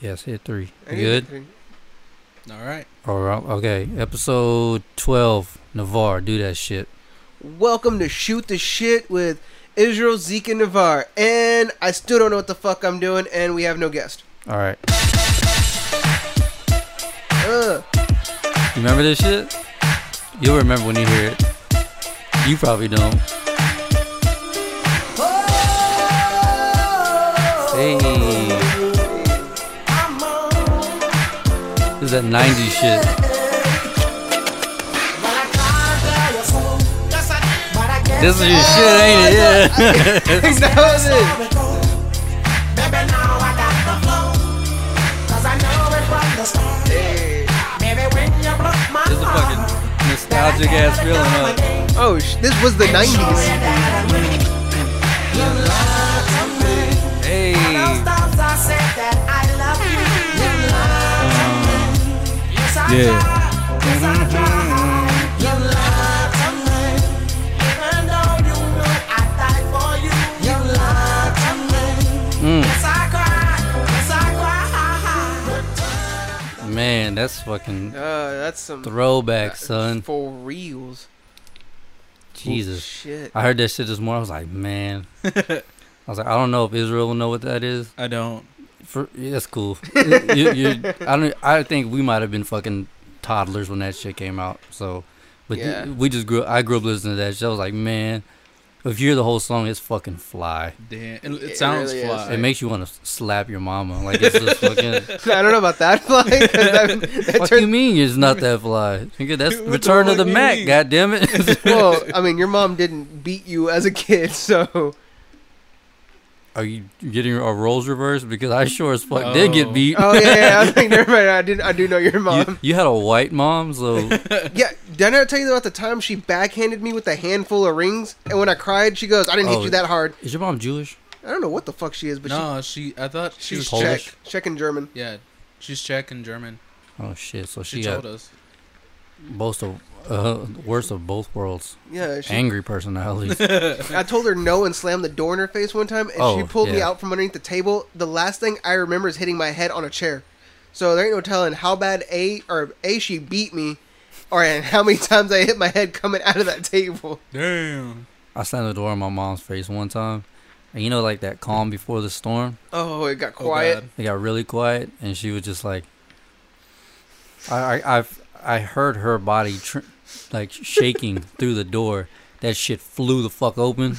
Yes, hit three. Ain't Good. nothing. All right. All right. Okay. Episode twelve. Navarre, do that shit. Welcome to Shoot the Shit with Israel, Zeke, and Navarre. And I still don't know what the fuck I'm doing, and we have no guest. All right. Ugh. You remember this shit? You'll remember when you hear it. You probably don't. Hey. This is that 90s shit. This is your shit, ain't it? Yeah. that was it. Hey. It's a fucking nostalgic ass feeling, huh? Oh, sh- this was the 90s. Hey. Mm. Man, that's fucking Uh, that's some. throwback, son. For reals. Jesus. Shit. I heard that shit this morning. I was like, man. I was like, I don't know if Israel will know what that is. I don't. For, yeah, that's cool. you, you, I don't. I think we might have been fucking toddlers when that shit came out. So, but Yeah. we just grew. I grew up listening to that shit. I was like, man, if you hear the whole song, it's fucking fly. Damn. It, it It sounds really is. fly. It makes you want to slap your mama. Like it's just fucking. I don't know about that. Like, that, that What turned- you mean it's not that fly? Nigga, that's What the Return of fuck the you Mac. mean? God damn it! well, I mean, your mom didn't beat you as a kid, so Are you getting our roles reversed? Because I sure as fuck did get Oh. beat. oh yeah, yeah I was like, never mind. I did. I do know your You, mom. you had a white mom, so yeah, did I tell you about the time she backhanded me with a handful of rings? And when I cried, she goes, "I didn't Oh. hit you that hard." is your mom Jewish? I don't know what the fuck she is, but no, she. I thought she, she was she's Polish. Czech, Czech and German. Yeah, she's Czech and German. Oh shit! So she, She got told us. both of uh, worst of both worlds. Yeah, she, angry personalities. I told her no and slammed the door in her face one time, and she Oh, pulled me yeah. out from underneath the table. The last thing I remember is hitting my head on a chair. So there ain't no telling how bad a or a she beat me, or and how many times I hit my head coming out of that table. Damn. I slammed the door in my mom's face one time, and you know, like that calm before the storm. Oh, it got quiet. It got really quiet, and she was just like, I, I, I've, I heard her body tr- like shaking through the door. That shit flew the fuck open.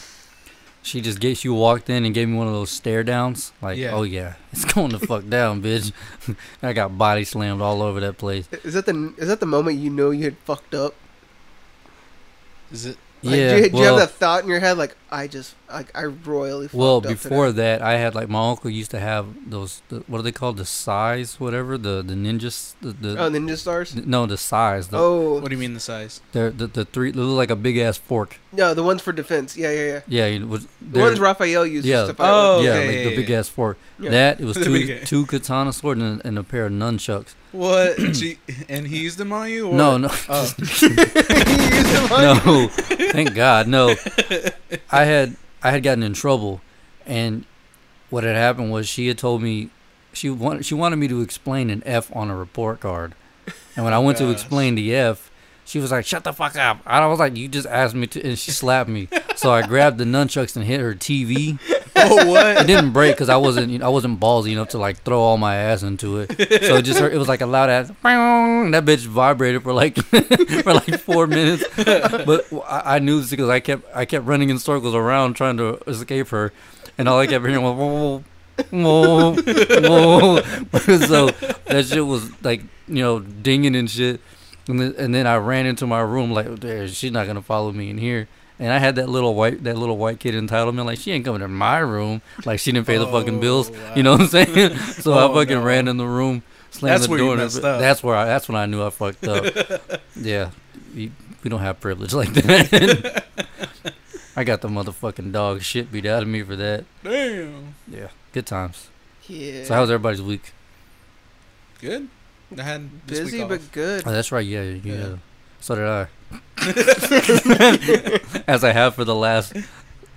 She just gave, she walked in and gave me one of those stare downs. Like, Yeah. oh yeah, it's going the fuck down, bitch. I got body slammed all over that place. is that the is that the moment you know you had fucked up? Is it? Like, yeah, do you, do you well- have that thought in your head like I just like I royally fucked Well, up today? before that, I had like my uncle used to have those. The, what are they called? The size, whatever. The the ninjas. The, the Oh, Ninja Stars. no, the size. The, oh, What do you mean the size? they're the, the three. They look like a big ass fork. no, the ones for defense. Yeah, yeah, yeah. Yeah, it was. The ones Raphael uses yeah. to fight. with. Oh, yeah, okay, like yeah, the yeah, big yeah. ass fork. Yeah. That it was The two big- two katana sword and, and a pair of nunchucks. What? she and he used them on you? Or? No, no, Oh, no. Thank God, no. I had I had gotten in trouble, and what had happened was she had told me she wanted she wanted me to explain an F on a report card, and when I went to Gosh. explain the F, she was like, "Shut the fuck up!" And I was like, "You just asked me to," and she slapped me. So I grabbed the nunchucks and hit her TV. oh It what? didn't break because I wasn't you know, I wasn't ballsy enough to like throw all my ass into it. So it just hurt. it was like a loud ass. "Bang," and that bitch vibrated for like for like four minutes. But I, I knew this because I kept I kept running in circles around trying to escape her, and all I kept hearing was. "Whoa, whoa, whoa, whoa." so that shit was like you know dinging and shit, and then, and then I ran into my room like, "There, she's not gonna follow me in here." And I had that little white that little white kid entitlement, like she ain't coming to my room, like she didn't pay the fucking bills. Oh, wow. You know what I'm saying? So Oh, I fucking no. ran in the room, slammed That's the where you door, and messed up. that's where I, that's when I knew I fucked up. yeah, we, we don't have privilege like that. I got the motherfucking dog shit beat out of me for that. Damn. Yeah, good times. Yeah. So how's everybody's week? Good. I had this busy week but good. Oh, that's right. Yeah, yeah. Yeah. So did I. As I have for the last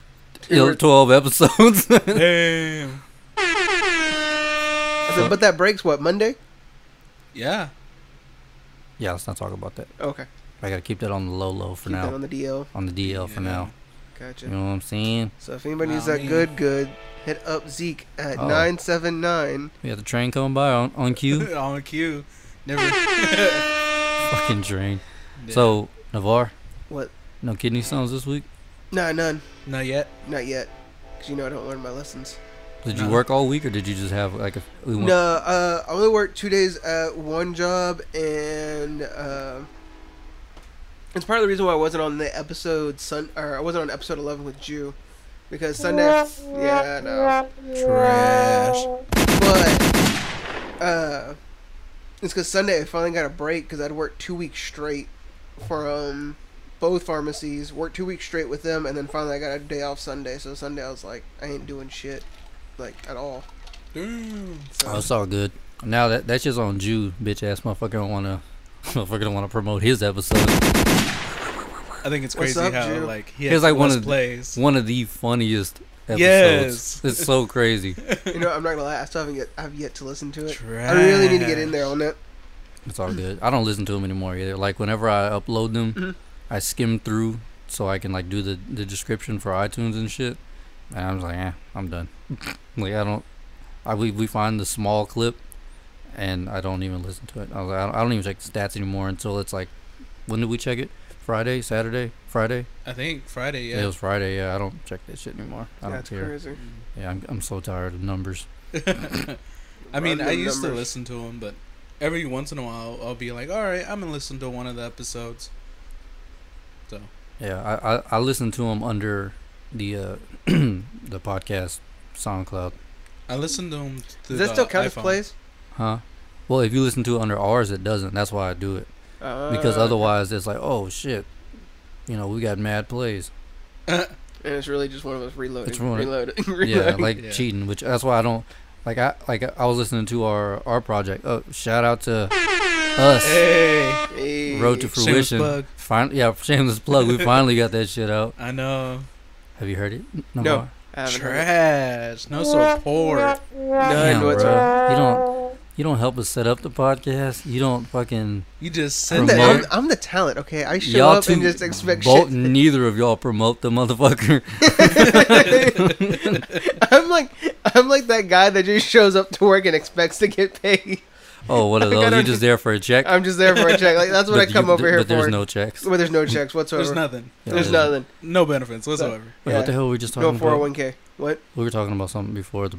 twelve episodes. off. Damn. I said, but that breaks what Monday? Yeah. Yeah, let's not talk about that. Okay, I gotta keep that on the low low for keep that now. on the DL. on the DL for Yeah. now. Gotcha. You know what I'm saying? So if anybody needs Wow, that man. good good, hit up Zeke at Oh. nine seven nine. We got the train coming by on, on cue. On cue. Never. Fucking train. So, Navar, What? no kidney stones this week? Nah, none. Not yet. Not yet. Cause you know I don't learn my lessons. Did you No. work all week or did you just have like a. We went, No, uh, I only worked two days at one job, and uh, it's part of the reason why I wasn't on the episode Sun or I wasn't on episode eleven with Jew, because Sunday. Yeah, no, Trash. but uh, it's because Sunday I finally got a break because I'd worked two weeks straight from both pharmacies, worked two weeks straight with them, and then finally I got a day off Sunday. So Sunday I was like, I ain't doing shit, like at all. Damn. Oh, So it's all good. Now that that's just on Jew, bitch ass motherfucker. Don't wanna, motherfucker don't wanna promote his episode. I think it's What's crazy up, how Jew? like he Here's, has like, one less of the- plays. One of the funniest episodes. Yes. it's so crazy. you know, I'm not gonna lie, I still haven't yet. I've yet to listen to it. I really need to get in there Eh. on that. It's all good. I don't listen to them anymore either. Like whenever I upload them, Mm-hmm. Mhm. I skim through so I can like do the the description for iTunes and shit. And I'm just like, eh, I'm done. like I don't. I we we find the small clip, and I don't even listen to it. I was like, I don't, I don't even check the stats anymore until it's like, when did we check it? Friday, Saturday, Friday. I think Friday. It Yeah. was Friday. Yeah, I don't check that shit anymore. I don't That's care. crazy. Yeah, I'm I'm so tired of numbers. I mean, Random I used to numbers. listen to him, but every once in a while, I'll be like, "All right, I'm gonna listen to one of the episodes." Yeah, I I, I listen to them under the uh the podcast SoundCloud. I listened to him. Does that still count as plays? Huh? Well, if you listen to it under ours, it doesn't. That's why I do it because Uh, otherwise, it's like, oh shit, you know, we got mad plays. and it's really just one of us reloading, It's one of- reloading, Yeah, reloading. like Yeah. cheating, which that's why I don't. Like I like I was listening to our our project. Oh, shout out to us, Hey, Hey. Road to Shameless Fruition. plug. Fin- yeah, shameless plug. We finally got that shit out. I know. Have you heard it? No. more? I haven't heard it. Trash. No support. None Damn, whatsoever. bruh. You don't you don't help us set up the podcast. You don't fucking You just I'm send the, Promote. I'm, it. I'm the talent, okay? I show y'all up two and just expect both, shit. Neither of y'all promote the motherfucker. I'm like, I'm like that guy that just shows up to work and expects to get paid. Oh, what are I those? gotta- You just there for a check? I'm just there for a check. Like that's what But I come you- over here But for. there's no checks. well, there's no checks whatsoever. There's nothing. Yeah, There's there's- nothing. No benefits whatsoever. Wait, Yeah. what the hell were we just No talking about? 401k. What? We were talking about something before the.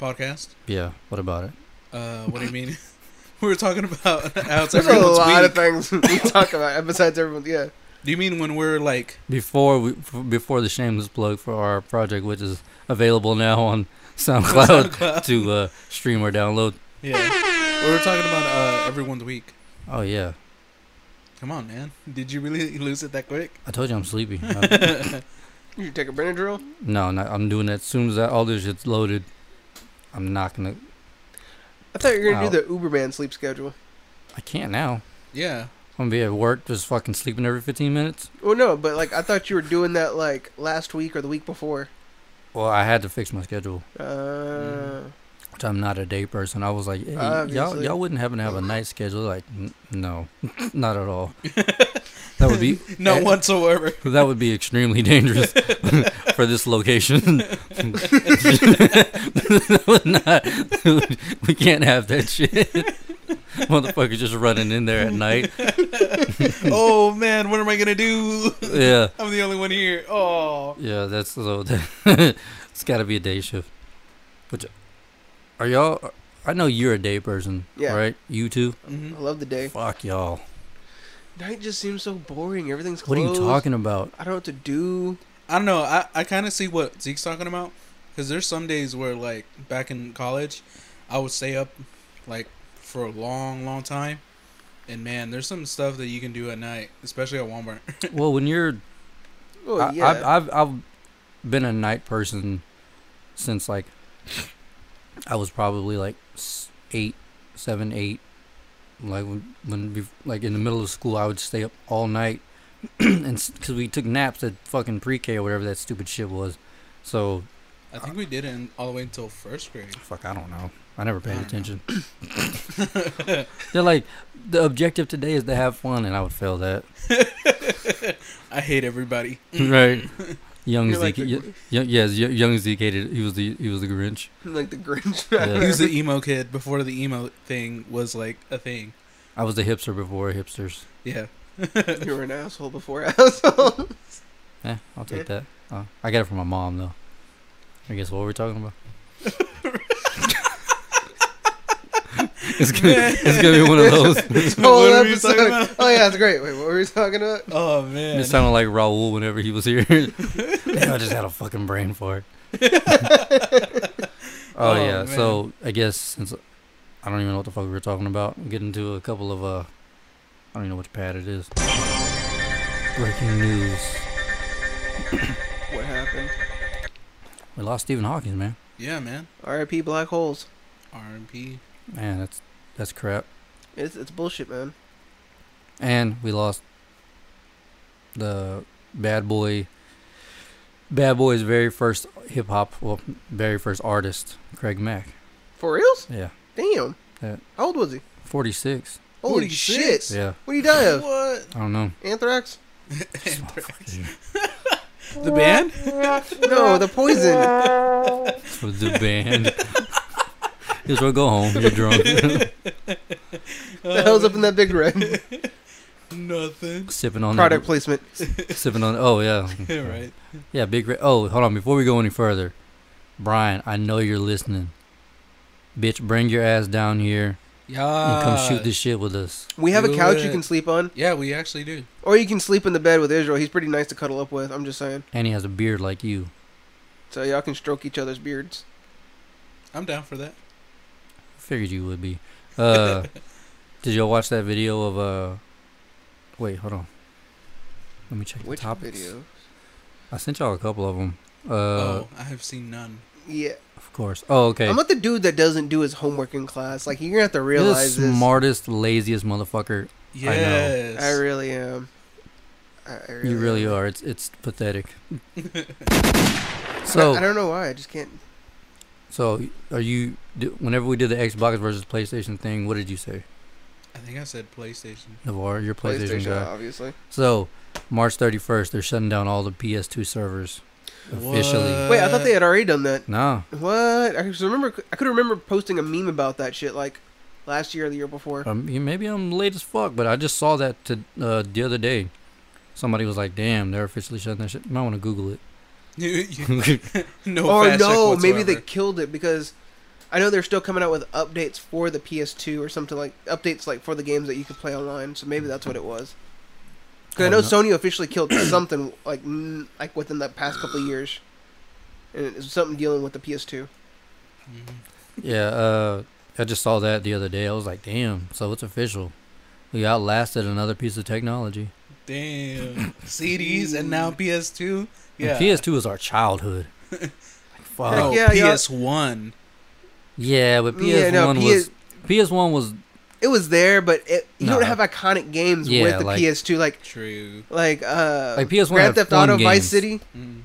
Podcast. Yeah, what about it? Uh, what do you mean? we were talking about how it's There's a everyone's lot week. of things we talk about besides everyone. Yeah. Do you mean when we're like Before we, f- before the shameless plug for our project, which is available now on SoundCloud, to uh, stream or download. Yeah. We were talking about uh, everyone's week. Oh yeah, Come on, man. Did you really lose it that quick? I told you I'm sleepy. I- You should take a Benadryl. no, not, I'm doing that as soon as that, all this shit's loaded. I'm not gonna. I thought you were gonna Ow. do the Uberman sleep schedule. I can't now. Yeah. I'm gonna be at work just fucking sleeping every 15 minutes. Well, no, but like I thought you were doing that like last week or the week before. Well, I had to fix my schedule. Uh, which I'm not a day person. I was like, hey, y'all, Obviously. y'all wouldn't happen to have a night schedule. Like, "N- no, not at all. that would be No eh, whatsoever. that would be extremely dangerous for this location. That would not- we can't have that shit. Motherfucker just running in there at night. oh man, what am I gonna do? Yeah, I'm the only one here. Oh. yeah. That's so. it's got to be a day shift. Which are y'all? I know you're a day person, Yeah. right? You too. Mm-hmm. I love the day. Mm-hmm. Fuck y'all. Night just seems so boring. Everything's What are closed. you talking about? I don't know what to do. I don't know. I, I kind of see what Zeke's talking about because there's some days where like back in college, I would stay up like for a long, long time, and man, there's some stuff that you can do at night, especially at Walmart. Well, when you're, Oh I, yeah. I've, I've I've been a night person since like I was probably like s- eight, seven, eight. Like when when we, like in the middle of school, I would stay up all night, and because we took naps at fucking pre-K or whatever that stupid shit was. So I think we did it in, all the way until first grade. fuck, I don't know. I never paid I don't know. attention. They're like, the objective today is to have fun, and I would fail that. I hate everybody. right. Young You're like Zeke, the, y- young, yes, y- young Zeke hated. He was the he was the Grinch. like the Grinch. Yeah. He was the emo kid before the emo thing was like a thing. I was the hipster before hipsters. Yeah. you were an asshole before asshole. Yeah, I'll take that. Uh, I got it from my mom though. I guess what were we talking about? it's gonna it's gonna be one of those. This What whole were you episode. talking about? Oh yeah, it's great. Wait, what were we talking about? Oh man. It sounded like Raul whenever he was here. Damn, I just had a fucking brain fart. oh, Oh, yeah, so I guess since I don't even know what the fuck we were talking about, we get into a couple of uh, I don't even know which pad it is. Breaking news: What happened? We lost Stephen Hawking, man. Yeah, man. R.I.P. Black holes. RMP. Man, that's that's crap. It's it's bullshit, man. And we lost the bad boy. Bad Boy's very first hip hop, well, very first artist, Craig Mack. For reals? Yeah, Damn. Yeah. How old was he? 46. Holy 46? shit! Yeah, What do you die of? What? I don't know. Anthrax? The band? No, the poison. For the band. Just well go home. You're drunk. the hell's up in that big red? Nothing. sipping on Product placement. The, sipping on. Oh yeah. Yeah, right. Yeah, big. Red. Oh, hold on. Before we go any further, Brian, I know you're listening. Bitch, bring your ass down here Yeah. and come Uh, shoot this shit with us. We have a Do couch you it. can sleep on, Yeah, we actually do. or you can sleep in the bed with Israel. He's pretty nice to cuddle up with. I'm just saying. And he has a beard like you. So y'all can stroke each other's beards. I'm down for that. Figured you would be. Uh, did y'all watch that video of uh? Wait, hold on. Let me check Which the topics. video? I sent y'all a couple of them. Uh, oh, I have seen none. Yeah, of course. Oh, okay. I'm not the dude that doesn't do his homework in class. Like you're gonna have to You're the realize this. smartest, laziest motherfucker. Yes. I really am. I, I really You really am. are. It's it's pathetic. I don't- I so don't know why. I just can't. so are you? do- Whenever we did the Xbox versus PlayStation thing, what did you say, I think I said PlayStation. Navar? You're a PlayStation, PlayStation, guy. obviously. So March 31st, they're shutting down all the PS2 servers officially. What? Wait, I thought they had already done that. Nah, What? I just remember. I could remember posting a meme about that shit like last year or the year before. um, you- maybe I'm late as fuck, but I just saw that to, uh, the other day. Somebody was like, "Damn, they're officially shutting that shit." You might want to Google it. You- you- no. or fact check Oh, no, maybe they whatsoever. killed it because I know they're still coming out with updates for the PS2 or something like updates like for the games that you can play online. So maybe that's what it was. Because I Oh, know no. Sony officially killed something like mm, like within the past couple of years, and it's something dealing with the PS2. Mhm. Yeah, uh, I just saw that the other day. I was like, damn, so it's official. We outlasted another piece of technology. Damn. CDs and now PS2. And Yeah. PS2 is our childhood. Like, fuck. Oh, Heck yeah, yeah. PS1 Yeah, but PS1 Mm, Yeah, no, was. PS1 was. It was there, but it, you don't No. have iconic games Yeah, with the like- PS2 like True. like uh Like, PS1 Grand had Theft fun Auto, Vice games. City, Mm.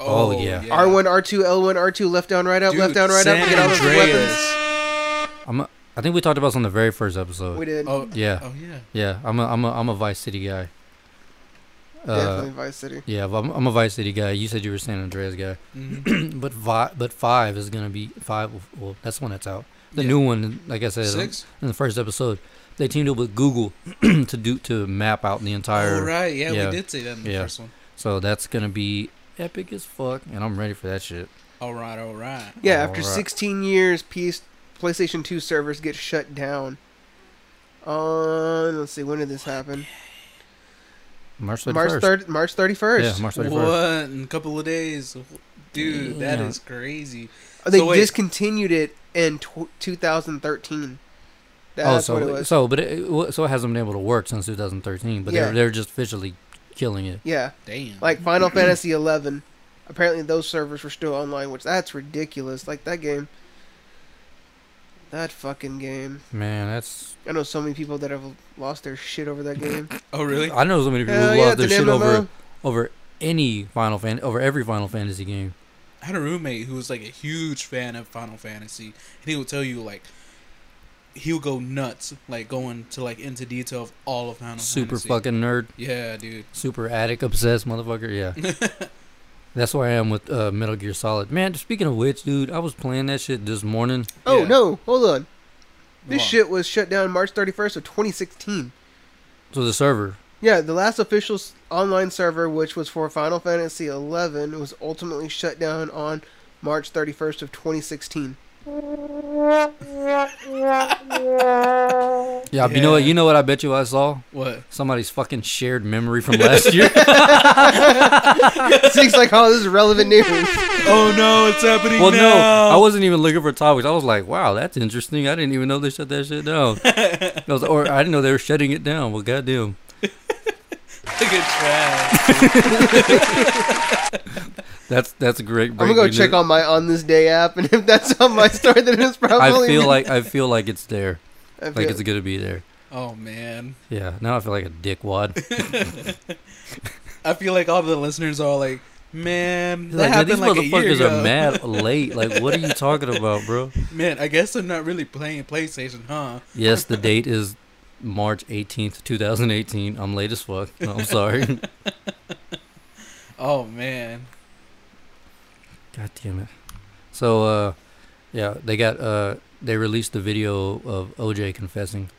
Oh, yeah. R1, R2, L1, R2, left down, right up, Dude, left down, right San up. Get all those weapons. Andreas. I'm a, I think we talked about this on the very first episode. We did Oh, yeah, oh yeah. yeah. I'm a, I'm a, I'm a Vice City guy. Uh, definitely Vice City. yeah, I'm, I'm a Vice City guy. You said you were San Andreas guy, Mhm. but vi- but five is gonna be five. Well, that's the one that's out. The Yeah. new one, like I said, Six? in the first episode, they teamed up with Google to do to map out the entire. Oh, right. Yeah, yeah. we did say that in the Yeah. first one. So that's gonna be epic as fuck, and I'm ready for that shit. All right, all right. Yeah, All after right. 16 years, PS, PlayStation 2 servers get shut down. Uh, let's see, when did this happen? March 31st. March third, March 31st. Yeah, March 31st. What? In a couple of days. Dude, that is Yeah. crazy. They So wait. discontinued it in tw 2013. oh, That's so what it was. so, but it, it wa- so it hasn't been able to work since 2013. But Yeah. they're they're just officially killing it. yeah, Damn. like Final Fantasy 11. Apparently, those servers were still online, which that's ridiculous. Like that game, that fucking game. Man, that's I know so many people that have lost their shit over that game. oh, really? I know so many people Hell who yeah, lost it's their an shit MMO. over over any Final Fan over every Final Fantasy game. I had a roommate who was like a huge fan of Final Fantasy, and he would tell you like he would go nuts, like going to like into detail of all of Final Super Fantasy. fucking nerd. Yeah, dude. Super addict obsessed motherfucker. Yeah. That's where I am with uh, Metal Gear Solid. Man, speaking of which, dude, I was playing that shit this morning. Oh Yeah. no, hold on. This Wow. shit was shut down March 31st of 2016. So the server. Yeah, the last official s- online server, which was for Final Fantasy XI, was ultimately shut down on March 31st of 2016. Yeah, you know what? Yeah. You know what? I bet you I saw What? somebody's fucking shared memory from last year. Zeke's like, oh, this is relevant news. Oh no, it's happening well, no, now. I wasn't even looking for topics. I was like, wow, that's interesting. I didn't even know they shut that shit down. I was, or I didn't know they were shutting it down. Well, goddamn. Look at Trav. That's that's a great. I'm gonna go breaking check news. on my on this day app, and if that's on my store, then it's probably. I feel like I feel like it's there. I Like feel- it's gonna be there. Oh man, Yeah. Now I feel like a dickwad. I feel like all the listeners are like, man, that Like, man, these happened like a year motherfuckers ago. are mad late. Like, what are you talking about, bro? Man, I guess I'm not really playing PlayStation, huh? Yes, the date is March 18th, 2018. I'm late as fuck. No, I'm sorry. Oh man, God damn it. So, uh, yeah, they got uh, they released the video of OJ confessing.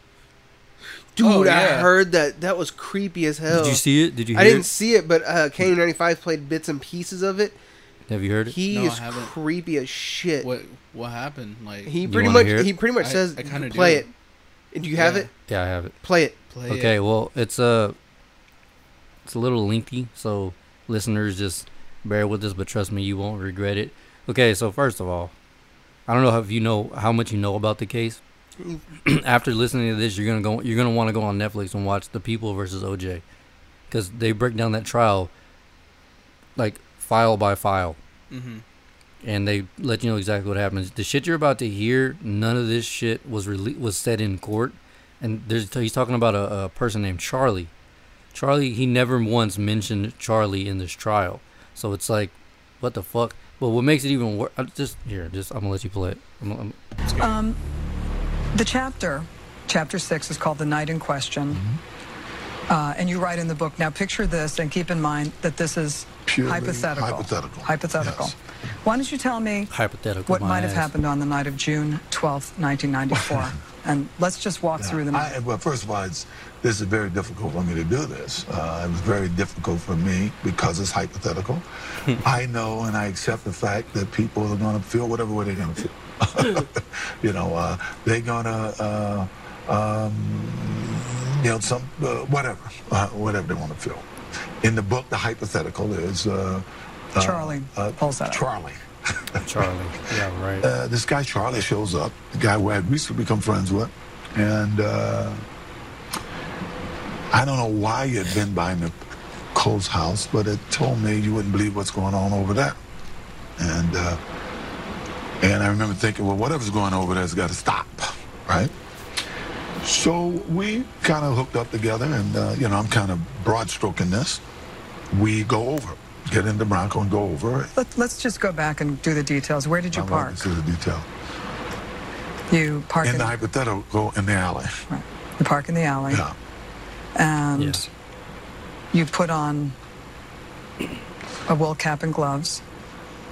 dude, Oh, I yeah. heard that that was creepy as hell. Did you see it? Did you hear I didn't it? see it, but uh, K95 played bits and pieces of it. Have you heard it? He No, I is haven't. creepy as shit. what what happened? Like, He You pretty wanna much hear it? he pretty much I- says, I kinda "Play do. it." And do you have Yeah. it? Yeah, I have it. Play it. play okay, it. well, it's uh, it's a little lengthy, so listeners just bear with us, but trust me, you won't regret it. Okay, so first of all, I don't know if you know how much you know about the case. After listening to this, you're gonna go. You're gonna want to go on Netflix and watch The People versus OJ, because they break down that trial, like file by file. Mm-hmm. and they let you know exactly what happens. The shit you're about to hear, none of this shit was rele- was said in court. And there's he's talking about a, a person named Charlie. Charlie, he never once mentioned Charlie in this trial. So it's like, what the fuck? But what makes it even worse? Just here, just I'm gonna let you play it. I'm, I'm, The chapter, chapter six, is called The Night in Question. Mm-hmm. Uh, and you write in the book, now picture this and keep in mind that this is Purely hypothetical. hypothetical, Hypothetical. yes. Why don't you tell me Hypothetical, what my might have ass. happened on the night of June 12th, 1994? and let's just walk through the I, well, first of all, it's, this is very difficult for me to do this. Uh, it was very difficult for me because it's hypothetical. I know and I accept the fact that people are going to feel whatever way they're going to feel. you know, uh, they're going to, uh, um, you know, some uh, whatever, uh, whatever they want to feel. In the book, the hypothetical is uh, uh, Charlie pulls that up. Charlie. Charlie, yeah, right. uh, this guy Charlie shows up, the guy who I recently become friends with, and uh, I don't know why you had been by Nicole's house, but it told me you wouldn't believe what's going on over there, and uh, and I remember thinking, well, whatever's going over there's got to stop, right? So we kind of hooked up together, and uh, you know, I'm kind of broad stroking this. We go over, get into Bronco and go over. Let, let's just go back and do the details. Where did you I'm not park? gonna see the detail. You park in, In the hypothetical, in the alley. right. you park in the alley, Yeah. and Yes. you put on a wool cap and gloves.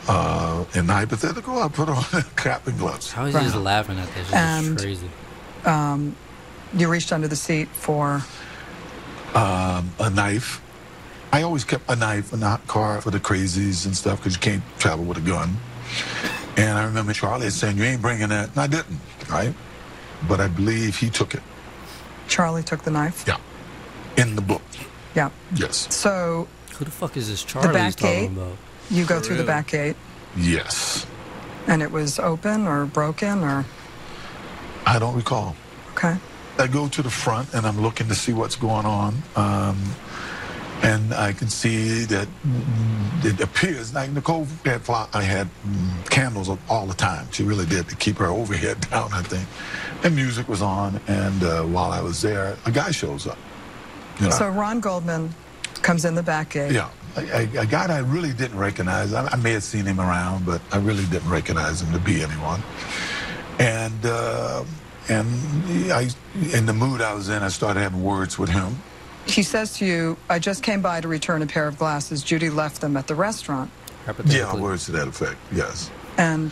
Uh, in the hypothetical, I put on cap and gloves. How is he just laughing at this? It's And- crazy. You reached under the seat for Um, a knife. I always kept a knife in the car for the crazies and stuff because you can't travel with a gun. And I remember Charlie saying, You ain't bringing that. And I didn't, right? But I believe he took it. Charlie took the knife. Yeah. In the book. Yeah. Yes. So Who the fuck is this Charlie he's back gate? talking about? you go through the Really? back gate, Yes. and it was open or broken or I don't recall. okay. I go to the front and I'm looking to see what's going on. Um, and I can see that mm, it appears like Nicole had, fly, I had mm, candles up all the time. She really did to keep her overhead down, I think. And music was on. And uh, while I was there, a guy shows up. You know, So Ron Goldman comes in the back gate. Yeah, a, a, a guy that I really didn't recognize. I, I may have seen him around, but I really didn't recognize him to be anyone. And uh, and I, in the mood I was in, I started having words with him. He says to you, I just came by to return a pair of glasses. Judy left them at the restaurant. Yeah, hypothetically. words to that effect. Yes. And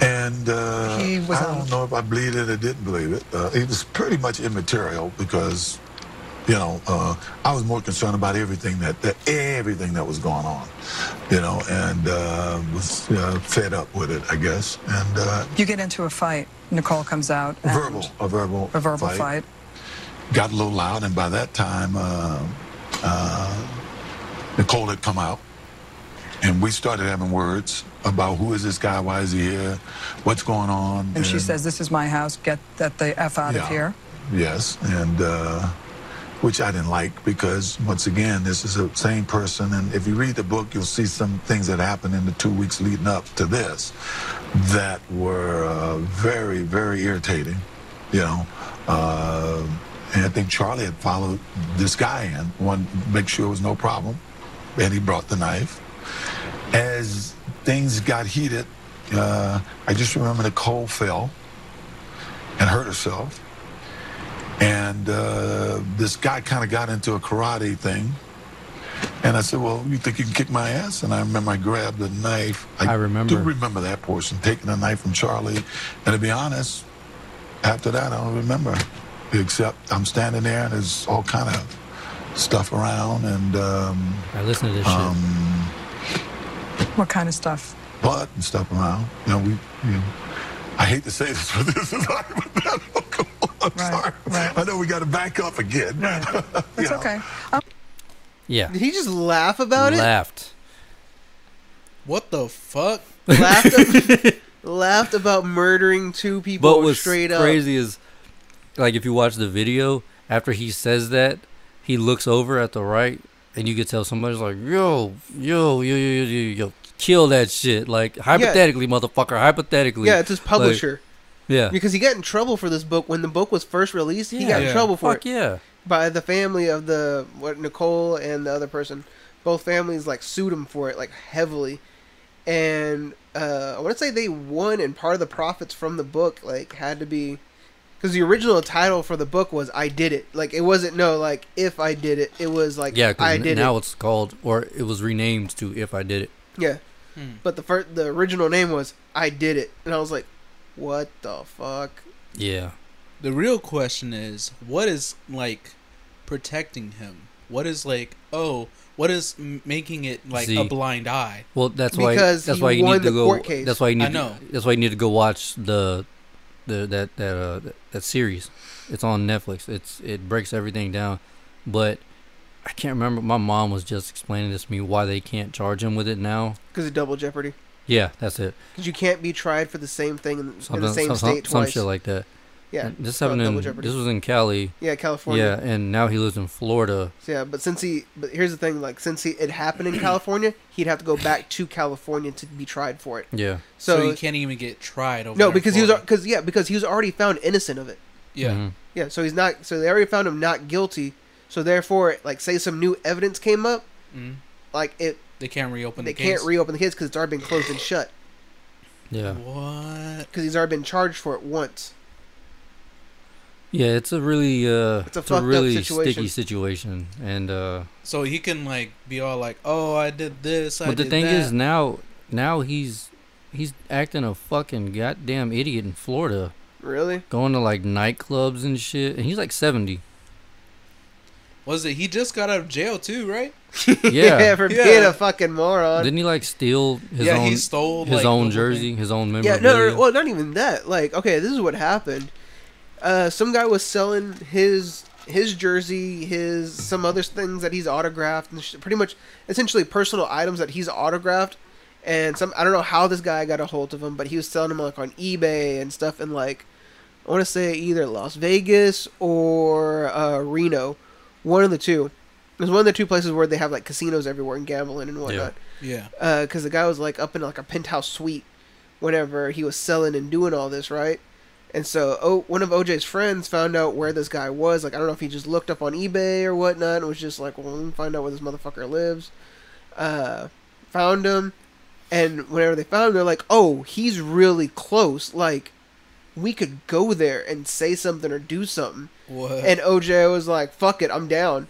And uh, He was I don't out. know if I believed it or didn't believe it. Uh, it was pretty much immaterial because, you know, uh, I was more concerned about everything that, that everything that was going on, you know, and uh, was uh, fed up with it, I guess. And uh, you get into a fight. Nicole comes out. And verbal, a verbal, A verbal fight. Got a little loud, and by that time, uh, uh, Nicole had come out, and we started having words about who is this guy, why is he here, what's going on, And she says, This is my house. Get that the F out of Yeah. here. Yes, and uh, which I didn't like because once again, this is the same person, and if you read the book, you'll see some things that happened in the two weeks leading up to this that were uh, very, very irritating. You know, uh, and I think Charlie had followed this guy in one, make sure it was no problem, and he brought the knife as things got heated, uh, I just remember Nicole fell and hurt herself. And uh, this guy kind of got into a karate thing. And I said, Well, you think you can kick my ass? And I remember I grabbed a knife. I remember. do remember that portion, taking a knife from Charlie. And to be honest, after that, I don't remember. Except I'm standing there and there's all kind of stuff around. And. Um, I listen to this shit. What kind of stuff? butt and stuff around. You know, we, you know, I hate to say this, but this is hypothetical. I'm Right, sorry. right. I know we got to back up again. That's Yeah. okay. Um, Yeah, Did he just laugh about laughed. What the fuck? it? Laughed, laughed about murdering two people But what's straight up. crazy is, like, if you watch the video after he says that, he looks over at the right, and you could tell somebody's like, "Yo, yo, yo, yo, yo, yo, yo, kill that shit!" Like hypothetically, motherfucker, hypothetically. Yeah, it's his Like, publisher yeah. because he got in trouble for this book when the book was first released. He got in Yeah. trouble for Fuck it yeah. by the family of the what Nicole and the other person. Both families like sued him for it like heavily, and uh, I want to say they won, and part of the profits from the book like had to be because the original title for the book was "I Did It." Like it wasn't no like if I did it. It was like Yeah, I because did now it. it's called, or it was renamed to "If I Did It." Yeah. But the first, the original name was I did it, and I was like, "What the fuck?" Yeah, The real question is, what is like protecting him? What is like, oh, what is m- making it like a See. blind eye? well, that's Because why. That's he why you won need to the go. court case. That's why you need. I know. To, that's why you need to go watch the, the that that uh, that series. It's on Netflix. It's it breaks everything down, but I can't remember. My mom was just explaining this to me why they can't charge him with it now. Because of double jeopardy, Yeah, that's it. because you can't be tried for the same thing in, in Something, the same some, some, state some twice. shit like that. yeah, And this so happened in. double jeopardy. This was in Cali. yeah, California. Yeah, and now he lives in Florida. So, yeah, but since he, but here's the thing: like since he, it happened in California, he'd have to go back to California to be tried for it. Yeah. So, So, he can't even get tried over no, there in because he was Florida. because yeah, because he was already found innocent of it. yeah. Mhm. Yeah, so he's not. So they already found him not guilty. So therefore, like, say some new evidence came up, Mm-hmm. Mhm. like it They can't reopen they the case. can't reopen the case because it's already been closed and shut Yeah. What? because he's already been charged for it once. Yeah, it's a really uh, It's it's a a, fucked up really situation. sticky situation, and uh, So he can like be all like, "Oh, I did this." I but the did thing that. is now now he's he's acting a fucking goddamn idiot in Florida, Really? going to like nightclubs and shit, and he's like seventy. was it he just got out of jail too, right? Yeah, for Yeah. being a fucking moron. didn't he like steal his yeah, own he stole his like, own the whole jersey, thing. his own yeah, memorabilia? no, no, no, well, not even that. Like, okay, this is what happened. Uh, some guy was selling his his jersey, his some other things that he's autographed, and sh- pretty much essentially personal items that he's autographed. And some I don't know how this guy got a hold of him, but he was selling them like on eBay and stuff, and like I want to say either Las Vegas or uh, Reno, one of the two. It's one of the two places where they have like casinos everywhere and gambling and whatnot Yeah, because the guy was like up in like a penthouse suite whenever he was selling and doing all this, right? And so o- one of OJ's friends found out where this guy was. Like, I don't know if he just looked up on eBay or whatnot and was just like, well, let me find out where this motherfucker lives. Uh, found him. And whenever they found him, they're like, oh, he's really close. Like, we could go there and say something or do something. What? And OJ was like, fuck it, I'm down.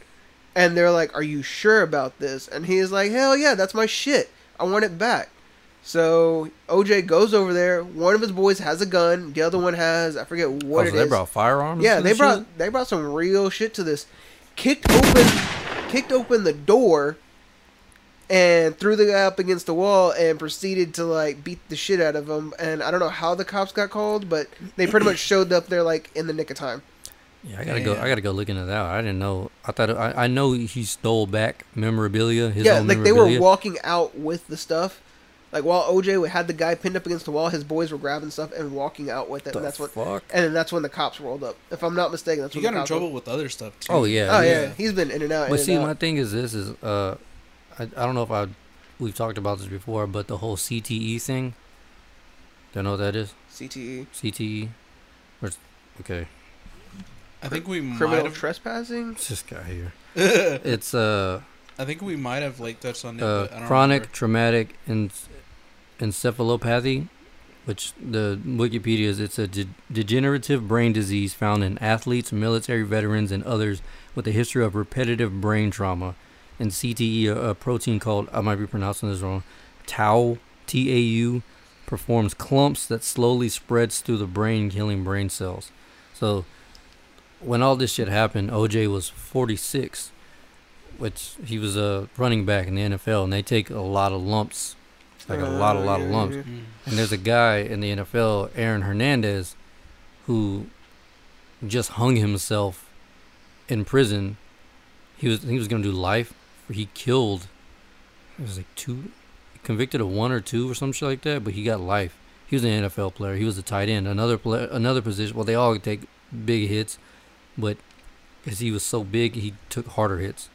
And they're like, are you sure about this? And he's like, hell yeah, that's my shit. I want it back. So OJ goes over there. One of his boys has a gun. The other one has, I forget what oh, it so they is. brought firearms. yeah, and they shit? brought they brought some real shit to this. Kicked open, kicked open the door, and threw the guy up against the wall and proceeded to like beat the shit out of him. And I don't know how the cops got called, but they pretty much showed up there like in the nick of time. Yeah, I gotta go. Damn. I gotta go look into that. I didn't know. I thought I, I know he stole back memorabilia. His yeah, own like they were memorabilia. walking out with the stuff. Like while OJ had the guy pinned up against the wall, his boys were grabbing stuff and walking out with it. The and that's what. fuck? And then that's when the cops rolled up. If I'm not mistaken, that's He when got the in cops trouble with other stuff too. Oh yeah. Oh yeah. Yeah. he's been in and out. But in see, and my out. thing is this is uh, I, I don't know if I we've talked about this before, but the whole CTE thing. Do you know what that is? CTE CTE. Where's, okay, I think we might criminal have. trespassing. it's this guy here. It's uh, I think we might have like touched on it. uh but I don't chronic remember. traumatic en- encephalopathy, which the Wikipedia is it's a de- degenerative brain disease found in athletes, military veterans, and others with a history of repetitive brain trauma. And CTE, E, a, a protein called I might be pronouncing this wrong, tau T A U, performs clumps that slowly spreads through the brain, killing brain cells. So when all this shit happened, OJ was 46, which he was a running back in the NFL, and they take a lot of lumps, like a lot, a lot of Uh, lumps. Mm. And there's a guy in the NFL, Aaron Hernandez, who just hung himself in prison. He was he was gonna do life. He killed. It was like two, convicted of one or two or some shit like that. But he got life. He was an NFL player. He was a tight end. Another player, another position. Well, they all take big hits, but because he was so big, he took harder hits.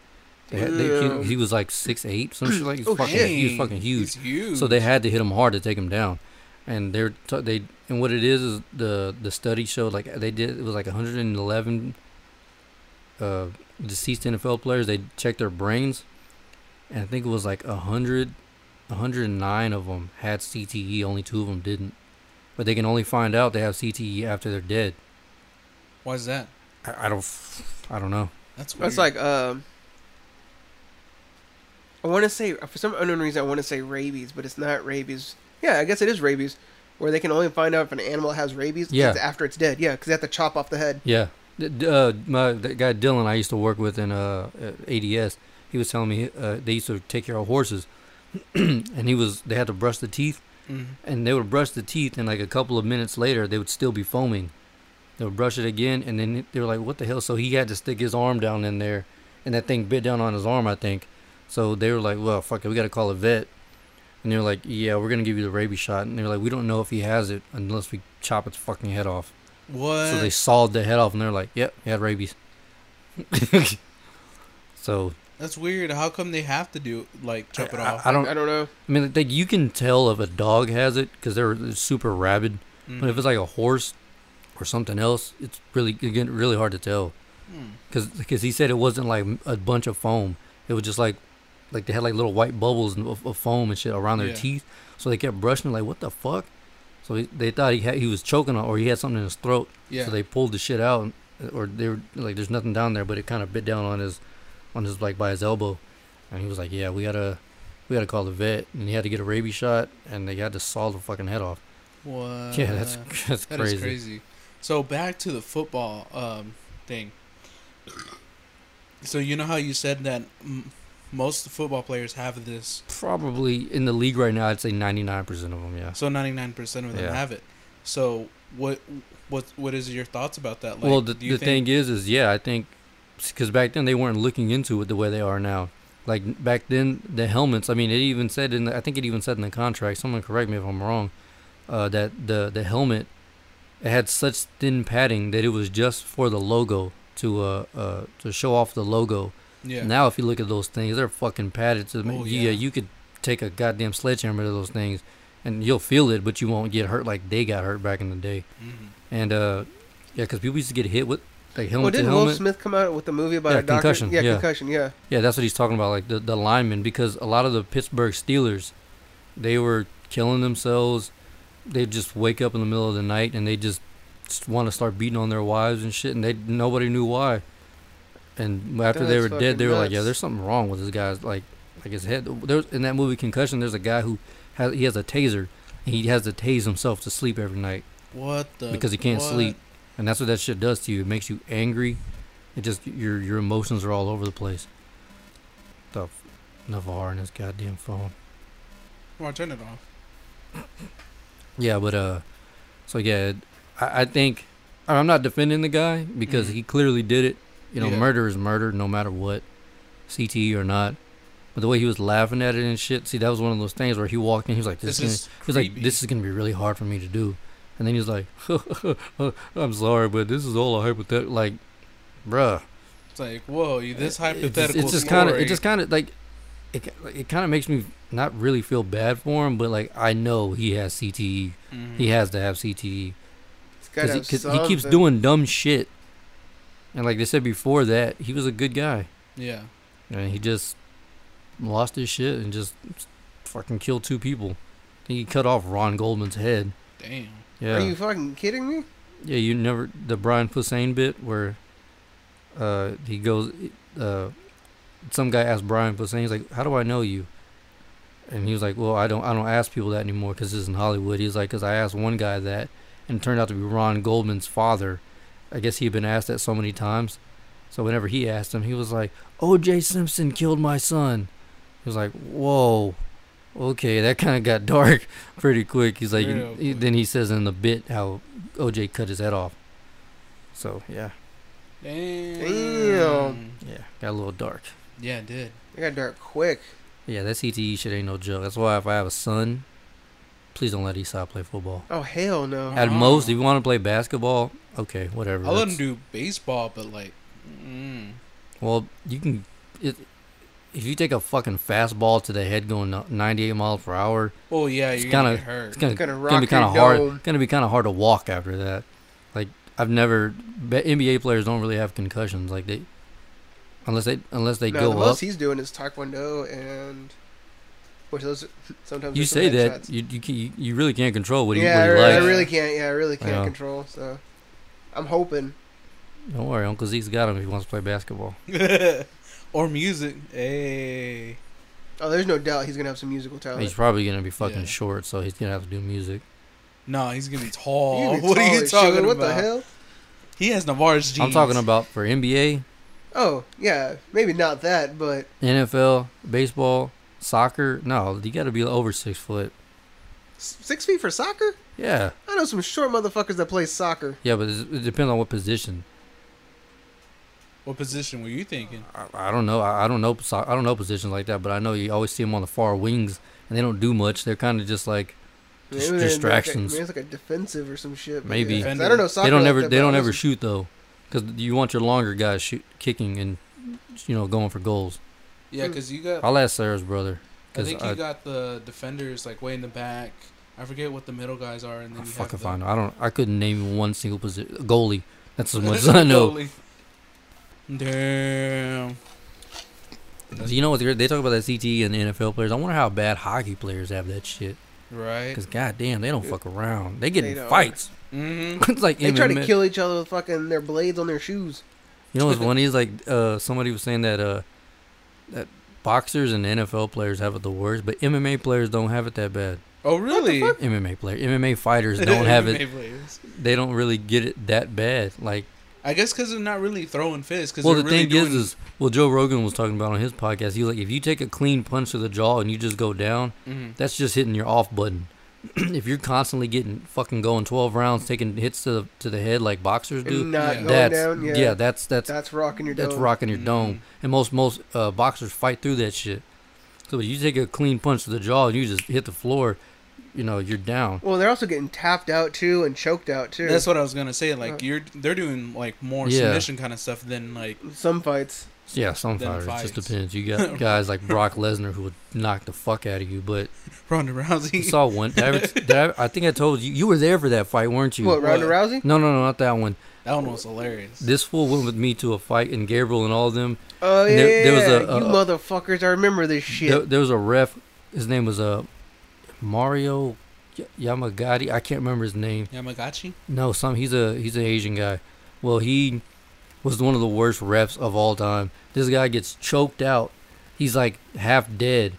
They had, they, he, Damn. he was like six eight, some shit like he's Oh, fucking, he was Dang, fucking huge. he's huge. So they had to hit him hard to take him down, and they're t- they and what it is is the the study showed like they did it was like 111 uh, deceased NFL players. They checked their brains, and I think it was like 100, 109 of them had CTE. Only two of them didn't, but they can only find out they have CTE after they're dead. Why is that? I, I don't f- I don't know. That's weird. That's like um. I want to say for some unknown reason I want to say rabies, but it's not rabies. Yeah, I guess it is rabies, where they can only find out if an animal has rabies Yeah. it's after it's dead. Yeah, because they have to chop off the head. Yeah. D- d- Uh, my that guy Dylan I used to work with in uh, uh, ADS, he was telling me uh, they used to take care of horses, and he was they had to brush the teeth, Mhm. and they would brush the teeth, and like a couple of minutes later they would still be foaming. They would brush it again, and then they were like, "What the hell?" So he had to stick his arm down in there, and that thing bit down on his arm, I think. So they were like, "Well, fuck it, we got to call a vet." And they were like, "Yeah, we're gonna give you the rabies shot," and they were like, "We don't know if he has it unless we chop its fucking head off." what? So they sawed the head off, and they're like, "Yep, he had rabies." so That's weird. How come they have to do like chop it I, off? I don't. I don't know. I mean, like you can tell if a dog has it because they're super rabid, but if Mm. Mm-hmm. it's like a horse or something else, it's really again really hard to tell. Hmm. Because he said it wasn't like a bunch of foam. It was just like like they had like little white bubbles and- of, of foam and shit around their Yeah. teeth. So they kept brushing like what the fuck. So he, they thought he had, he was choking on, or he had something in his throat. yeah. So they pulled the shit out, or they were like, "There's nothing down there," but it kind of bit down on his, on his like by his elbow, and he was like, "Yeah, we gotta, we gotta call the vet," and he had to get a rabies shot, and they had to saw the fucking head off. what? yeah, that's that's Uh, That is crazy. crazy. So back to the football um, thing. So you know how you said that m- most football players have this. Probably in the league right now, I'd say 99 percent of them. Yeah. So ninety nine percent of them Yeah. have it. So what what what is your thoughts about that? well, the, do you the thing is, is yeah, I think because back then they weren't looking into it the way they are now. Like back then, the helmets. I mean, it even said in the, I think it even said in the contract. Someone correct me if I'm wrong. Uh, that the the helmet it had such thin padding that it was just for the logo to uh, uh to show off the logo. yeah. Now, if you look at those things, they're fucking padded. To Oh, yeah. yeah. you could take a goddamn sledgehammer to those things, and you'll feel it, but you won't get hurt like they got hurt back in the day. Mhm. and uh, yeah, because people used to get hit with like helmet Well, to didn't helmet. Will Smith come out with a movie about Yeah, a doctor? concussion, Yeah, yeah. concussion. Yeah. Yeah, that's what he's talking about, like the, the linemen, because a lot of the Pittsburgh Steelers, they were killing themselves. They just wake up in the middle of the night and they just want to start beating on their wives and shit, and they nobody knew why. And after they That's were dead, they fucking were like, "Yeah, nuts. there's something wrong with this guy's like, like his head." There's in that movie Concussion. There's a guy who has he has a taser, and he has to tase himself to sleep every night What the? because he can't what? sleep, and that's what that shit does to you. It makes you angry. It just your your emotions are all over the place. The f- Navarre and his goddamn phone. Well, turn it off. Yeah, but uh, so yeah, I, I think I- I'm not defending the guy because Mhm. he clearly did it. You know, Yeah. murder is murder, no matter what, CTE or not. But the way he was laughing at it and shit, see, that was one of those things where he walked in, he was like, "This, This is." is He's like, creepy. this is gonna be really hard for me to do. And then he's like, I'm sorry, but this is all a hypothetical. Like, bruh, It's like, whoa, you this Uh, it's hypothetical. just, it's just story. kind of, it just kind of like, it, ki- it kind of makes me not really feel bad for him, but like I know he has CTE. Mhm. He has to have CTE It's gotta because he, have 'cause he keeps something. doing dumb shit. And like they said before that, he was a good guy, Yeah. and he just lost his shit and just fucking killed two people. He cut off Ron Goldman's head. Damn. Yeah. Are you fucking kidding me? Yeah, you never the Brian Posehn bit where uh he goes uh some guy asked Brian Posehn he's like, "How do I know you?" And he was like, "Well, I don't I don't ask people that anymore cuz this is in Hollywood." He's like, "Cuz I asked one guy that and it turned out to be Ron Goldman's father. I guess he had been asked that so many times. So whenever he asked him, he was like, "O.J. Simpson killed my son." He was like, "Whoa." Okay, that kind of got dark pretty quick. He's like, Real he- quick. then he says in the bit how OJ cut his head off. So yeah, Damn. Damn. yeah, got a little dark. Yeah, it did. I got dark quick. Yeah, that CTE shit ain't no joke. That's why if I have a son, please don't let Esau play football. Oh hell no. At most, if Oh. you want to play basketball, okay, whatever. I'll let him that's- do baseball, but like, mm, Well, you can. It, if you take a fucking fastball to the head going no- 98 miles per hour, oh yeah, It's you're gonna kinda- get hurt. it's gonna, Gonna gonna, rock be kind your of hard. dome. Gonna be kind of hard to walk after that. Like I've never. But NBA players don't really have concussions. Like they, unless they unless they no, go the up. most he's doing is taekwondo and which those sometimes You there's some say bad that shots. you you, can, you you really can't control what he, yeah, what I, he re- I likes. really can't. Yeah, I really can't Yeah. control. So I'm hoping. Don't worry, Uncle Zeke's got him if he wants to play basketball. or music. Hey. Oh, there's no doubt he's gonna have some musical talent. He's probably gonna be fucking Yeah. short, so he's gonna have to do music. No, he's gonna be He's tall. gonna be Oh, what tall are as you shit. talking about? What the hell? He has Navarre's jeans. I'm talking about for NBA, Oh yeah, maybe not that, but NFL, baseball, soccer. No, you gotta be over six foot. s- six feet for soccer? Yeah, I know some short motherfuckers that play soccer. yeah, but it's- it depends on what position. What position were you thinking? Mm. I, I don't know. I, I don't know. so- I don't know positions like that, but I know you always see them on the far wings, and they don't do much. They're kind of just like Maybe Dis- they're like a- distractions. maybe it's like a defensive or some shit. but Maybe. yeah, 'cause I don't know. Soccer they don't like ever that, they but don't I ever was- shoot though, because you want your longer guys shoot kicking and you know going for goals. Yeah, because you got. I'll ask Sarah's brother. I 'cause think I- you got the defenders like way in the back. I forget what the middle guys are, and then I you fucking have the find. I don't. I couldn't name one single position. Goalie. That's as much as I know. Goalie. Damn. You know what? They talk about that CTE and NFL players. I wonder how bad hockey players have that shit. Right. Because goddamn, they don't fuck around. They get They in don't. fights. Mm-hmm. it's like They try to MMA. kill each other with fucking their blades on their shoes. You know what's funny is like uh, somebody was saying that uh, that boxers and NFL players have it the worst, but MMA players don't have it that bad. Oh really? MMA player, MMA fighters don't have it. MMA players. They don't really get it that bad. Like. I guess because they're not really throwing fists. Cause Well, the they're really thing doing, is, is well, Joe Rogan was talking about on his podcast. He was like, if you take a clean punch to the jaw and you just go down, Mm-hmm. Mhm. that's just hitting your off button. if you're constantly getting fucking going twelve rounds, taking hits to the to the head like boxers do, And not yeah. going that's down. Yeah, yeah. that's that's that's rocking your. that's dome. rocking Mm. your dome. And most most uh, boxers fight through that shit. So if you take a clean punch to the jaw and you just hit the floor, you know you're down. Well, they're also getting tapped out too and choked out too. That's what I was gonna say. Like Uh. you're, they're doing like more Yeah. submission kind of stuff than like Some fights. Yeah, some Them fighters. It fights. just depends. You got guys like Brock Lesnar who would knock the fuck out of you. But Ronda I Rousey. saw one. That, that- I think I told you you were there for that fight, weren't you? What, Ronda What? Rousey? No, no, no, not that one. that one was hilarious. This fool went with me to a fight, and Gabriel and all of them. Oh yeah, And there- there was a- uh, you a- motherfuckers! I remember this shit. There, there was a ref. His name was uh, Mario Y- Yamagati. I can't remember his name. Yamagachi. No, some he's a he's an Asian guy. Well, he was one of the worst refs of all time. This guy gets choked out. He's like half dead.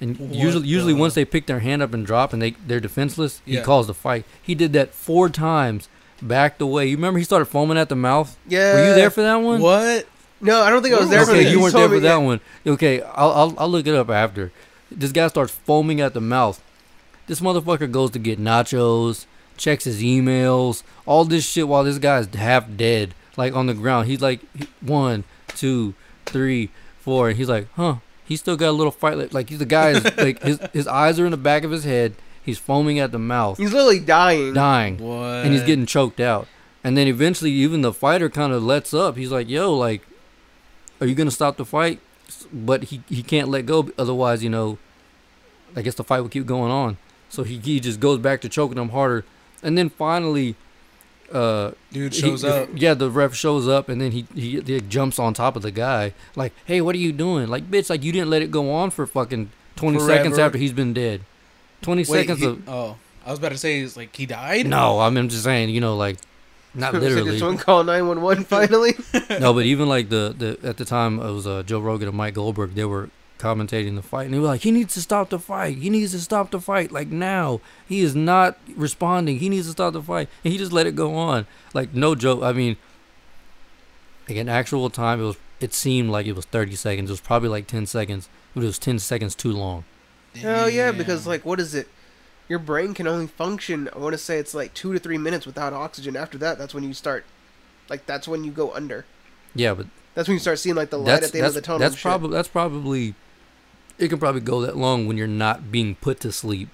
And What usually usually the- once they pick their hand up and drop and they they're defenseless, Yeah. he calls the fight. He did that four times, backed away. You remember he started foaming at the mouth? yeah. Were you there for that one? What? No, I don't think I was there for okay, that. you weren't there told for me- that one. Okay, I'll, I'll I'll look it up after. This guy starts foaming at the mouth. This motherfucker goes to get nachos, checks his emails, all this shit while this guy's half dead, like on the ground. He's like he- one, two, three, four, and he's like, huh? He still got a little fight left. Like he's the guy is like his his eyes are in the back of his head. He's foaming at the mouth, He's literally dying. dying What? and he's getting choked out. And then eventually, even the fighter kind of lets up. He's like, "Yo, like, are you gonna stop the fight?" S- But he he can't let go. Otherwise, you know, I guess the fight will keep going on. So he he just goes back to choking him harder. And then finally, uh, dude he- shows the- up. Yeah, the ref shows up, and then he, he he jumps on top of the guy. Like, hey, what are you doing? Like, bitch, like you didn't let it go on for fucking twenty seconds Forever. after he's been dead. Twenty Wait, seconds he- of oh, I was about to say it's like he died. no. I'm, I'm just saying, you know, like not It's like literally. this one call nine one one finally. No, but even like the, the at the time it was uh, Joe Rogan and Mike Goldberg. They were commentating the fight, and they were like, "He needs to stop the fight. He needs to stop the fight. Like now, he is not responding. He needs to stop the fight." And he just let it go on. Like no joke. I mean, like in actual time, it was. It seemed like it was thirty seconds. It was probably like ten seconds, but it was ten seconds too long. Hell Oh, yeah, because Damn. like what is it? Your brain can only function. I want to say it's like two to three minutes without oxygen. After that, that's when you start. Like that's when you go under. Yeah, but That's when you start seeing like the light that's at the end that's, of the tunnel. that's probably that's probably it can probably go that long when you're not being put to sleep.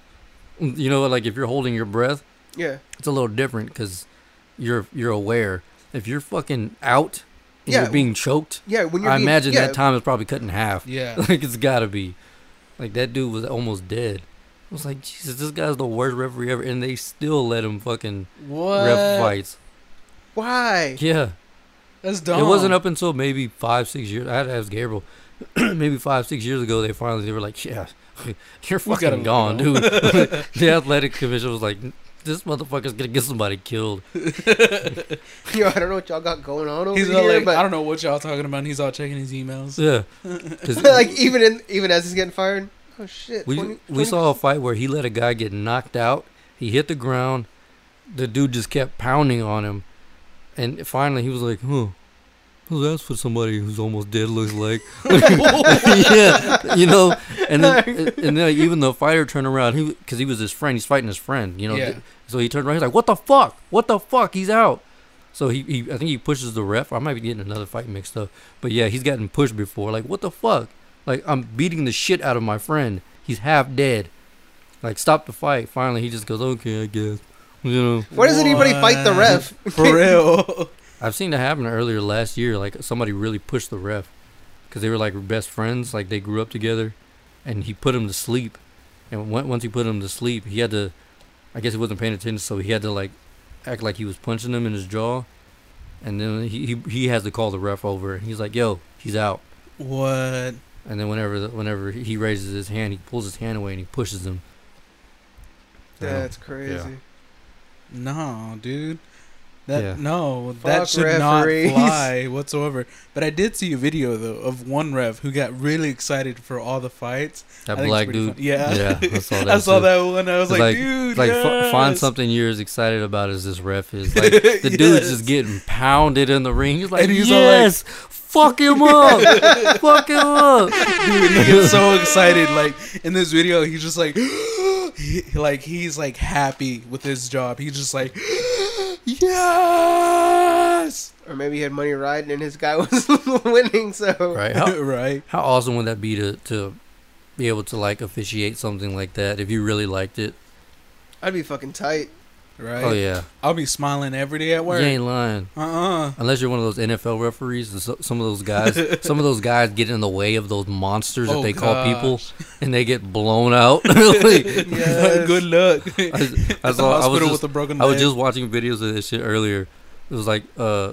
You know, like if you're holding your breath. yeah. it's a little different because you're you're aware. If you're fucking out and Yeah. you're being choked, Yeah, when you're. I being- imagine yeah, that time is probably cut in half. Yeah. like it's gotta be. Like that dude was almost dead. I was like, Jesus, this guy's the worst referee ever, and they still let him fucking What? ref fights. Why? Yeah, That's dumb. it wasn't up until maybe five, six years. I had to ask Gabriel. maybe five, six years ago, they finally they were like, "Yeah, you're We gotta fucking gone, move dude." the athletic commission was like, "This motherfucker's gonna get somebody killed." Yo, I don't know what y'all got going on over He's here, all like, but I don't know what y'all talking about. And he's all checking his emails. Yeah, 'Cause like even in even as he's getting fired. Oh shit. we 20 we 20 saw a fight where he let a guy get knocked out. He hit the ground. The dude just kept pounding on him, and finally he was like, "Huh." Well, that's what somebody who's almost dead looks like. yeah, you know, and then and then even the fighter turned around. He because he was his friend. He's fighting his friend. You know, Yeah. so he turned around. He's like, "What the fuck? What the fuck? He's out." So he, he, I think he pushes the ref. I might be getting another fight mixed up, but yeah, he's gotten pushed before. Like, what the fuck? Like, I'm beating the shit out of my friend. He's half dead. Like, stop the fight. Finally, he just goes, "Okay, I guess." You know, Why doesn't anybody fight the ref? For real. I've seen that happen earlier last year. Like somebody really pushed the ref because they were like best friends. Like they grew up together, and he put him to sleep. And on- once he put him to sleep, he had to. I guess he wasn't paying attention, so he had to like act like he was punching him in his jaw. And then he he, he has to call the ref over. He's like, "Yo, he's out." What? And then whenever the, whenever he raises his hand, he pulls his hand away and he pushes him. So, That's crazy. No, dude. That Yeah. no, Fuck that should referees. not fly whatsoever. But I did see a video though of one ref who got really excited for all the fights. that I think it's black pretty dude. funny. Yeah. yeah, I saw that. I saw too. that one. I was like, dude, it's like f- find yes." something you're as excited about as this ref is. Like the dude's Yes. just getting pounded in the ring. He's like, And he's all like- yes, fuck him up, fuck him up. Dude, he was so excited. Like in this video, he's just like, he- like he's like happy with his job. He's just like, yes, Or maybe he had money riding and his guy was winning. So Right? How, right? how awesome would that be to to be able to like officiate something like that if you really liked it? I'd be fucking tight. right? Oh yeah, I'll be smiling every day at work. you ain't lying. Uh-uh. Unless you're one of those NFL referees, and so, some of those guys, some of those guys get in the way of those monsters that Oh, they call people, gosh. and they get blown out. Like, Yes. Good luck. I, At I the saw- I was hospital just with a broken I was leg. just watching videos of this shit earlier. It was like uh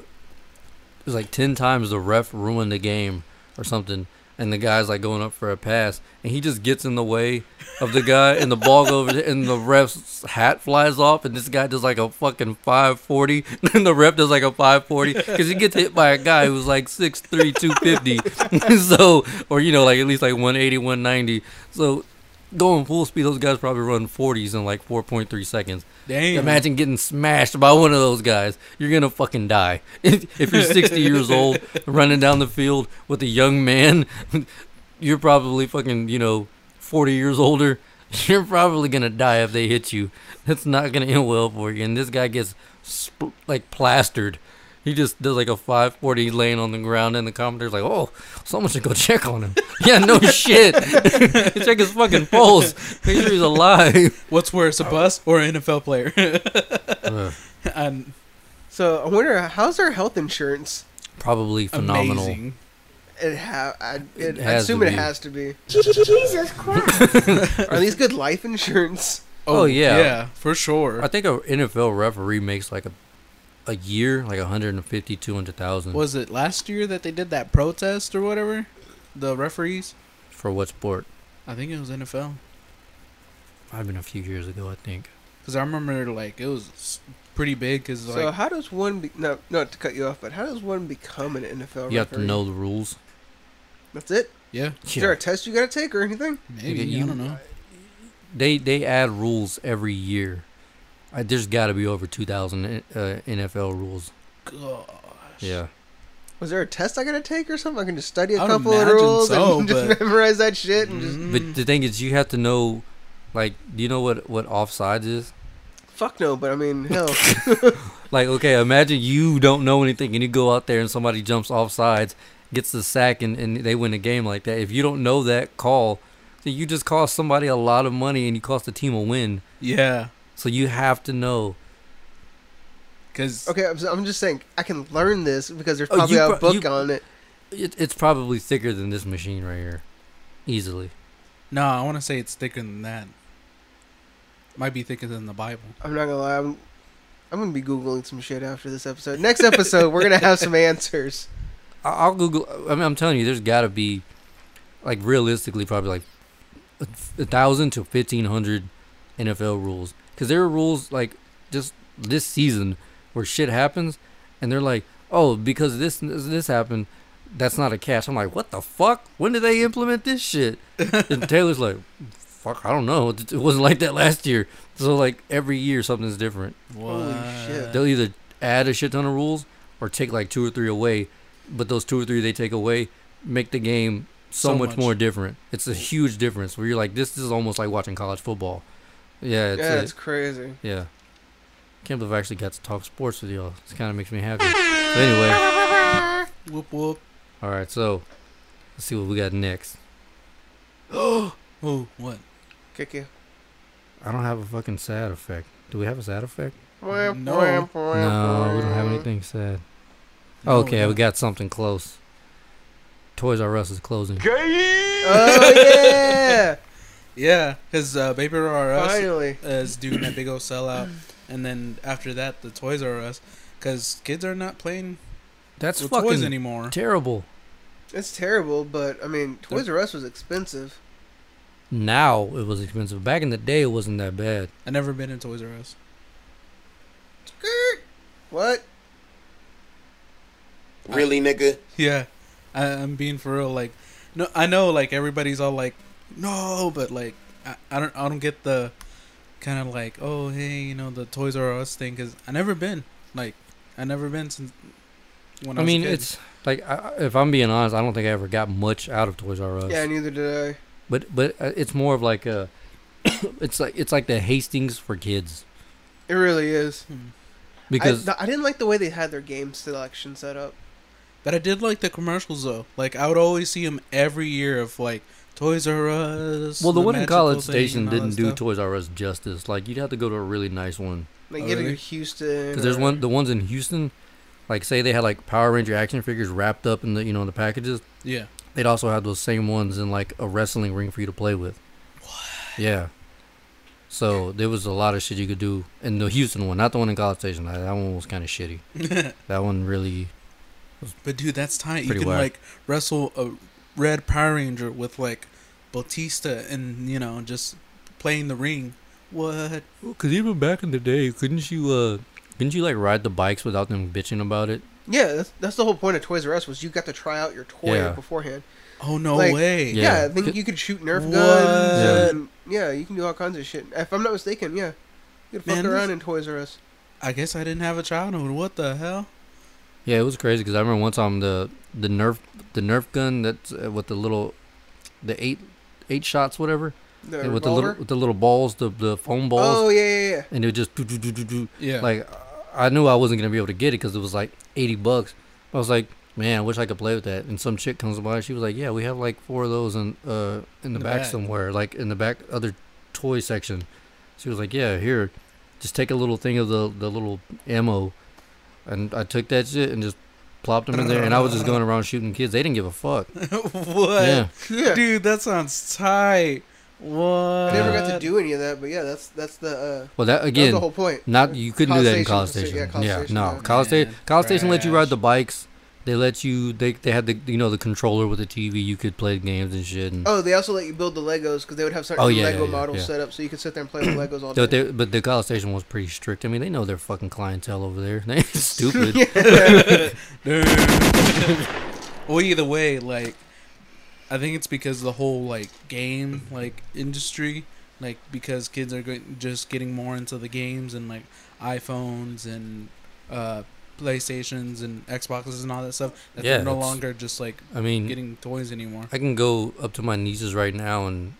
it was like ten times the ref ruined the game or something. And the guy's like going up for a pass, and he just gets in the way of the guy, and the ball goes over, there, and the ref's hat flies off, and this guy does like a fucking five forty, and the ref does like a five forty because he gets hit by a guy who's like 6'3", 250. so or you know like at least like 180, 190. So going full speed, those guys probably run forties in like four point three seconds. Damn. Imagine getting smashed by one of those guys. You're gonna fucking die. If, if you're 60 years old running down the field with a young man, you're probably fucking you know 40 years older. You're probably gonna die if they hit you. That's not gonna end well for you. And this guy gets sp- like plastered. He just does like a 540 laying on the ground, and the commentator's like, "Oh, someone should go check on him." yeah, no shit. check his fucking pulse. Make sure he's alive. What's worse, a bus or an NFL player? And So I wonder how's their health insurance. Probably phenomenal. amazing. It ha- I, It it, I has assume to it be. has to be. Jesus Christ. Are these good life insurance? Oh, yeah. Yeah, for sure. I think a NFL referee makes like a a year like 150 200,000 was it last year that they did that protest or whatever? The referees? for what sport? I think it was NFL. I've been a few years ago, I think. Because I remember, like, it was s- pretty big. Because, like, so how does one be, no not to cut you off, but how does one become an NFL? You have to referee? know the rules. That's it. yeah, Is there a test you gotta take or anything? maybe. you- I don't know. They they add rules every year. I, there's got to be over 2000 uh, NFL rules. Gosh. Yeah. Was there a test I gotta take or something? I can just study a I'd couple of imagine rules so, and just but- memorize that shit and just Mm-hmm. Mm. But the thing is you have to know like do you know what what offsides is? fuck no. But I mean, hell, Like okay, imagine you don't know anything and you go out there and somebody jumps offsides, gets the sack and, and they win a game like that. If you don't know that call, then you just cost somebody a lot of money and you cost the team a win. Yeah. So you have to know. Because okay. I'm, I'm just saying I can learn this because there's Oh, probably you a pro- book you- on it. It, it's probably thicker than this machine right here, easily. No, I want to say it's thicker than that. Might be thicker than the Bible. I'm not gonna lie. I'm, I'm gonna be googling some shit after this episode. Next episode, we're gonna have some answers. I- I'll Google. I mean, I'm telling you, there's got to be, like, realistically, probably like a a thousand to fifteen hundred NFL rules. Because there are rules like just this season where shit happens, and they're like, oh, because this this, this happened, that's not a catch. I'm like, what the fuck? When did they implement this shit? and Taylor's like, fuck, I don't know. It it wasn't like that last year. So like every year something's different. Holy shit. They'll either add a shit ton of rules or take like two or three away, but those two or three they take away make the game so, So much, much. more different. It's a huge difference where you're like, this, is almost like watching college football. Yeah, it's yeah, yeah, it's crazy. yeah. Can't believe I actually got to talk sports with y'all. This kind of makes me happy. But anyway, Whoop whoop. all right, so let's see what we got next. Oh, what? Kick you. I don't have a fucking sad effect. Do we have a sad effect? No, No, we don't have anything sad. No, we Oh, okay, we don't. got something close. Toys R Us is closing. Oh yeah! Yeah, because uh, Baby R Us Finally, is doing that big old sellout, and then after that, the Toys R Us, because kids are not playing That's with fucking toys anymore. terrible. it's terrible, but I mean, Toys R Us was expensive. Now it was expensive. Back in the day, it wasn't that bad. I never been in Toys R Us. What? Really, nigga? Yeah, I, I'm being for real. Like, no, I know like everybody's all like, no, but like, I, I don't, I don't get the kind of like, oh hey, you know, the Toys R Us thing, because I never been. Like, I never been since when I, I was a mean, kid. it's like I, I- if I'm being honest, I don't think I ever got much out of Toys R Us. Yeah, neither did I. But but uh, it's more of like a, it's like it's like the Hastings for kids It really is. because I, th- I didn't like the way they had their game selection set up. But I did like the commercials though. Like I would always see them every year of like Toys R Us. well, the, one in magical College thing Station and all didn't that do stuff. Toys R Us justice. Like you'd have to go to a really nice one. Like Oh, you had to go really? to Houston. Because there's or- one, the ones in Houston, like say they had like Power Ranger action figures wrapped up in the you know the packages. Yeah. They'd also have those same ones in like a wrestling ring for you to play with. Yeah. So there was a lot of shit you could do in the Houston one, not the one in College Station. That that one was kind of shitty. That one really But dude, that's tight. You Pretty can whack. like wrestle a red Power Ranger with like Batista, and you know just playing the ring. What? Because even back in the day, couldn't you, uh, couldn't you like ride the bikes without them bitching about it? Yeah, that's, that's the whole point of Toys R Us was you got to try out your toy Yeah. beforehand. Oh no Like, way! Yeah. Yeah, I think you could shoot Nerf What? Yeah. guns. and- Yeah. you can do all kinds of shit. If I'm not mistaken, yeah, you could fuck Man, around this- in Toys R Us. I guess I didn't have a childhood. What the hell? Yeah, it was crazy. Because I remember one time the the Nerf the Nerf gun that's uh, with the little the eight eight shots whatever The and with the revolver. little with the little balls the the foam balls oh yeah, yeah, yeah. and it would just do, do, do, do, do. Yeah. like I knew I wasn't gonna be able to get it because it was like eighty bucks. I was like, man, I wish I could play with that. And some chick comes by, she was like, yeah, we have like four of those in uh in the, the back back. somewhere, like in the back other toy section. She was like, yeah, here, just take a little thing of the the little ammo, and I took that shit and just plopped them in there, and I was just going around shooting kids. They didn't give a fuck. what? Yeah. Yeah. Dude, that sounds tight. What? I never got to do any of that, but yeah, that's that's the uh, Well, that that's Uh, again, the whole point. Not you couldn't College do that in Station, college so- yeah, station. Yeah, College Station, no, yeah. college station. Man, College station let you ride trash. the bikes. They let you. They they had the you know the controller with the TV. You could play games and shit. And, Oh, they also let you build the Legos because they would have certain Oh, yeah, Lego yeah, yeah, models yeah. set up, so you could sit there and play with Legos all day. but, they, but the college station was pretty strict. I mean, they know their fucking clientele over there. They stupid. well, either way, like, I think it's because the whole like game like industry, like because kids are go- just getting more into the games and like iPhones and uh, PlayStations and Xboxes and all that stuff. That Yeah, they're no it's- Mm-hmm. longer just like I mean, getting toys anymore. I can go up to my nieces right now, and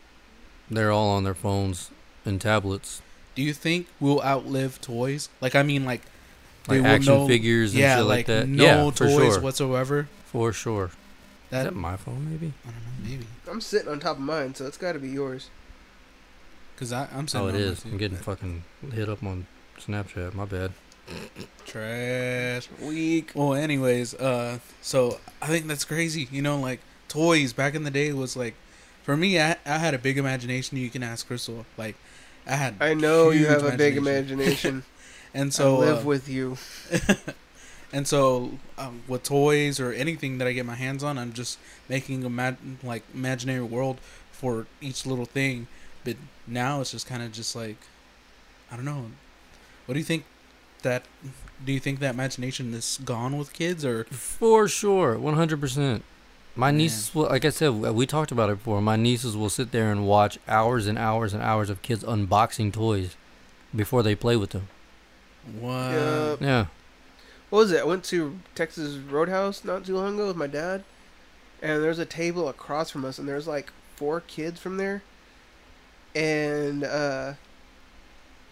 they're all on their phones and tablets, Do you think we'll outlive toys? Like, I mean, like. they like will action know- figures and yeah, shit like, that. No yeah, for toys sure. whatsoever. for sure. Is That, that my phone? Maybe. I don't know, maybe I'm sitting on top of mine, so it's got to be yours. because I'm Oh, it on is. my I'm getting too. fucking hit up on Snapchat. My bad. trash week. Well, anyways, uh, so I think that's crazy. You know, like toys back in the day was like, for me, I, I had a big imagination. You can ask Crystal. Like, I had. I know you huge have a big imagination. And so so live uh, with you. and so um, with toys or anything that I get my hands on, I'm just making a ma- like imaginary world for each little thing. But now it's just kind of just like, I don't know. What do you think? That do you think that imagination is gone with kids or For sure, one hundred percent. My Man. nieces will, like I said, w- we talked about it before. My nieces will sit there and watch hours and hours and hours of kids unboxing toys before they play with them. what? Yeah. Yeah, What was it? I went to Texas Roadhouse not too long ago with my dad, and there's a table across from us, and there's like four kids from there, and uh,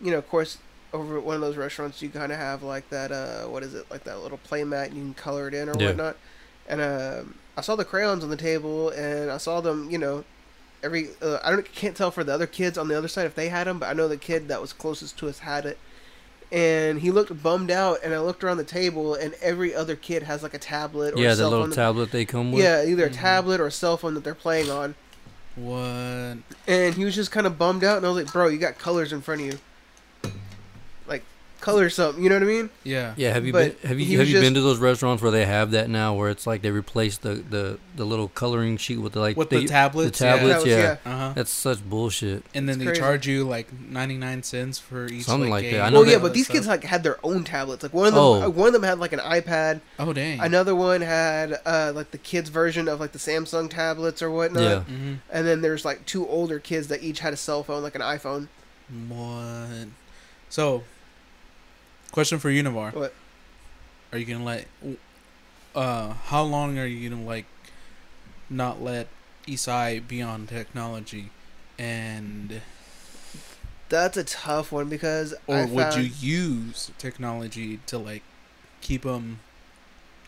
you know, of course, over at one of those restaurants, you kind of have like that uh, what is it? Like that little play mat, and you can color it in or Yeah. whatnot. And um, I saw the crayons on the table, and I saw them, you know. Every uh, I don't can't tell for the other kids on the other side if they had them, but I know the kid that was closest to us had it, and he looked bummed out and i looked around the table and every other kid has like a tablet or yeah, a that cell little phone tablet they come with. yeah either a tablet or a cell phone that they're playing on What? and he was just kind of bummed out and i was like bro you got colors in front of you like color something you know what i mean Yeah. yeah. Have you But been, have he you have was you been just- to those restaurants where they have that now, where it's like they replace the the, the little coloring sheet with the like With the tablets, the yeah. tablets, Tablets, yeah. yeah. Uh huh. That's such bullshit. And then It's they crazy. charge you like ninety nine cents for each. Something like like, that. game. I know well they- Oh, yeah but these kids like had their own tablets like one of them Oh. uh, one of them had like an ipad Oh dang. another one had uh, like the kids version of like the samsung tablets or whatnot Yeah. Mhm. and then there's like two older kids that each had a cell phone like an iphone What? So, question for Univar: What? Are you gonna let? Uh, how long are you gonna like not let Isai be on technology? And That's a tough one because or I would found- you use technology to like keep him,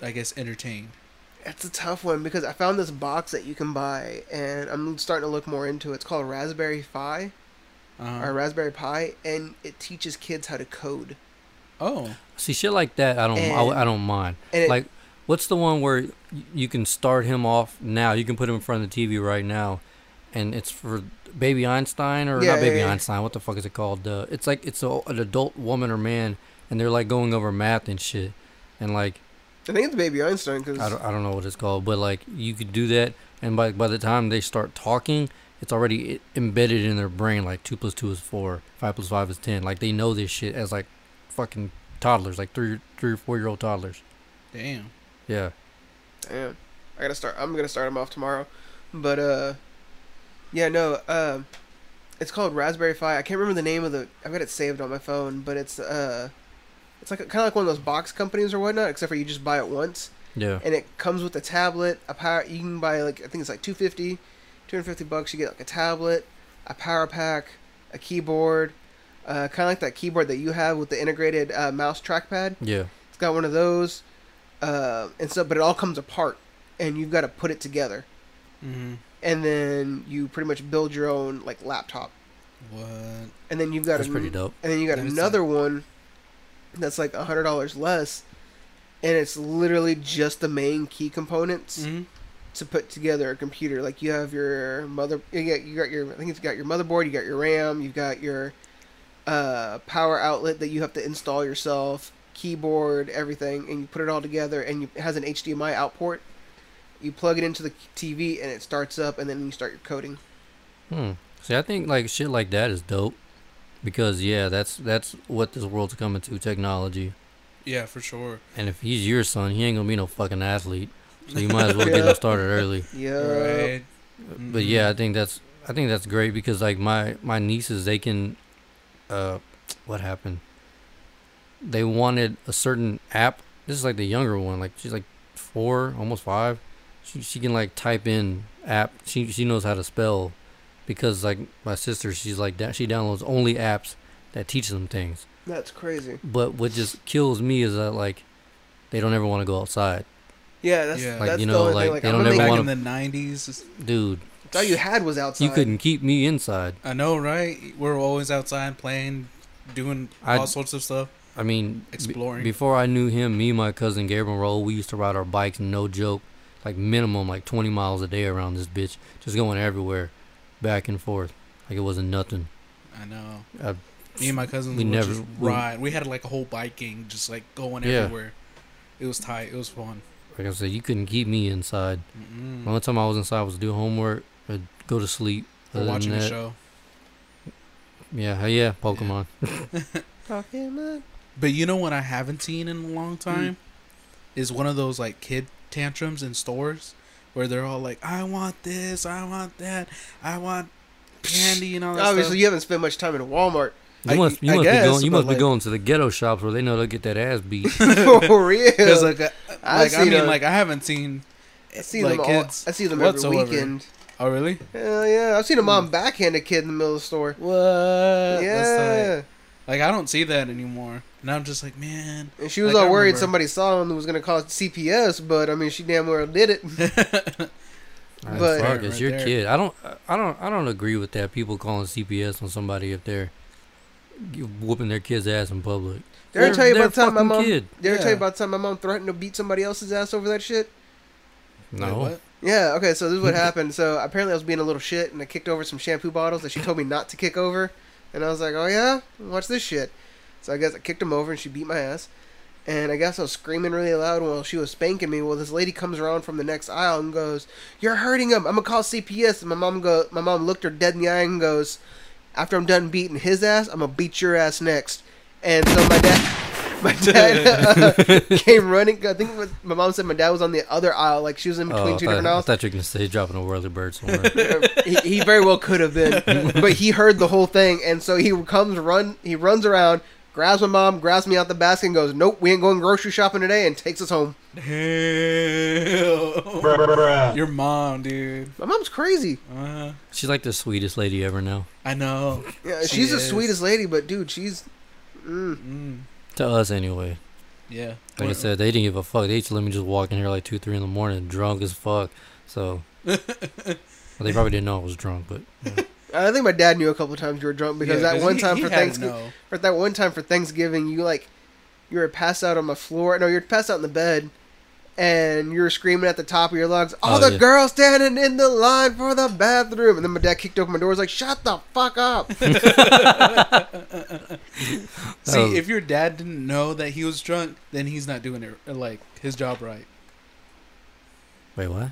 I guess, entertained? It's a tough one because I found this box that you can buy, and I'm starting to look more into it. It's called Raspberry Fi, Uh-huh. or Raspberry Pi, and it teaches kids how to code. Oh, See, shit like that, I don't, And- I, I don't mind. and it- like, what's the one where y- you can start him off now? You can put him in front of the TV right now, and it's for Baby Einstein or Yeah, not Baby yeah, yeah. Einstein? What the fuck is it called? Uh, it's like it's a, an adult woman or man, and they're like going over math and shit, and like I think it's Baby Einstein because I don't, I don't know what it's called, but like you could do that, and by by the time they start talking, it's already i- embedded in their brain. Like two plus two is four, five plus five is ten. Like they know this shit as like fucking toddlers, like three three or four year old toddlers. damn. Yeah, Damn. I gotta start. I'm gonna start them off tomorrow, but uh, yeah, no. Um, it's called Raspberry Pi. I can't remember the name of the. I've got it saved on my phone, but it's uh, it's like kind of like one of those box companies or whatnot, except for you just buy it once, yeah. and it comes with a tablet. A power. You can buy like I think it's like 250, 250 bucks. You get like a tablet, a power pack, a keyboard, uh, kind of like that keyboard that you have with the integrated uh, mouse trackpad. Yeah. It's got one of those, uh, and so but it all comes apart, and you've got to put it together, hmm and then you pretty much build your own like laptop, What? and then you've got That's an- pretty dope. and then you got That is another one that's like a hundred dollars less, and it's literally just the main key components hmm to put together a computer. Like you have your mother, you got, you got your, I think it's got your motherboard, you got your RAM, you've got your uh, power outlet that you have to install yourself, keyboard, everything, and you put it all together. And you, it has an HDMI out port. You plug it into the TV and it starts up, and then you start your coding. Hmm. See, I think like shit like that is dope, because yeah, that's that's what this world's coming to technology. Yeah, for sure. And if he's your son, he ain't gonna be no fucking athlete. So you might as well get Yeah. him started early. Yeah. right. Mm-hmm. But yeah, I think that's I think that's great because like my my nieces they can, uh, what happened? They wanted a certain app. This is like the younger one. Like she's like four, almost five. She she can like type in app. She she knows how to spell, because like my sister, she's like that. She downloads only apps that teach them things. That's crazy. But what just kills me is that like, they don't ever want to go outside, Yeah, that's Yeah. Like, that's you the know, only like, thing. Like they I'm don't gonna ever back make, wanna- in the '90s, dude. it's all you had was outside. You couldn't keep me inside. I know, right? We're always outside playing, doing I- all sorts of stuff. I mean, b- Exploring. before I knew him, me, and my cousin Gabriel Roll, we used to ride our bikes, no joke, like minimum like 20 miles a day around this bitch, just going everywhere, back and forth, like it wasn't nothing. I know. Uh, Me and my cousins we would never- just we- ride. We had like a whole bike gang, just like going Yeah. everywhere. It was tight. It was fun. Like I said, you couldn't keep me inside. Mm-mm. The only time I was inside was to do homework, or go to sleep. We're Other than watching a that- show. Yeah, hell yeah, Pokemon. Pokemon. But you know what I haven't seen in a long Hmm. time is one of those like kid tantrums in stores where they're all like, "I want this, I want that, I want candy and all that." Obviously, stuff. you haven't spent much time in Walmart. You I- must, you I must guess, be going, you but must like- be going to the ghetto shops where they know they'll get that ass beat. For real. 'Cause, like, I, I've like I seen mean, a- like I haven't seen. I see like them all, I kids see them whatsoever. every weekend. Oh really? Hell yeah! I've seen a mom backhand a kid in the middle of the store. What? yeah, like I don't see that anymore, and I'm just like, man. and she was Like, I all worried remember- somebody saw him and was gonna call CPS, but I mean, she damn well did it. Like, But- fuck, it's Right your there. kid. I don't, I don't, I don't agree with that. People calling CPS on somebody if they're whooping their kid's ass in public. Did I They're- tell you they're about the time my fucking mom? kid. Did I ever tell Yeah. you about the time my mom threatened to beat somebody else's ass over that shit? No, Wait, what? Yeah. Okay. So this is what happened. So apparently I was being a little shit and I kicked over some shampoo bottles that she told me not to kick over, and I was like, oh yeah, watch this shit. So I guess I kicked them over and she beat my ass. And I guess I was screaming really loud while she was spanking me. Well, this lady comes around from the next aisle and goes, "You're hurting him. I'm gonna call CPS." And my mom go, my mom looked her dead in the eye and goes, "After I'm done beating his ass, I'm gonna beat your ass next." And so my dad, my dad uh, came running. I think it was- my mom said my dad was on the other aisle, like she was in Oh, between I, two thought, different I aisles. thought you were gonna say dropping a whirly bird somewhere. he, he very well could have been, but he heard the whole thing, and so he comes run. He runs around, grabs my mom, grabs me out the basket, and goes, "Nope, we ain't going grocery shopping today," and takes us home. Hell. Your mom, dude. My mom's crazy. Uh, She's like the sweetest lady ever now. I know. Yeah, She she's the is. sweetest lady, but dude, she's Mm, To us, anyway. yeah. Like I said, they didn't give a fuck. They just let me just walk in here like two, three in the morning, drunk as fuck. So, well, they probably didn't know I was drunk, but I think my dad knew a couple times you were drunk because Yeah, that 'cause one he- time he for had to Thanksgiving, know. or that one time for Thanksgiving, you like you were passed out on my floor. No, you were passed out in the bed, and you were screaming at the top of your lungs, "All Oh, the yeah. girls standing in the line for the bathroom!" And then my dad kicked open my door, was like, "Shut the fuck up!" See, Oh. if your dad didn't know that he was drunk, then he's not doing it uh, like his job right. Wait, what?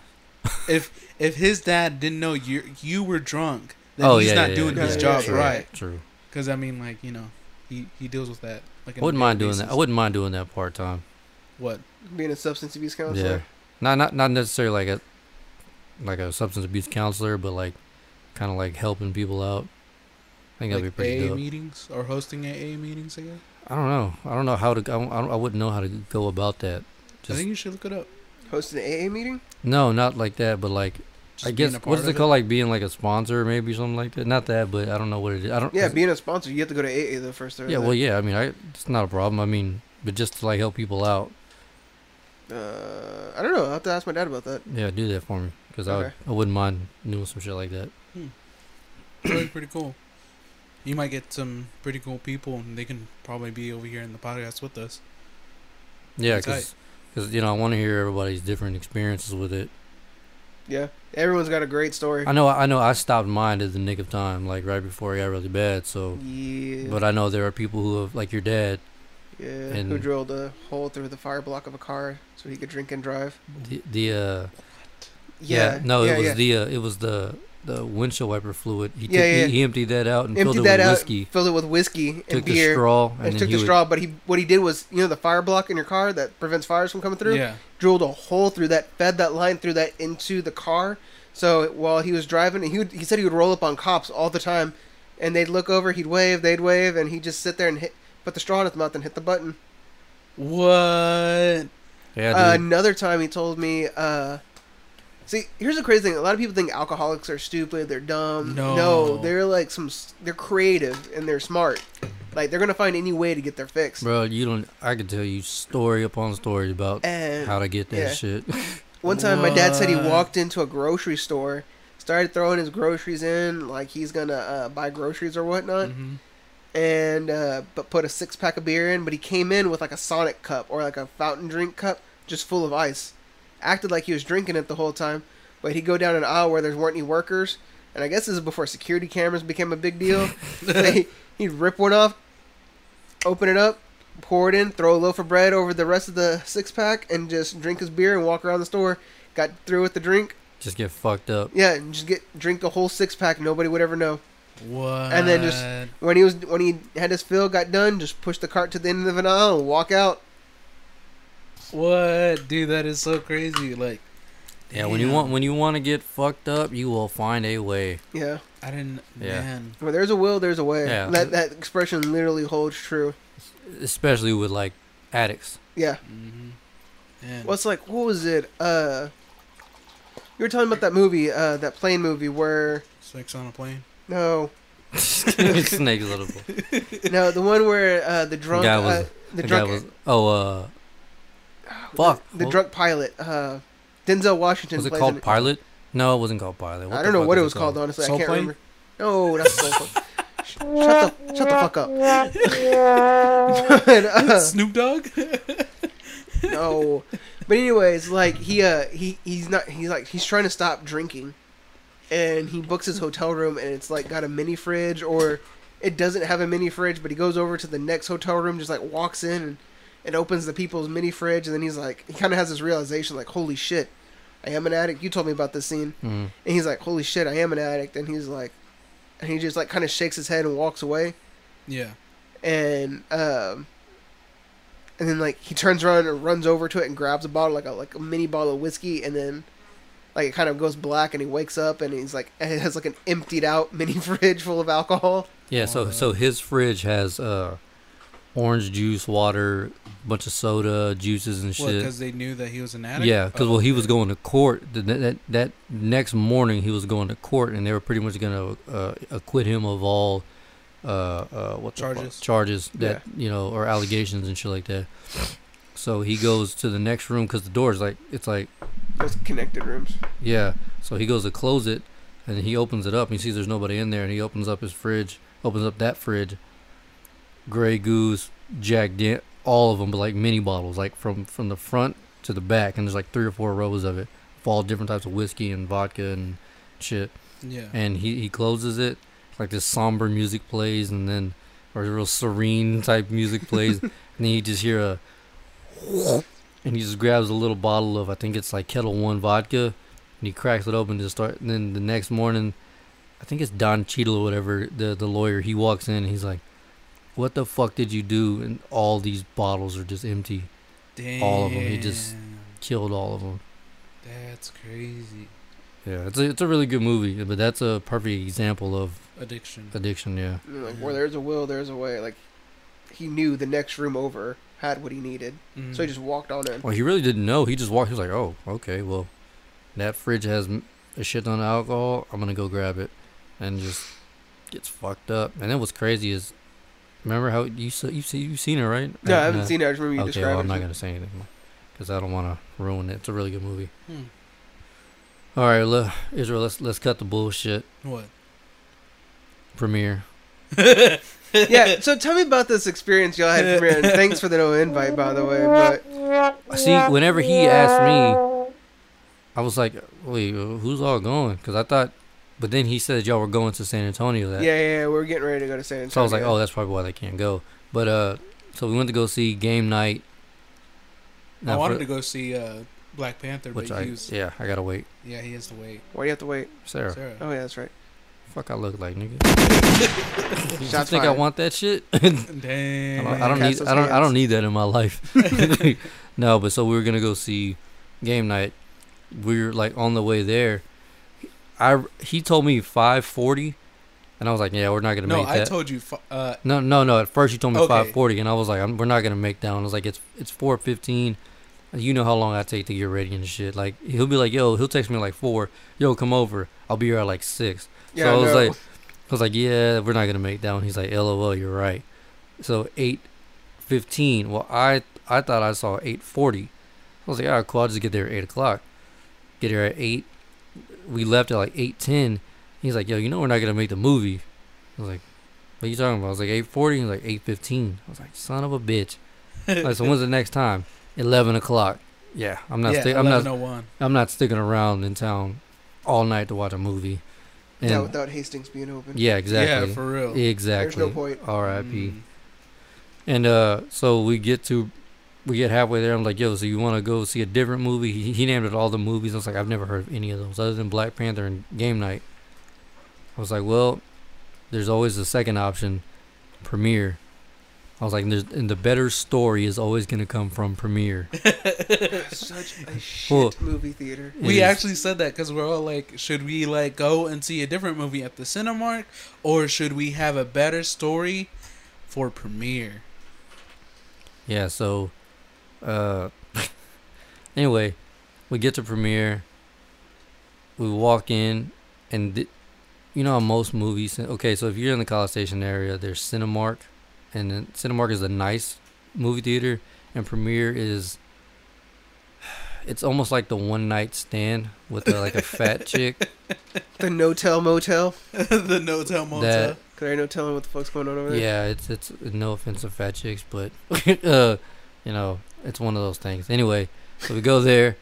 If if his dad didn't know you you were drunk, then Oh, he's yeah, not yeah, doing yeah, his yeah, job yeah. right. True. Because I mean, like you know, he he deals with that. Like I wouldn't mind doing that. I wouldn't mind doing that part time. What? Being a substance abuse counselor. Yeah. Not not not necessarily like a like a substance abuse counselor, but like kind of like helping people out. I think Like E? that'd be pretty AA dope. meetings or hosting AA meetings? I guess. I don't know. I don't know how to. I, don't, I don't- I wouldn't know how to go about that. I Just think you should look it up. Hosting an AA meeting. no, not like that. But like, I Just being guess a part what's of it called? Like being like a sponsor, maybe something like that. Not that, but I don't know what it is. I don't. Yeah, is- being a sponsor, you have to go to AA the first. yeah. Well, yeah. I mean, I it's not a problem. I mean, but just to like help people out. Uh, I don't know. I'll have to ask my dad about that. Yeah, do that for me because I would, Okay. I wouldn't mind doing some shit like that. It's really pretty cool. You might get some pretty cool people, and they can probably be over here in the podcast with us. Yeah, That's because you know I want to hear everybody's different experiences with it. Yeah, everyone's got a great story. I know I know I stopped mine at the nick of time, like right before it got really bad. So, Yeah, but I know there are people who have like your dad. yeah. and- Who drilled a hole through the fire block of a car so he could drink and drive? The, the uh, Yeah, no, yeah, it was yeah. the uh, it was the the windshield wiper fluid. He Yeah, took, yeah. He, he emptied that out and emptied filled it that with out, whiskey. filled it with whiskey and Took beer, the straw and, and, then took he the would- straw. But he what he did was, you know, the fire block in your car that prevents fires from coming through. Yeah. drilled a hole through that, fed that line through that into the car. So while he was driving, he would, he said he would roll up on cops all the time, and they'd look over, he'd wave, they'd wave, and he'd just sit there and hit, put the straw in his mouth and hit the button. What? Yeah, Uh, dude. another time he told me, uh, see, here's the crazy thing. A lot of people think alcoholics are stupid, they're dumb. No. they're like some, s- they're creative and they're smart. Like, they're going to find any way to get their fix. bro, you don't. I could tell you story upon story about And how to get that yeah. shit. One time, my dad said he What? walked into a grocery store, started throwing his groceries in, like he's gonna uh, buy groceries or whatnot, hmm and uh, but put a six pack of beer in. But he came in with like a Sonic cup or like a fountain drink cup, just full of ice. Acted like he was drinking it the whole time, but he'd go down an aisle where there weren't any workers, and I guess this is before security cameras became a big deal. so he, he'd rip one off, open it up. Pour it in, throw a loaf of bread over the rest of the six pack, and just drink his beer and walk around the store. Got through with the drink, Just get fucked up. yeah, and just get drink the whole six pack. Nobody would ever know. What? And then just when he was when he had his fill, got done, just push the cart to the end of the aisle and walk out. what, dude? That is so crazy. Like, Yeah, when you Damn. want when you want to get fucked up, you will find a way. Yeah, I didn't. Yeah. Man, when there's a will, there's a way. Yeah. That that expression literally holds true. Especially with like addicts. Yeah. Mm-hmm. man. Well, it's like what was it? Uh, you were talking about that movie, uh, that plane movie where Sex on a plane. no, Snake little boy. no, the one where uh, the drunk, guy was- uh, the That guy drunk, was. Oh, uh, fuck. the What- drunk pilot, uh, Denzel Washington. Was it plays in called Pilot? No, it wasn't called Pilot. I the don't know fuck what it was called, honestly. Soul I can't Plane? remember. No, not Soul Plane. Sh- shut the shut the fuck up. But, uh, Snoop Dogg. no. But anyways, like he uh he he's not he's like he's trying to stop drinking, and he books his hotel room and it's like got a mini fridge or it doesn't have a mini fridge, but he goes over to the next hotel room, just like walks in and, and opens the people's mini fridge, and then he's like he kind of has this realization like holy shit, I am an addict. You told me about this scene. Mhm. And he's like, "Holy shit, I am an addict." And he's like, and he just like kind of shakes his head and walks away. Yeah. And um, and then like he turns around and runs over to it and grabs a bottle like a like a mini bottle of whiskey, and then like it kind of goes black, and he wakes up and he's like and it has like an emptied out mini fridge full of alcohol. Yeah, so so his fridge has uh, orange juice, water, bunch of soda, juices and What? shit. Because they knew that he was an addict. Yeah, because Oh, well, he okay. was going to court. th- That, that that next morning, he was going to court, and they were pretty much gonna uh, acquit him of all uh, uh, what the fuck- Charges. charges that you know or allegations and shit like that. So he goes to the next room because the door is like it's like Those connected rooms. yeah. So he goes to close it, And he opens it up and he sees there's nobody in there and he opens up his fridge, opens up that fridge. Grey Goose, Jack Dent, all of them, but like mini bottles, like from from the front to the back, and there's like three or four rows of it, of all different types of whiskey and vodka and shit. Oh. Yeah. And he he closes it, like this somber music plays, and then or real serene type music plays, and then you just hear a, and he just grabs a little bottle of I think it's like Kettle One vodka, and he cracks it open to start. And then the next morning, I think it's Don Cheadle or whatever the the lawyer. He walks in and he's like, "What the fuck did you do?" And all these bottles are just empty. Damn. all of 'em, he just- Killed all of them. That's crazy. Yeah, it's a, it's a really good movie, but that's a perfect example of Addiction. addiction. Yeah, And, like where there's a will, there's a way. Like he knew the next room over had what he needed, Mhm. so he just walked on in. well, he really didn't know. He just walked. He was like, "Oh, okay, well, that fridge has m- a shit ton of alcohol. I'm gonna go grab it," and just gets fucked up. And then what's crazy is, remember how you s- you see you've seen it right? No, I Uh, haven't seen it. I just remember you Okay, described well, I'm it. not gonna say anything because I don't want to ruin it. It's a really good movie. Hmm. All right, le- Israel, let's let's cut the bullshit. What? Premiere. yeah. So tell me about this experience y'all had at premiere. And thanks for the no invite, by the way. But See, whenever he asked me, I was like, "Wait, who's all going?" Because I thought, but then he said y'all were going to San Antonio. yeah, That yeah, yeah, we're getting ready to go to San Antonio. so I was like, "Oh, that's probably why they can't go." But uh, so we went to go see game night. I Now wanted for- to go see uh, Black Panther, which but I he was, yeah, I gotta wait. yeah, he has to wait. why do you have to wait? Sarah, Sarah. Oh yeah, that's right. fuck, I look like nigga. you Shots think I fired. want that shit? I Damn. don't, I don't Cast need. those I don't. I hands. don't need that in my life. no, but so we were gonna go see game night. We were like on the way there. I he told me five forty, and I was like, yeah, we're not gonna no, make I that. told you. fu- Uh, no, no, no. At first you told me Okay. five forty, and I was like, I'm, we're not gonna make that. And I was like, it's it's four fifteen. You know how long I take to get ready and shit. Like he'll be like, yo, he'll text me like four. Yo, come over. I'll be here at like six Yeah, so I was no. like, I was like, yeah, we're not gonna make that one. He's like, lol, you're right. So eight fifteen. Well, I I thought I saw eight forty. I was like, all right, cool. I'll just get there at eight o'clock. Get here at eight. We left at like eight ten. He's like, yo, you know we're not gonna make the movie. I was like, what are you talking about? I was like eight forty. He's like eight fifteen. I was like, son of a bitch. Like, so when's the next time? Eleven o'clock. Yeah, I'm not. yeah, sti- I'm not. 11:01. I'm not sticking around in town all night to watch a movie. And- yeah, without Hastings being open. yeah, exactly. Yeah, for real. exactly. There's no point. R.I.P. Mm. And uh, so we get to, we get halfway there. I'm like, yo, so you want to go see a different movie? He, he named it all the movies. I was like, I've never heard of any of those other than Black Panther and Game Night. I was like, well, there's always the second option, Premiere. I was like, there's, and the better story is always gonna come from Premiere. Such a shit Well- movie theater. It We is- actually said that because we're all like, should we like go and see a different movie at the Cinemark, or should we have a better story for premiere? Yeah, so uh anyway, we get to premiere. We walk in and th- you know how most movies okay, so if you're in the College Station area, there's Cinemark and then Cinemark is a nice movie theater and Premiere is it's almost like the one night stand with a, like a fat chick The No Tell Motel. the No Tell Motel. that Cause there ain't no telling what the fuck's going on over there. Yeah, it's it's no offense to fat chicks, but uh, you know, it's one of those things. Anyway, so we go there.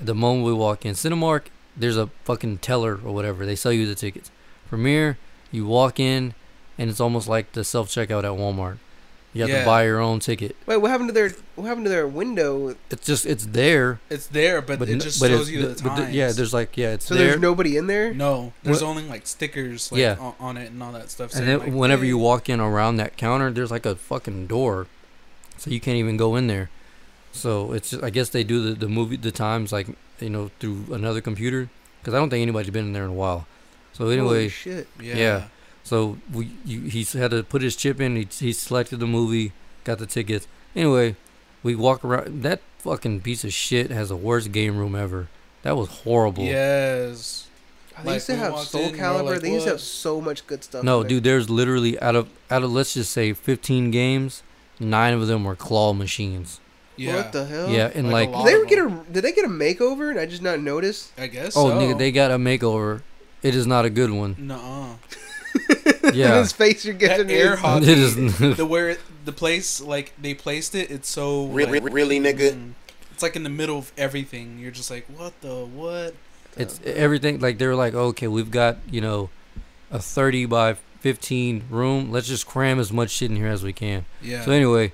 The moment we walk in Cinemark, there's a fucking teller or whatever. They sell you the tickets. Premiere, you walk in, and it's almost like the self checkout at Walmart. You have Yeah. to buy your own ticket. Wait, what happened to their what happened to their window? It's just it's there, It's there, but, it n- just but it's- shows you the but times. yeah, there's like yeah, it's So there. there's nobody in there. no, there's Wh- only like stickers, like, Yeah. on, on it and all that stuff. And saying, then like, whenever you hey. walk in around that counter, there's like a fucking door, so you can't even go in there. So it's just, I guess they do the, the movie the times like you know through another computer because I don't think anybody's been in there in a while. So anyway, Holy shit. yeah, yeah. so we you, he s- had to put his chip in. He he selected the movie, got the tickets. Anyway, we walk around. That fucking piece of shit has the worst game room ever. That was horrible. yes. They Like, used to we have walked Soul in, we're Calibur. like, they used to have "What?" so much good stuff. No, in there. dude, there's literally out of out of let's just say 15 games, nine of them were claw machines. Yeah. What the hell? yeah, and like like, a Did lot. they get a did they get a makeover and I just not noticed? I guess. oh so. nigga, they got a makeover It is not a good one. Nuh-uh. Yeah. His face you're That getting air is- hockey, It is- the where it- the place like they placed it, it's so Really, like, really, nigga. mm, it's like in the middle of everything. You're just like, what the what? it's everything like they were like oh, okay we've got you know a 30 by 15 room let's just cram as much shit in here as we can Yeah. so anyway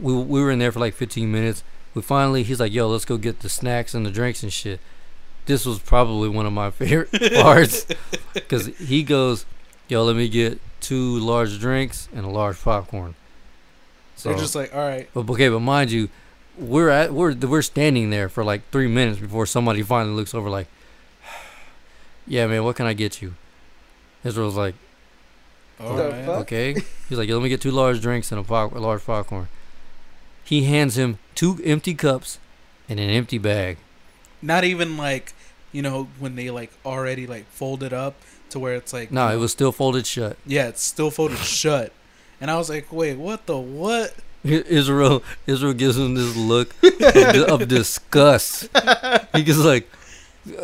we, we were in there for like 15 minutes we finally he's like yo let's go get the snacks and the drinks and shit this was probably one of my favorite parts because he goes yo let me get two large drinks and a large popcorn so They're just like, all right, but okay, but mind you, we're at we're we're standing there for like three minutes before somebody finally looks over like, yeah, man, what can I get you? Israel's like, all The right. fuck? okay. He's like, "Yeah, let me get two large drinks and a, pop, a large popcorn. He hands him two empty cups and an empty bag. Not even like, you know, when they like already like folded up to where it's like, No, it was still folded shut. yeah, it's still folded shut. And I was like, wait, what the what? I- Israel Israel gives him this look of disgust. He gets like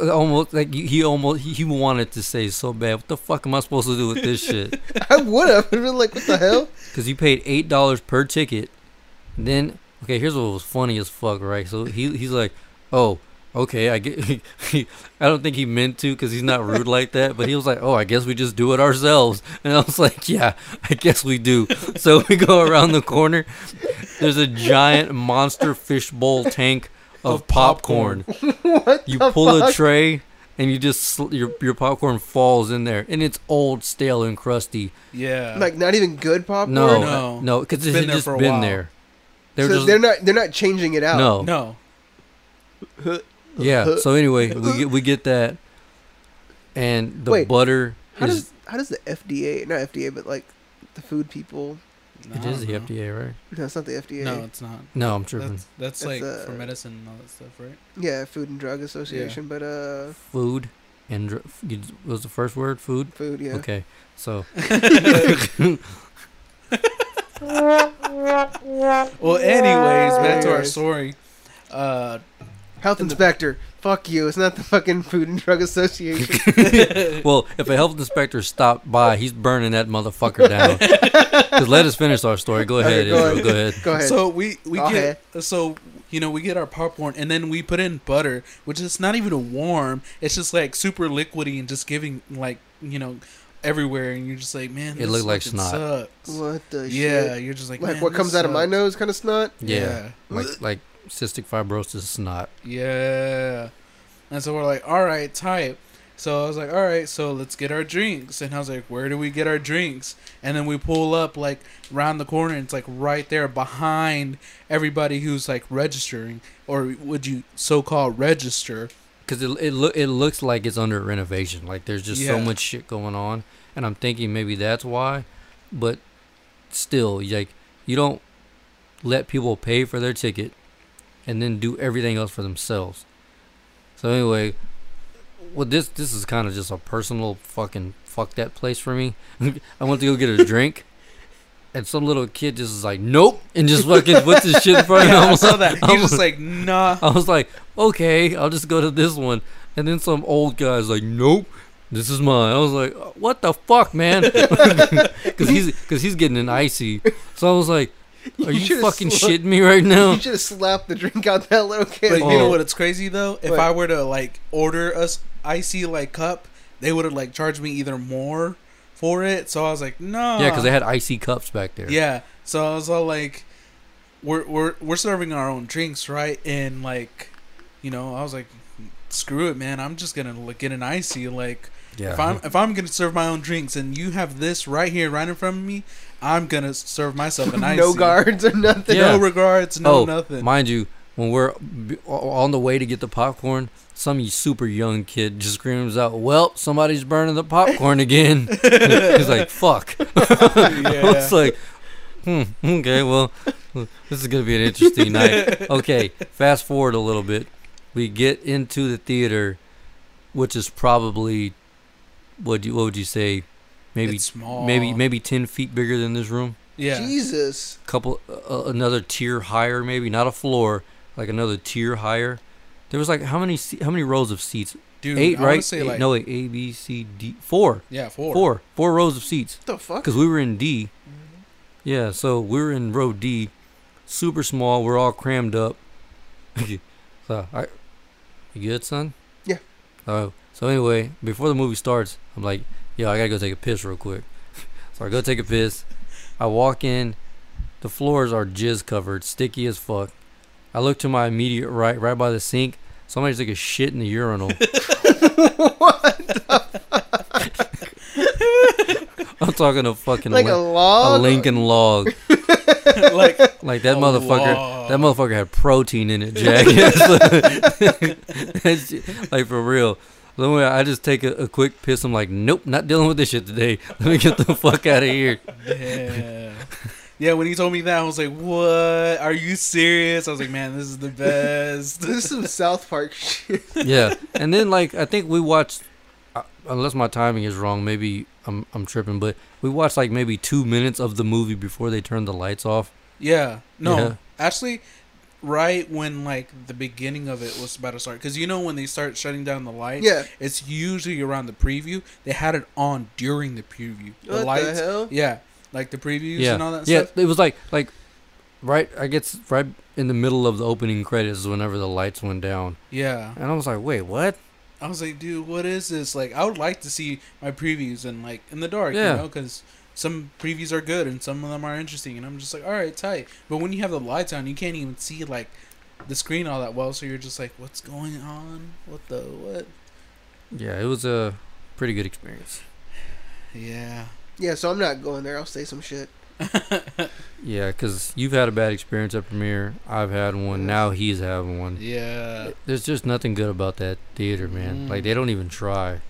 almost like he he almost he, he wanted to say so bad. What the fuck am I supposed to do with this shit? I would have been like, what the hell? Because you paid eight dollars per ticket. Then okay, here's what was funny as fuck, right? So he he's like, oh, okay, I get. He, I don't think he meant to because he's not rude like that. But he was like, oh, I guess we just do it ourselves. And I was like, yeah, I guess we do. So we go around the corner. There's a giant monster fishbowl tank of, Of popcorn. popcorn. you pull a tray. And you just sl- your your popcorn falls in there, and it's old, stale, and crusty. Yeah. Like not even good popcorn. No, No. no, no, because it been had there just for a been while. there. They're they're, so just they're not they're not changing it out. no, no. yeah. So anyway, we get we get that, and the Wait, butter How is does how does the FDA not FDA but like the food people? No, it is E the no. FDA right? No, it's not the FDA. No, it's not. No, I'm tripping. That's, that's It's, like uh, for medicine and all that stuff, right? Yeah, Food and Drug Association, but uh, Food and dr- f- you- what was the first word food. food. Yeah. Okay, so Well, anyways, back to our Anyways. story. Uh, Health inspector. Fuck you. It's not the fucking Food and Drug Association. Uh, well, if a health inspector stopped by, he's burning that motherfucker down. Just let us finish our story. Go ahead, Okay, go Israel. Go ahead. Go ahead. so we we Go get so you know we get our popcorn and then we put in butter, which is not even warm. It's just like super liquidy and just giving like you know everywhere, and you're just like, man, It this looked like fucking snot. Sucks. what the yeah, shit? you're just like, Like "Man, what this comes out of my sucks." nose kind of snot. Yeah, like like cystic fibrosis snot. Yeah. And so we're like, all right, type. So I was like, all right, so let's get our drinks. And I was like, where do we get our drinks? And then we pull up like round the corner, and it's like right there behind everybody who's like registering, or would you so called register? because it it, loo- it looks like it's under renovation. Like there's just so Yeah. much shit going on, and I'm thinking maybe that's why. But still, like you don't let people pay for their ticket and then do everything else for themselves. So anyway, well this this is kind of just a personal fucking fuck that place for me. I went to go get a drink. And some little kid just is like, nope, and just fucking puts his shit in front of Yeah, him. I saw that. I'm You're just like, nah. I was like, okay, I'll just go to this one. And then some old guy's like, nope, this is mine. I was like, what the fuck, man? Because he's because he's getting an icy. So I was like, are You you, should've fucking slu- shitting me right now? You should have slapped the drink out that little kid. But you know Oh. what? It's crazy though. If What? I were to like order us icy like cup, they would have like charged me either more for it. So I was like, no. Yeah, because they had icy cups back there. Yeah. So I was all like, we're we're we're serving our own drinks, right? And like, you know, I was like, screw it, man. I'm just gonna like, get an icy. Like, if I'm if I'm gonna serve my own drinks, and you have this right here, right in front of me, I'm gonna serve myself an icy. no guards or nothing. Yeah. No regards. No oh, nothing. mind you, when we're b- o- on the way to get the popcorn, some super young kid just screams out, "Well, somebody's burning the popcorn again." he's like, "Fuck." I yeah. was like, hmm, okay, well, this is going to be an interesting night. Okay, fast forward a little bit. We get into the theater, which is probably, what, do, what would you say, maybe It's small. maybe maybe 10 feet bigger than this room? yeah. Jesus. couple, uh, another tier higher, maybe, not a floor, like another tier higher. There was like how many se- how many rows of seats? Dude, eight, I wanna right? say, Eight- like- no, wait, A, B, C, D, four. Yeah, Four. four. Four rows of seats. What the fuck? Mm-hmm. Because we were in D. Yeah, so we were in row D, super small. We're all crammed up. so, I, you good, son? Yeah. Oh, so anyway, before the movie starts, I'm like, yo, I gotta go take a piss real quick. so I go take a piss. I walk in. The floors are jizz covered, sticky as fuck. I look to my immediate right, right by the sink. Somebody took a shit in the urinal. I'm talking a fucking Like a lin- log. a Lincoln log. like Like that A motherfucker. log. That motherfucker had protein in it, jackass. That shit- like for real. So anyway, I just take a, a quick piss. I'm like, nope, not dealing with this shit today. Let me get the fuck out of here. Yeah. Yeah, when he told me that, I was like, "What? Are you serious?" I was like, "Man, this is the best." This is some South Park shit. Yeah, and then like I think we watched, uh, unless my timing is wrong, maybe I'm I'm tripping, but we watched like maybe two minutes of the movie before they turned the lights off. Yeah. No, Yeah. actually, right when like the beginning of it was about to start, because you know when they start shutting down the lights, Yeah. it's usually around the preview. They had it on during the preview. The What the lights, hell? yeah, like the previews yeah, and all that yeah, stuff. it was like like right. I guess right in the middle of the opening credits is whenever the lights went down, Yeah, and I was like, wait, what? I was like, "Dude, what is this?" Like, I would like to see my previews and like in the dark, Yeah. you know, because. Some previews are good and some of them are interesting, and I'm just like, all right, tight. But when you have the lights on, you can't even see like the screen all that well, so you're just like, what's going on? What the what? Yeah, it was a pretty good experience. Yeah. Yeah, so I'm not going there. I'll say some shit. Yeah, because you've had a bad experience at premiere. I've had one. Now he's having one. Yeah, There's just nothing good about that theater, man. Mm. Like they don't even try.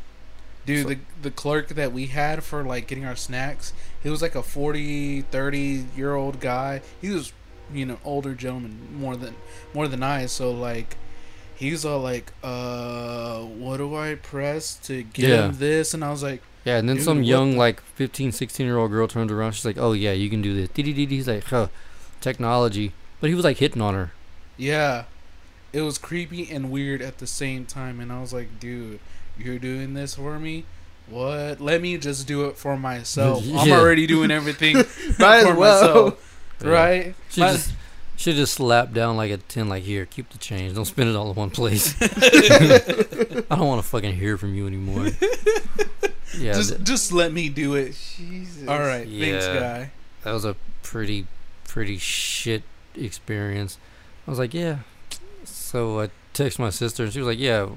dude, the the clerk that we had for like getting our snacks, he was like a 40, 30 year old guy. He was, you know, older gentleman more than more than I. So like, he was all like, "Uh, what do I press to get Yeah. him this?" And I was like, Yeah, and then Dude, some what young, the- like 15, 16 year old girl turns around. She's like, oh, yeah, you can do this. Dee-dee-dee-dee. He's like, huh, technology. But he was like hitting on her. "Yeah." It was creepy and weird at the same time, and I was like, "Dude, you're doing this for me." What? Let me just do it for myself. I'm Yeah. already doing everything for as well. myself, Yeah. right? She Might- just she just slapped down like a 10, like, here, keep the change. Don't spend it all in one place. I don't want to fucking hear from you anymore. Yeah, just th- just let me do it. Jesus. All right, thanks, Yeah. guy. that was a pretty, pretty shit experience. I was like, yeah. So I text my sister, and she was like, yeah,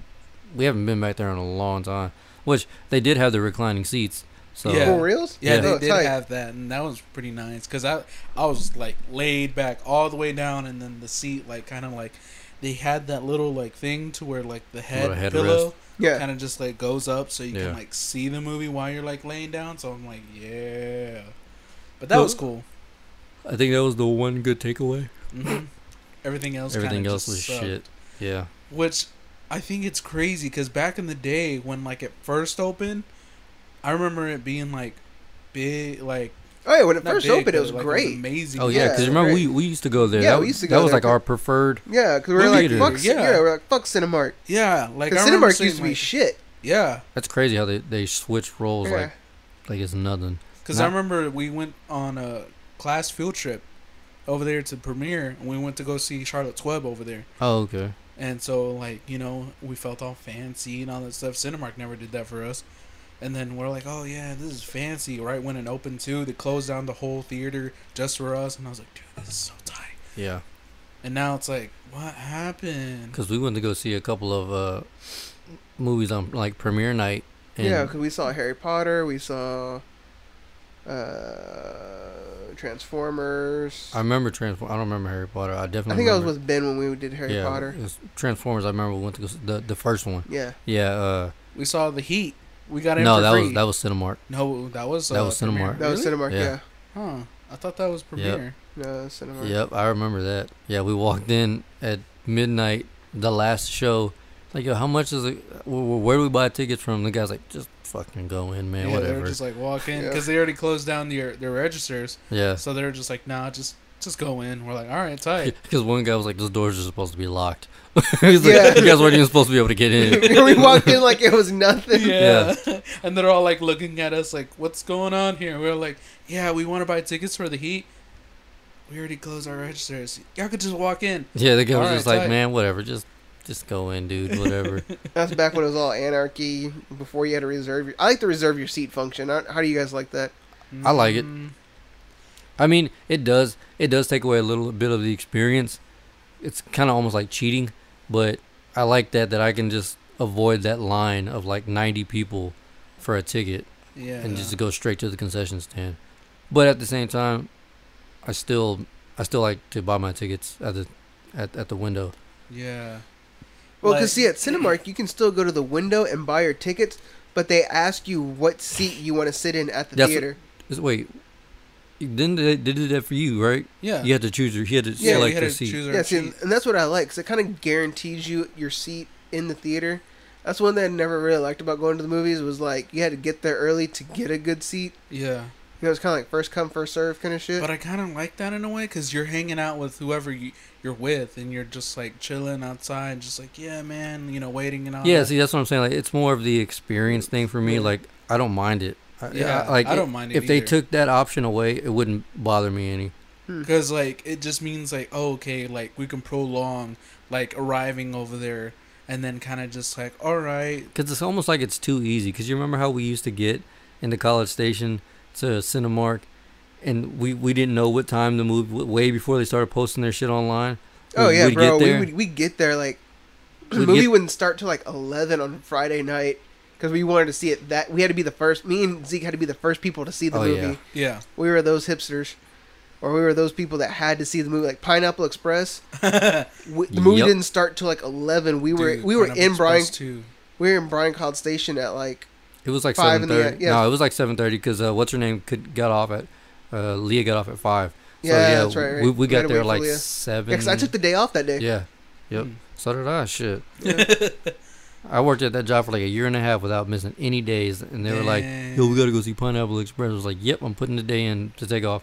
we haven't been back there in a long time. Which they did have the reclining seats. So Yeah. For reals? Yeah, Yeah. they Oh, did tight. have that, and that was pretty nice because I I was like laid back all the way down, and then the seat like kind of like they had that little like thing to where like the head, Little headrest. pillow Yeah. kind of just like goes up so you Yeah. can like see the movie while you're like laying down. So I'm like, yeah, but that Well- was cool. I think that was the one good takeaway. hmm Everything else, Everything else was sucked. shit. Yeah. which I think it's crazy because back in the day when like it first opened, I remember it being like big, like Oh yeah, when it not first big, opened, it but, was like, great. amazing. Oh yeah, because Yeah, remember we, great. we used to go there. Yeah, that, we used to that go was there like our for- preferred. yeah, because we were like, Theater. fuck, yeah. Yeah. we're like, fuck Cinemark. yeah, like Because I remember Cinemark seeing, used to be like- shit. yeah, That's crazy how they, they switch roles Yeah. like like it's nothing. because I Nah. remember we went on a class field trip over there to premiere, and we went to go see Charlotte's Web over there. Oh okay. And so, like, you know, we felt all fancy and all that stuff. Cinemark never did that for us. And then we're like, oh, yeah, this is fancy. Right when it opened, too, they closed down the whole theater just for us. And I was like, dude, this is so tight. Yeah, And now it's like, what happened? because we went to go see a couple of uh, movies on like premiere night. And Yeah, because we saw Harry Potter, we saw uh, Transformers. I remember Transform. I don't remember Harry Potter. I definitely. I think I was remember- with Ben when we did Harry yeah, Potter. it was Transformers. I remember we went to go, s- the the first one. Yeah. Yeah. Uh, We saw the heat. We got in no, for that free. was that was Cinemark. no, that was uh, that was premiere. Cinemark. That was Really? Cinemark, Yeah. yeah. Huh. I thought that was premiere. No, Cinemark. Yep, I remember that. Yeah, we walked in at midnight, the last show. Like, yo, how much is it? wh- wh- Where do we buy tickets from? The guy's like, just fucking go in, man. yeah, they whatever. were just like walk in Yeah. because they already closed down their their registers, yeah, so they were just like, nah, just Just go in. We're like, all right, tight. Because one guy was like, "Those doors are supposed to be locked." He's Yeah. like, "You guys weren't even supposed to be able to get in." we walked in like it was nothing. Yeah. Yeah. and they're all like looking at us like, what's going on here? We're like, yeah, we want to buy tickets for the Heat. We already closed our registers. Y'all could just walk in. Yeah, the guy was All just right, like, tight. "Man, whatever, just just go in, dude, whatever." That's back when it was all anarchy. Before you had to reserve. Your, I like the reserve your seat function. How, how do you guys like that? I like it. Mm, I mean, it does it does take away a little bit of the experience. It's kind of almost like cheating, but I like that that I can just avoid that line of like 90 people for a ticket Yeah. and just go straight to the concession stand. But at the same time, I still I still like to buy my tickets at the at, at the window. yeah. Well, because Like- see, at Cinemark you can still go to the window and buy your tickets, but they ask you what seat you want to sit in at the That's- theater. Is- Wait, then they, they did that for you, right? Yeah. You had to choose your you had to Yeah, select we had your to seat. choose our Yeah, see, seat. and and that's what I like. 'cause it kind of guarantees you your seat in the theater. That's one thing I never really liked about going to the movies was like you had to get there early to get a good seat. Yeah. You know, it's kind of like first come first serve kind of shit. But I kind of like that in a way because you're hanging out with whoever you, you're with and you're just like chilling outside, just like, yeah, man, you know, waiting and all Yeah, that. see, that's what I'm saying. Like, it's more of the experience thing for me. Yeah. Like, I don't mind it. I, Yeah, like I don't mind it if they either. took that option away, it wouldn't bother me any. Because like it just means like oh, okay, like we can prolong like arriving over there and then kind of just like all right, Because it's almost like it's too easy. Because you remember how we used to get into College Station to Cinemark, and we we didn't know what time the movie w- way before they started posting their shit online. oh We- yeah, we'd bro, get we there. would we get there like the We'd movie get- wouldn't start till like eleven on Friday night because we wanted to see it. That we had to be the first. Me and Zeke had to be the first people to see the Oh, movie. yeah. yeah, We were those hipsters, or we were those people that had to see the movie. Like Pineapple Express, we, the movie Yep. didn't start till like eleven. We were dude, we were Pineapple in Bryan Express too. we were in Bryan College Station at like It was like Five in seven the- thirty. yeah. No, it was like seven thirty because uh, what's her name could got off at uh, Leah got off at five. So, Yeah, that's right, right. We, We we got had to wait there for like Leah. seven. because I took the day off that day. Yeah. Yep. Hmm. So did I. Shit. I worked at that job for like a year and a half without missing any days, and they were like, "Yo, we gotta go see Pineapple Express." I was like, "Yep, I'm putting the day in to take off."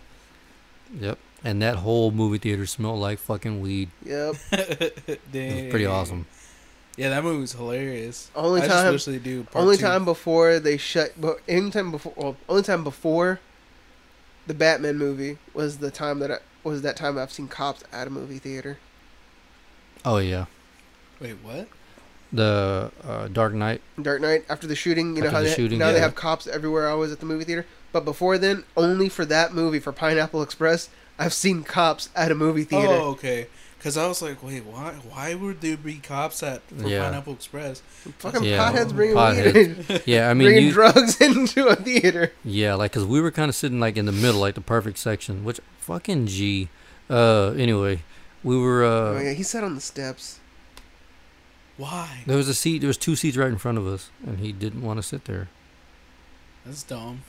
Yep. And that whole movie theater smelled like fucking weed. Yep. It was pretty awesome. Yeah, that movie was hilarious. Only I time- just wish they do part only two. time before they shut, but any time before, well, only time before the Batman movie was the time that I, was that time I've seen cops at a movie theater. Oh yeah, Wait, what? the uh, Dark Knight. Dark Knight after the shooting, you know After how the they, shooting, now they yeah. have cops everywhere. Always at the movie theater, but before then, only for that movie for Pineapple Express, I've seen cops at a movie theater. Oh, okay. Because I was like, wait, why? Why would there be cops at for Yeah. Pineapple Express? Fucking Yeah. potheads bringing Potheads. weed, in- Yeah, I mean, bringing you, drugs into a theater. Yeah, like because we were kind of sitting like in the middle, like the perfect section. Which fucking g. Uh, anyway, we were. oh yeah, Uh, he sat on the steps. Why? there was a seat. There was two seats right in front of us, and he didn't want to sit there. That's dumb.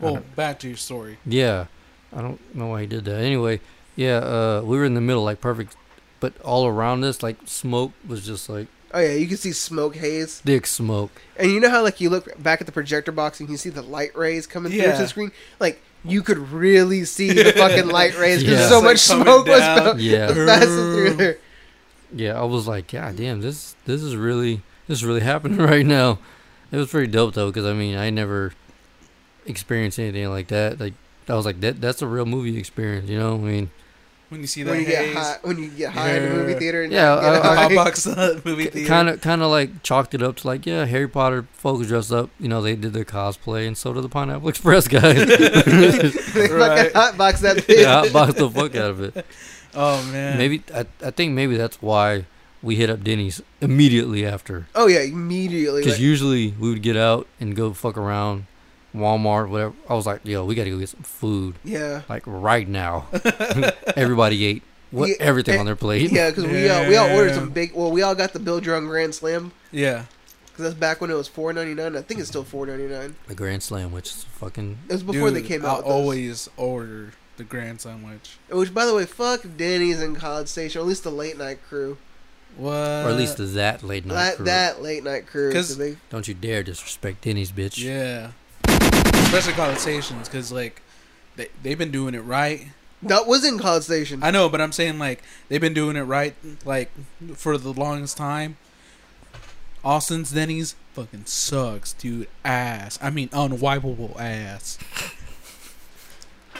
I Well, don't- back to your story. Yeah, I don't know why he did that. Anyway, yeah, uh, we were in the middle, like perfect, but all around us, like smoke was just like Oh yeah, you can see smoke haze. thick smoke. And you know how like you look back at the projector box and you see the light rays coming Yeah. through the screen? Like you could really see the fucking light rays because Yeah. so much It's like coming smoke was down. fa- Yeah. was passing through there. Yeah, I was like, God damn, this this is really this is really happening right now. It was pretty dope though, because I mean, I never experienced anything like that. Like I was like, that that's a real movie experience, you know? I mean, When you see that When you get haze, high, when you get high in a movie Yeah. theater, and Yeah, uh, you get I- high. pop box movie theater. kind of kind of like chalked it up to like, yeah, Harry Potter folks dressed up, you know, they did their cosplay, and so did the Pineapple Express guys. They fucking Right. hotbox that bitch. yeah, I boxed the fuck out of it. Oh man. Maybe I I think maybe that's why we hit up Denny's immediately after. Oh yeah, immediately. Because Like, usually we would get out and go fuck around, Walmart, whatever. I was like, yo, we gotta go get some food, yeah, like right now. Everybody ate what Yeah, everything eh, on their plate. yeah, because we all we all ordered some Yeah. big. Well, we all got the Bill Drum Grand Slam Yeah. because that's back when it was four ninety nine. I think it's still four ninety nine. The Grand Slam, which is fucking It was before Dude, they came I out. with those. always order the grand sandwich. Which, by the way, fuck Denny's and College Station, or at least the late night crew. What? or at least that late night. that crew. Uh, that late night crew. 'Cause- so they- Don't you dare disrespect Denny's, bitch. Yeah. Especially conversations, because like they they've been doing it right, That was in Cloud Station. I know, but I'm saying like they've been doing it right like for the longest time. Austin's Denny's fucking sucks, dude. Ass. I mean, unwipeable ass.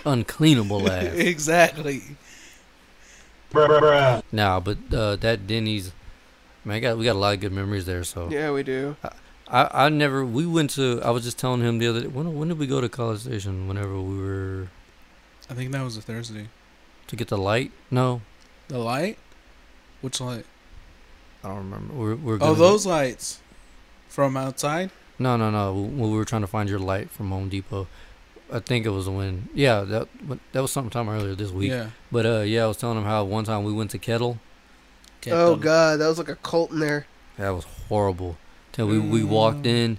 Uncleanable ass. exactly. Nah, but uh, that Denny's, man, I got, we got a lot of good memories there. So yeah, we do. I, I never, we went to, I was just telling him the other day, when, when did we go to College Station? Whenever we were I think that was a Thursday. to get the light? No, The light? Which light? I don't remember. We're, we're Oh, gonna- those lights from outside. No, no, no. When we were trying to find your light from Home Depot, I think it was when. Yeah, that when- that was sometime earlier this week. Yeah. But uh, yeah, I was telling him how one time we went to Kettle. Oh god, that was like a cult in there. That was horrible. Till we, Mm. we walked in,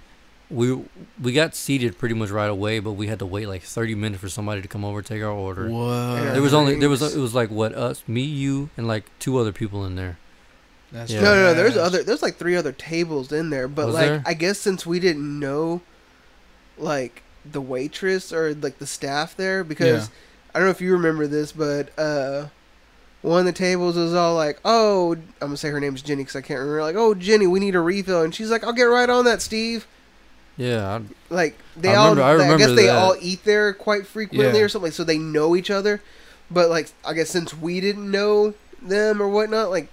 we we got seated pretty much right away, but we had to wait like thirty minutes for somebody to come over and take our order. Whoa. There was only there was it was like what us, me, you, and like two other people in there. That's Yeah. No, no, no. There's trash. other. There's like three other tables in there, but Was like there? I guess since we didn't know, like the waitress or like the staff there, because Yeah. I don't know if you remember this, but uh, one of the tables was all like, "Oh, I'm gonna say her name's Jenny because I can't remember." Like, "Oh, Jenny, we need a refill," and she's like, "I'll get right on that, Steve." Yeah, I, Like they I all, remember- I I, remember guess they that. all eat there quite frequently Yeah. or something, so they know each other. But like, I guess since we didn't know them or whatnot, like,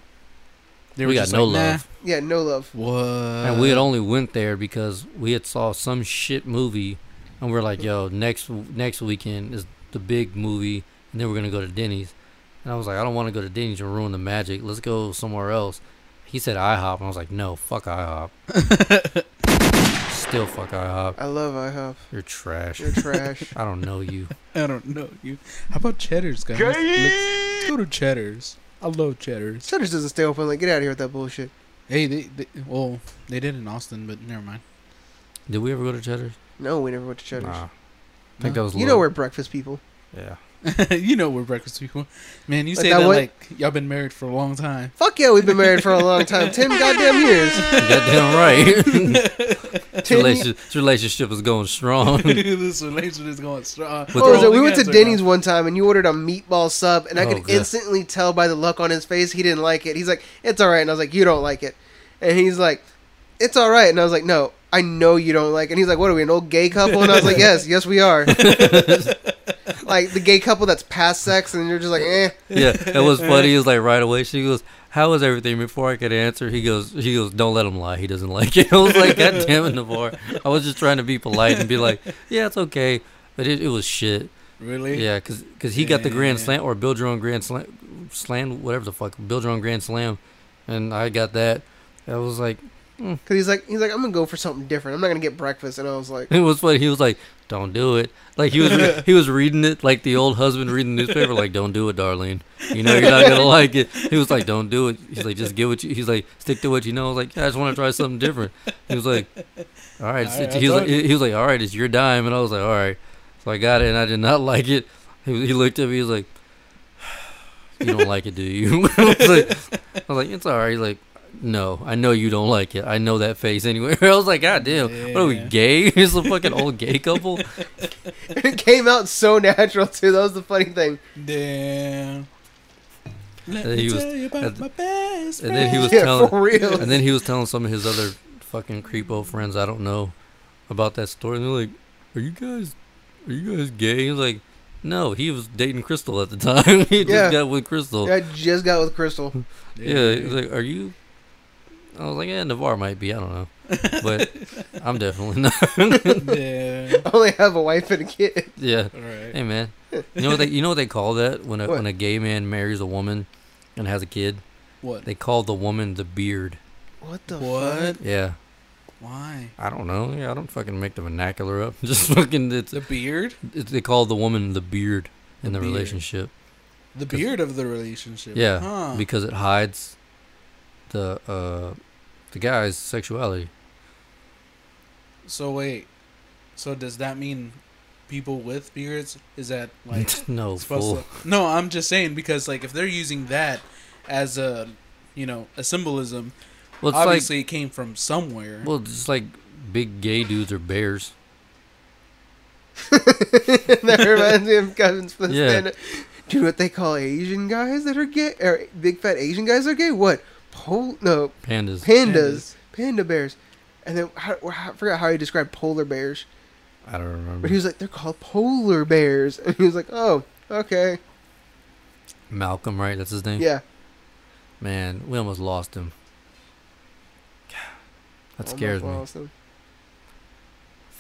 They We got just no like, love. yeah, no love. Nah. What? and we uh, had only went there because we had saw some shit movie, and we are like, "Yo, next next weekend is the big movie, and then we're gonna go to Denny's." And I was like, "I don't want to go to Denny's and ruin the magic. Let's go somewhere else." He said IHOP, and I was like, "No, fuck IHOP." Still fuck IHOP. I love IHOP. You're trash. You're trash. I don't know you. I don't know you. How about Cheddar's, guys? Let's, let's go to Cheddar's. I love Cheddar's. Cheddar's doesn't stay open. Like, get out of here with that bullshit. Hey, they, they well, they did in Austin, but never mind. Did we ever go to Cheddar's? No, we never went to Cheddar's. Nah. I think No. that was You know Lil- we're breakfast people. Yeah. you know we're breakfast people, man. You Like say that that, what- like y'all been married for a long time. Fuck yeah, we've been married for a long time. Ten goddamn years. Goddamn right. Ten ye- relationship, this relationship is going strong. this relation is going strong. What What was the- it? Oh, We went to Denny's one time and you ordered a meatball sub, and I Oh, could God. instantly tell by the look on his face he didn't like it. He's like, "It's all right," and I was like, "You don't like it," and he's like, "It's all right," and I was like, "No, I know you don't like." it. And he's like, "What are we, an old gay couple?" And I was like, "Yes, yes, we are." like the gay couple that's past sex, and you're just like, "Eh." yeah, it was funny. It was like right away. She goes, "How is everything?" Before I could answer, he goes, "He goes, don't let him lie. He doesn't like it." I was like, "God damn it, Navar!" I was just trying to be polite and be like, "Yeah, it's okay," but it, it was shit. Really? Yeah, because he got the grand Yeah. slam or build your own grand slam, slam whatever the fuck, build your own grand slam, and I got that. I was like, Because he's like, he's like, I'm gonna go for something different. I'm not gonna get breakfast. And I was like, it was funny. He was like, "Don't do it." Like he was re- he was reading it like the old husband reading the newspaper. Like, "Don't do it, darling. You know you're not gonna like it." He was like, "Don't do it." He's like, "Just get what you." He's like, "Stick to what you know." I was like, "I just want to try something different." He was like, "All right." All right, he, I was like, told you. he was like, "All right, it's your dime," and I was like, "All right." So I got it, and I did not like it. He, he looked at me. He was like, "You don't like it, do you?" I, was like, I was like, "It's all right." He's like. No, I know you don't like it. I know that face anyway. I was like, God damn, what are we Yeah. gay? It's a fucking old gay couple. it came out so natural too. That was the funny thing. Damn. Let And me he was- tell you and- about my best and then he was friend. Yeah, telling, for real. and then he was telling some of his other fucking creepo friends I don't know about that story. And they're like, "Are you guys, are you guys gay?" He's like, "No, he was dating Crystal at the time. he just Yeah. got with Crystal." I just got with Crystal. Yeah, he's like, "Are you?" I was like, "Yeah, Navar might be. I don't know, but I'm definitely not." Yeah. I only have a wife and a kid. yeah. All right. Hey man, you know what they you know what they call that when a What? when a gay man marries a woman and has a kid? What? They call the woman the beard. What the fuck? What? Yeah, Why? I don't know. Yeah, I don't fucking make the vernacular up. Just fucking it's, The beard? it's they call the woman the beard in The the, beard. relationship. The 'Cause- beard of the relationship. Yeah, Huh. because it hides the uh the guy's sexuality. so wait. So does that mean people with beards is that like no supposed fool. to- No, I'm just saying because like if they're using that as a you know, a symbolism, Well, it's obviously it came from somewhere. like well, it's just like big gay dudes are bears. that reminds me of Kevin Smith Yeah. stand up. Do you know what they call Asian guys that are gay? Or big fat Asian guys that are gay? What? Pol- no, Pandas. pandas, panda bears. And then how, I forgot how he described polar bears. I don't remember. But he was like, they're called polar bears. And he was like, oh, okay. Malcolm, right? That's his name. Yeah. Man, we almost lost him. That Almost scares me. lost him.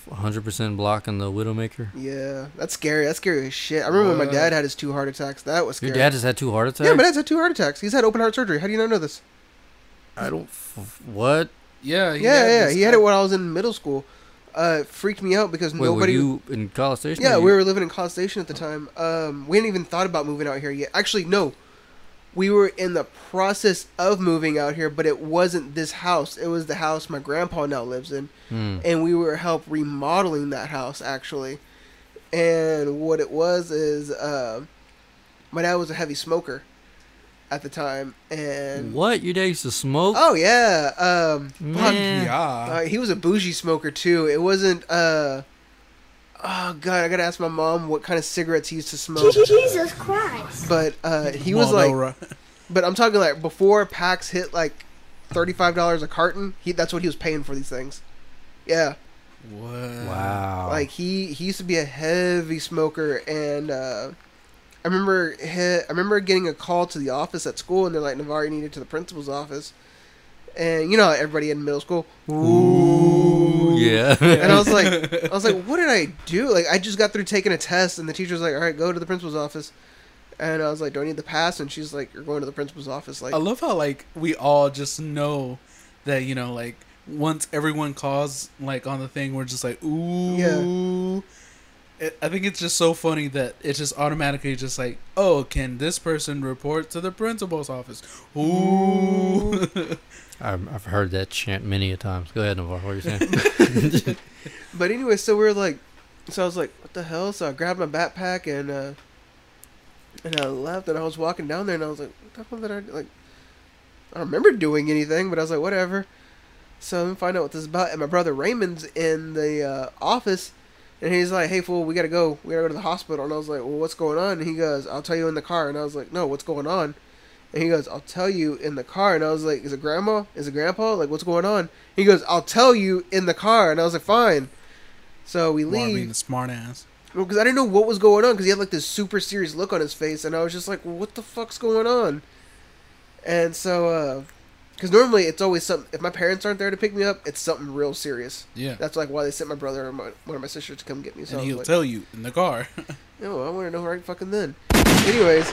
100% block on the Widowmaker. Yeah. That's scary. That's scary as shit. I remember when my What? dad had his two heart attacks. That was Uh, Your scary. dad just had two heart attacks? yeah, my dad's had two heart attacks. He's had open heart surgery. How do you not know this? I don't. F- what? Yeah, he yeah, yeah. this He had guy. it when I was in middle school. Uh, it freaked me out because Wait, nobody. were you in college station? Yeah, or you- we were living in College Station at the time. Um, we hadn't even thought about moving out here yet. Actually, no. We were in the process of moving out here, but it wasn't this house. It was the house my grandpa now lives in. Hmm. And we were help remodeling that house, actually. And what it was is um my dad was a heavy smoker at the time. And. What? Your dad used to smoke? Oh, yeah. Um, Fuck Man. yeah. uh, he was a bougie smoker too. It wasn't. uh Oh god, I gotta ask my mom what kind of cigarettes he used to smoke. Jesus Christ. But uh, he was like, Marlboro. but I'm talking like before packs hit like thirty-five dollars a carton. He that's what he was paying for these things. Yeah, what? Wow. like he he used to be a heavy smoker, and uh, I remember he, I remember getting a call to the office at school, and they're like, Navarre needed to the principal's office, and you know how everybody in middle school, Ooh, yeah. And I was like, I was like, what did I do? Like, I just got through taking a test, and the teacher was like, all right, go to the principal's office. And I was like, do I need the pass? And she's like, you're going to the principal's office. Like, I love how like we all just know that you know like once everyone calls like on the thing we're just like ooh. It, I think it's just so funny that it's just automatically just like oh can this person report to the principal's office ooh I've, I've heard that chant many a times. Go ahead, Navarro. What are you saying? but anyway, so we were like, so I was like, what the hell? So I grabbed my backpack and uh, and I left, and I was walking down there, and I was like, what the hell did I do? like? I don't remember doing anything, but I was like, whatever. So I'm gonna find out what this is about, and my brother Raymond's in the uh, office, and he's like, hey fool, we gotta go, we gotta go to the hospital, and I was like, well, what's going on? And he goes, I'll tell you in the car, and I was like, no, what's going on? And he goes, I'll tell you in the car. And I was like, Is it grandma? Is it grandpa? Like, what's going on? He goes, I'll tell you in the car. And I was like, Fine. So we Lamar being leave. a smart ass Well, because I didn't know what was going on, because he had like this super serious look on his face, and I was just like, "What the fuck's going on?" And so, because normally it's always something. If my parents aren't there to pick me up, it's something real serious. yeah That's like why they sent my brother and my, one of my sisters to come get me. So and I was he'll like, tell you in the car "No, I want to know right fucking then." Anyways,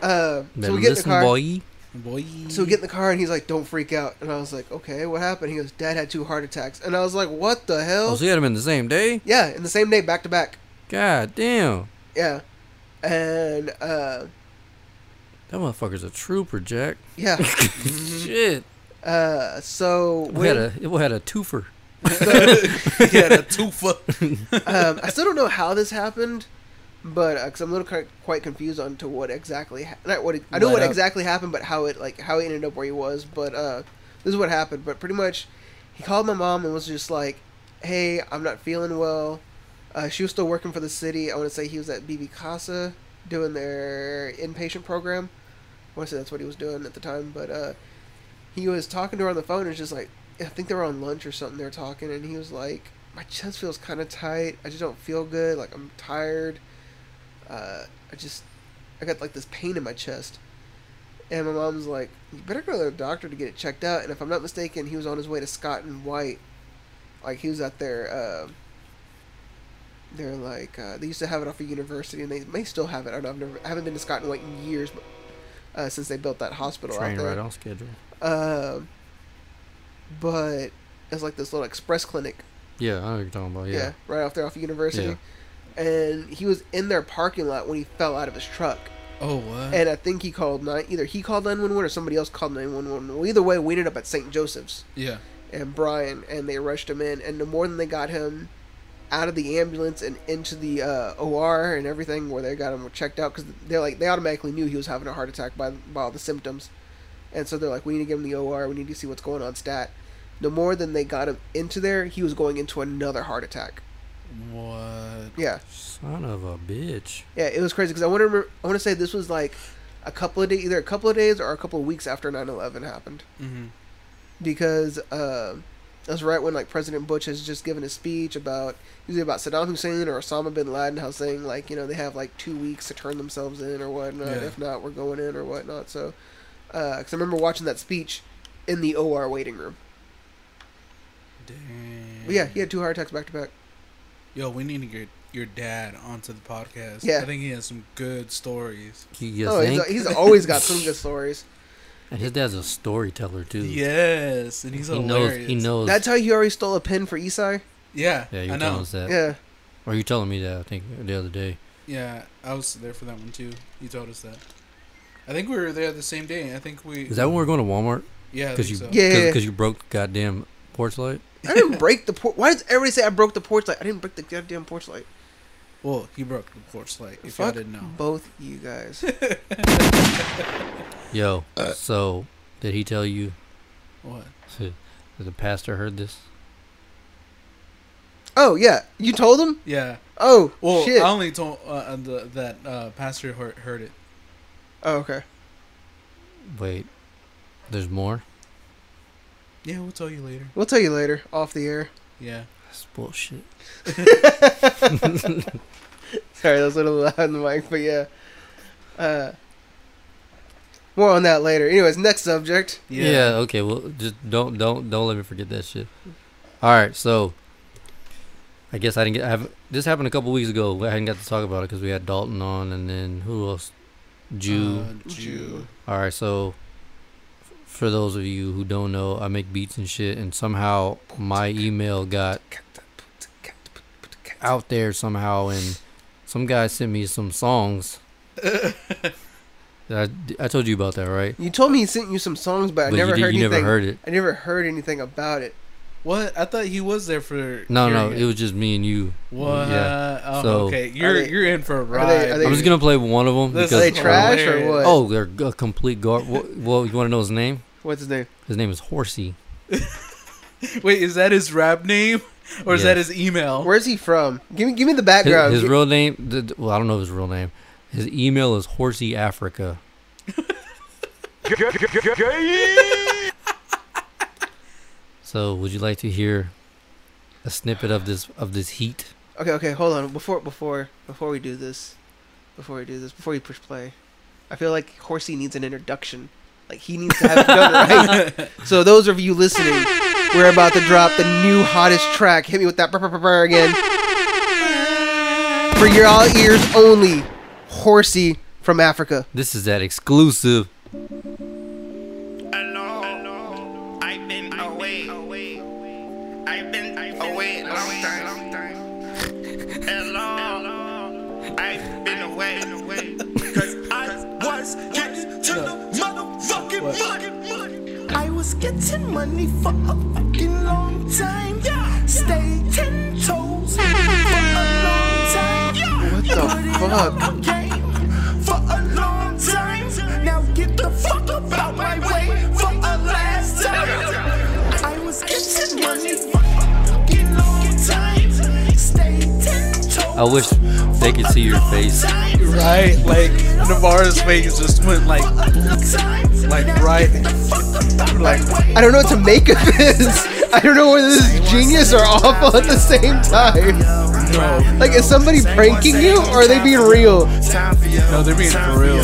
uh, so Better we get in the listen, car. boy. boy So we get in the car, and he's like, "Don't freak out." And I was like, "Okay, what happened?" He goes, "Dad had two heart attacks," and I was like, "What the hell?" Oh, so you had him in the same day? yeah, in the same day, back to back. God damn. Yeah, and uh, That motherfucker's a trooper, Jack. yeah. Shit. Uh, so We had when, a, we had a twofer. he had a toofa um, I still don't know how this happened, but uh 'cause I'm a little kind quite confused on to what exactly ha- not what e-, I know Light what up. exactly happened, but how it like how he ended up where he was. But uh, this is what happened. But pretty much, he called my mom and was just like, "Hey, I'm not feeling well." Uh, she was still working for the city. I want to say he was at BB Casa doing their inpatient program. I want to say that's what he was doing at the time, but uh, he was talking to her on the phone and was just like, I think they were on lunch or something. They were talking, and he was like, "My chest feels kind of tight. I just don't feel good. Like I'm tired. Uh, I just, I got like this pain in my chest." And my mom's like, "You better go to the doctor to get it checked out." And if I'm not mistaken, he was on his way to Scott and White. Like he was at their, uh, they're like uh, they used to have it off of University, and they may still have it. I don't know. I've never, I haven't been to Scott and White in years, but, uh, since they built that hospital out Train there. right on schedule. Um, but it's like this little express clinic. Yeah, I know what you're talking about. Yeah. Yeah. right off there, off of university. And he was in their parking lot when he fell out of his truck. oh what And I think he called nine. Either he called nine one one or somebody else called nine one one. Well, either way, we ended up at St. Joseph's yeah and Brian, and they rushed him in. And the more than they got him out of the ambulance and into the uh, OR and everything, where they got him checked out, because they're like they automatically knew he was having a heart attack by, by all the symptoms, and so they're like, we need to give him the OR, we need to see what's going on stat. The more than they got him into there, he was going into another heart attack. what good. Yeah, Son of a bitch. yeah, it was crazy because I want to remember, I want to say this was like a couple of days, either a couple of days or a couple of weeks after 9-11 happened. hmm because uh, that was right when like President Bush has just given a speech about usually about Saddam Hussein or Osama bin Laden, how saying like you know they have like two weeks to turn themselves in or whatnot. Yeah. If not, we're going in or whatnot. So, because I remember watching that speech in the OR waiting room. Damn. But yeah, he had two heart attacks back to back. Yo, we need to get your dad onto the podcast. Yeah. I think he has some good stories. You- you Oh, he's, think? he's always got some good stories. And his dad's a storyteller too. Yes, and he's he knows. hilarious. He knows. That's how he already stole a pen for Esai. Yeah, yeah, you I were know. telling us that, Yeah, or you telling me that I think the other day. Yeah, I was there for that one too. You told us that. I think we were there the same day. I think we. Is that when we're going to Walmart? Yeah, I Because think you, so. Yeah. because you broke the goddamn porch light. I didn't break the port. Why does everybody say I broke the porch light? I didn't break the goddamn porch light. Well, he broke the porch light. If y'all Fuck didn't know. both you guys. Yo, Uh, so did he tell you What? that the pastor heard this? oh yeah, you told him. Yeah. Oh Well, shit. I only told uh, uh, the, that uh, Pastor heard, heard it. Oh, okay. Wait, there's more. Yeah, we'll tell you later. We'll tell you later, off the air. Yeah. That's bullshit. Sorry, that was a little loud in the mic, but yeah. Uh, more on that later. Anyways, next subject. Yeah. okay. Well, just don't don't don't let me forget that shit. All right. So, I guess I didn't get. I have this happened a couple weeks ago. but I hadn't got to talk about it because we had Dalton on, and then who else? Jew. Uh, Jew. All right. So, f- for those of you who don't know, I make beats and shit, and somehow my email got out there somehow, and some guy sent me some songs. I, I told you about that, right? You told me he sent you some songs, but, I but never you, did, heard you anything. never heard it. I never heard anything about it. What? I thought he was there for. No, no, hearing it was just me and you. What? Yeah. Oh, So- okay. You're they- you're in for a are they- ride. are they- I'm just gonna play one of them This because Are they is trash hilarious. or what? oh, they're g- a complete gar. wh- well, you want to know his name? What's his name? His name is Horsey. Wait, is that his rap name or is that Yes. his email? Where's he from? Give me, give me the His, background. Oh. his Gi- real name? th- th- Well, I don't know his real name. His email is Horsey Africa. so, would you like to hear a snippet of this of this heat? okay, okay, hold on. Before, before, before we do this, before we do this, before you push play, I feel like Horsey needs an introduction. Like he needs to have it done right. So those of you listening, we're about to drop the new hottest track. Hit me with that brr, brr, brr, brr again. For your all ears only, Horsey from Africa. This is that exclusive. Hello. I've been away. I've been away long time. Hello. I've been away. Cause I was getting to the motherfucking money. I was getting money for a fucking long time. Yeah. Stay ten toes for a long time. Yeah. What the fuck? I'm game for a long time. Now get the fuck up out my way for a last time. I was getting money for a fucking long time. Stay ten toes. I wish they could see your face. Right, like Navarro's face just went like Like right- like I don't know what to make of this. I don't know whether this is genius or awful at the same time. no, Like, is somebody pranking you or are they being real? no, they're being for real.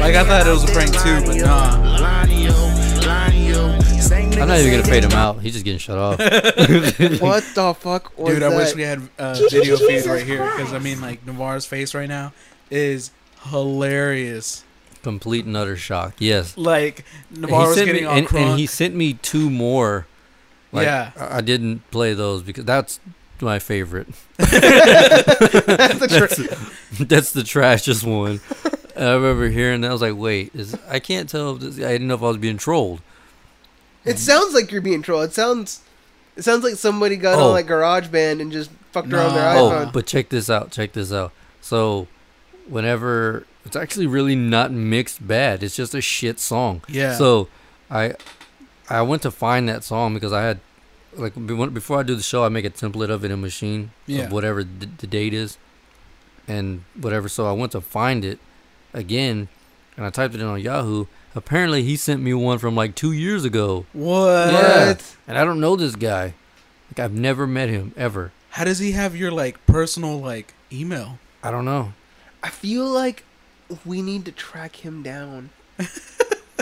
Like I thought it was a prank too, but nah. I'm not even gonna fade him out. He's just getting shut off. What the fuck was Dude, that? I wish we had uh, video feed Jesus right here because I mean, like Navarro's face right now is hilarious. Complete and utter shock. Yes. Like And he Navarro's sent getting me, all and, and he crunk. sent me two more. Like, Yeah. I I didn't play those because that's my favorite. the tra- that's the trashiest one. And I remember hearing that. I was like, wait, is, I can't tell. If this, I didn't know if I was being trolled. It sounds like you're being trolled. It sounds, it sounds like somebody got Oh. on like GarageBand and just fucked around their No. Oh, iPhone. but check this out. Check this out. So, whenever it's actually really not mixed bad, it's just a shit song. Yeah. So, I I went to find that song because I had like be- before I do the show, I make a template of it in a machine Yeah. of whatever the, the date is, and whatever. So I went to find it again, and I typed it in on Yahoo. Apparently, he sent me one from like two years ago, What? Yeah. and I don't know this guy. Like I've never met him ever. How does he have your like personal like email? I don't know. I feel like we need to track him down and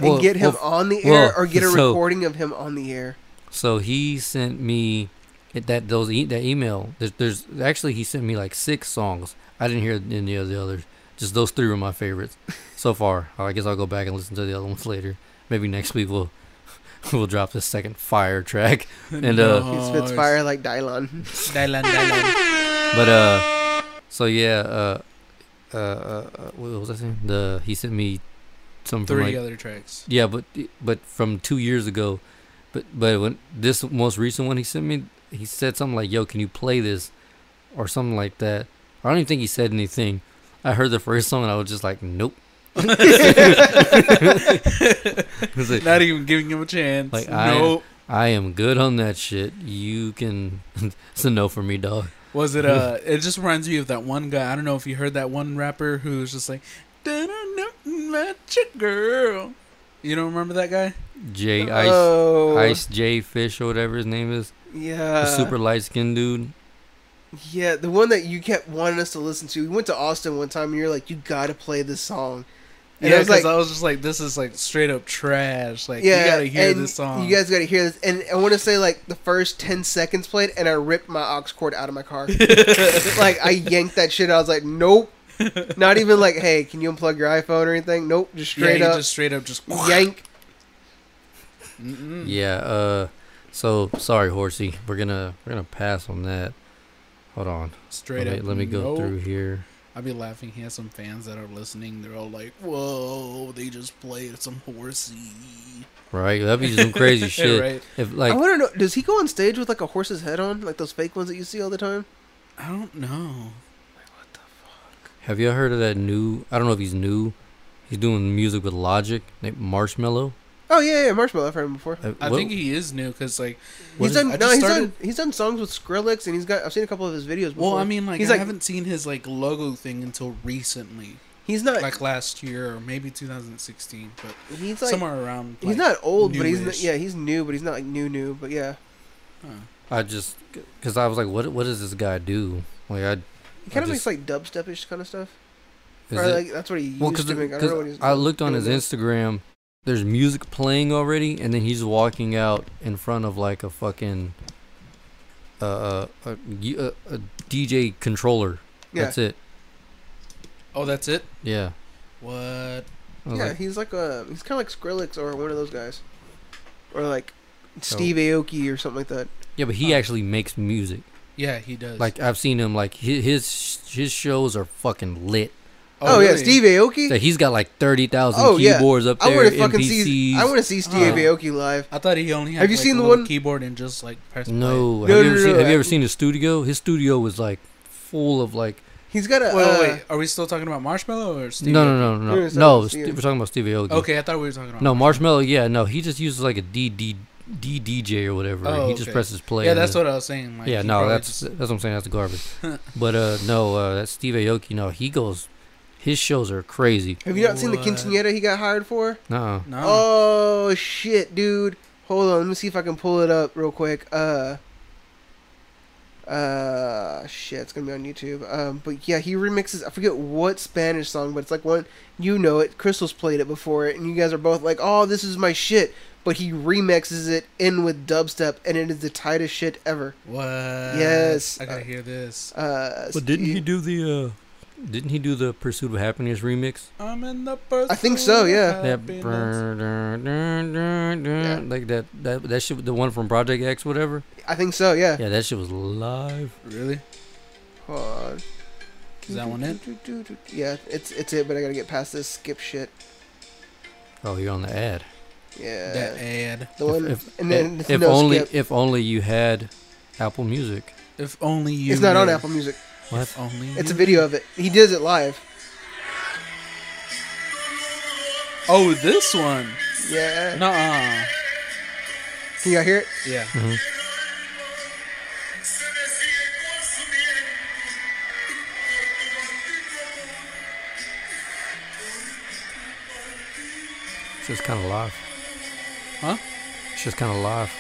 Well, get him well, on the air well, or get a so- recording of him on the air. So he sent me it- that those e- that email. There's, there's actually he sent me like six songs. I didn't hear any of the others. Just those three were my favorites so far. Oh, I guess I'll go back and listen to the other ones later. Maybe next week we'll we'll drop the second fire track. And uh, He Oh, spits it's- fire like Dylon. Dylan, Dylan. but uh, so yeah, uh, uh, uh, uh, what was I saying? The he sent me some from Three like, other tracks. Yeah, but but from two years ago, but but when this most recent one he sent me, he said something like, "Yo, can you play this?" or something like that. I don't even think he said anything. I heard the first song and I was just like, "Nope." I was like, Not e-, even giving him a chance. Like, I- no. I am good on that shit. You can. it's a no for me, dog. Was it uh? It just reminds me of that one guy. I don't know if you heard that one rapper who was just like, "Dun, dun, dun, not your girl." You don't remember that guy? J Ice Oh, Ice J Fish or whatever his name is, yeah, Uh. the super light skinned dude. yeah, the one that you kept wanting us to listen to. We went to Austin one time, and you're like, "You gotta play this song." And yeah, I was because like, I was just like, "This is like straight up trash." Like, "Yeah, you gotta hear and this song. You guys gotta hear this." And I want to say like the first ten seconds played, and I ripped my aux cord out of my car. like I yanked that shit. I was like, "Nope." Not even like, "Hey, can you unplug your iPhone or anything?" Nope, just Yeah, straight you up just straight up, just yank. Mm. Yeah. Uh. So sorry, horsey. We're gonna we're gonna pass on that. Hold on. straight let me, up. let me go no. through here. I'd be laughing. He has some fans that are listening. They're all like, "Whoa, they just played some horsey." Right, that'd be some crazy shit. Right. If like, I want to know, does he go on stage with like a horse's head on, like those fake ones that you see all the time? I don't know. have you heard of that new? I don't know if he's new. He's doing music with Logic, named Marshmallow. Oh yeah, yeah, Marshmallow. I've heard him before. Uh, I what- think he is new because like what he's is- done. I No, just he's done. started- He's done songs with Skrillex, and he's got. I've seen a couple of his videos. Before. Well, I mean, like he's I like haven't seen his like logo thing until recently, he's not. like last year or maybe 2016, but he's like somewhere around. he's like, not old, but he's n- newish. yeah, he's new, but he's not like new new. But yeah, I just because I was like, what what does this guy do? Like, I he kind of just- makes like dubstepish kind of stuff. is or it- like that's what he used well, to because make. I don't know what he's. I looked on doing his now. Instagram. There's music playing already, and then he's walking out in front of like a fucking uh, uh, a, a, a DJ controller. Yeah, That's it. Oh, that's it. Yeah. What? I was yeah, like, he's like a he's kind of like Skrillex or one of those guys, or like Oh. Steve Aoki or something like that. yeah, but he actually makes music. Yeah, he does. Like I've seen him. Like hi- his his shows are fucking lit. Oh, yeah, really? Steve Aoki. That he's got like thirty thousand Oh, yeah. keyboards up I there. want to fucking MPCs. see. I want to see Steve Oh. Uh-huh. Aoki live. I thought he only had Have you like, seen a the little one- keyboard and just like press play. no, No, have you no, ever no, seen? no, Have you I- ever seen his studio? His studio was like full of like. He's got a. Wait, wait, uh, wait, are we still talking about Marshmallow or Steve? No, no, no, We no, were no. talking no about Steve- Steve. we're talking about Steve Aoki. Okay, I thought we were talking about. No, Marshmallow. Yeah, no. He just uses like a DD, DDJ or whatever. Oh, he just okay. presses play. Yeah, and that's then- what I was saying. Like, yeah, he no, probably that's just- that's what I'm saying. That's garbage. but uh, no, uh, that's Steve Aoki. No, he goes. His shows are crazy. have you not seen the What? quinceanera he got hired for? Nuh-uh. no. Oh shit, dude! Hold on, let me see if I can pull it up real quick. Uh. Uh shit, it's gonna be on YouTube. Um, but yeah, he remixes. I forget what Spanish song, but it's like one you know it. Crystal's played it before, and you guys are both like, "Oh, this is my shit." But he remixes it in with dubstep, and it is the tightest shit ever. What? Yes, I gotta uh, hear this. Uh, But didn't Steve- he do the? uh Didn't he do the Pursuit of Happiness remix? I'm in the pursuit I think so, of yeah. That happiness. brr- dur- dur- dur- dur- Uh, Yeah. like that that that shit, the one from Project X, whatever. I think so. Yeah. Yeah, that shit was live. Really? Hold on. Is that one it? Yeah, it's it's it, but I gotta get past this skip shit. Oh, you're on the ad. Yeah. That ad. the one, If, if, and then if, if no only skip. if only you had Apple Music. If only you. it's not on knew. Apple Music. What? Only. It's a you- video of it. He does it live. Oh, this one. Yeah. Nuh-uh. Can y'all hear it? Yeah. Shit's kind of live. Huh? Shit's kind of live.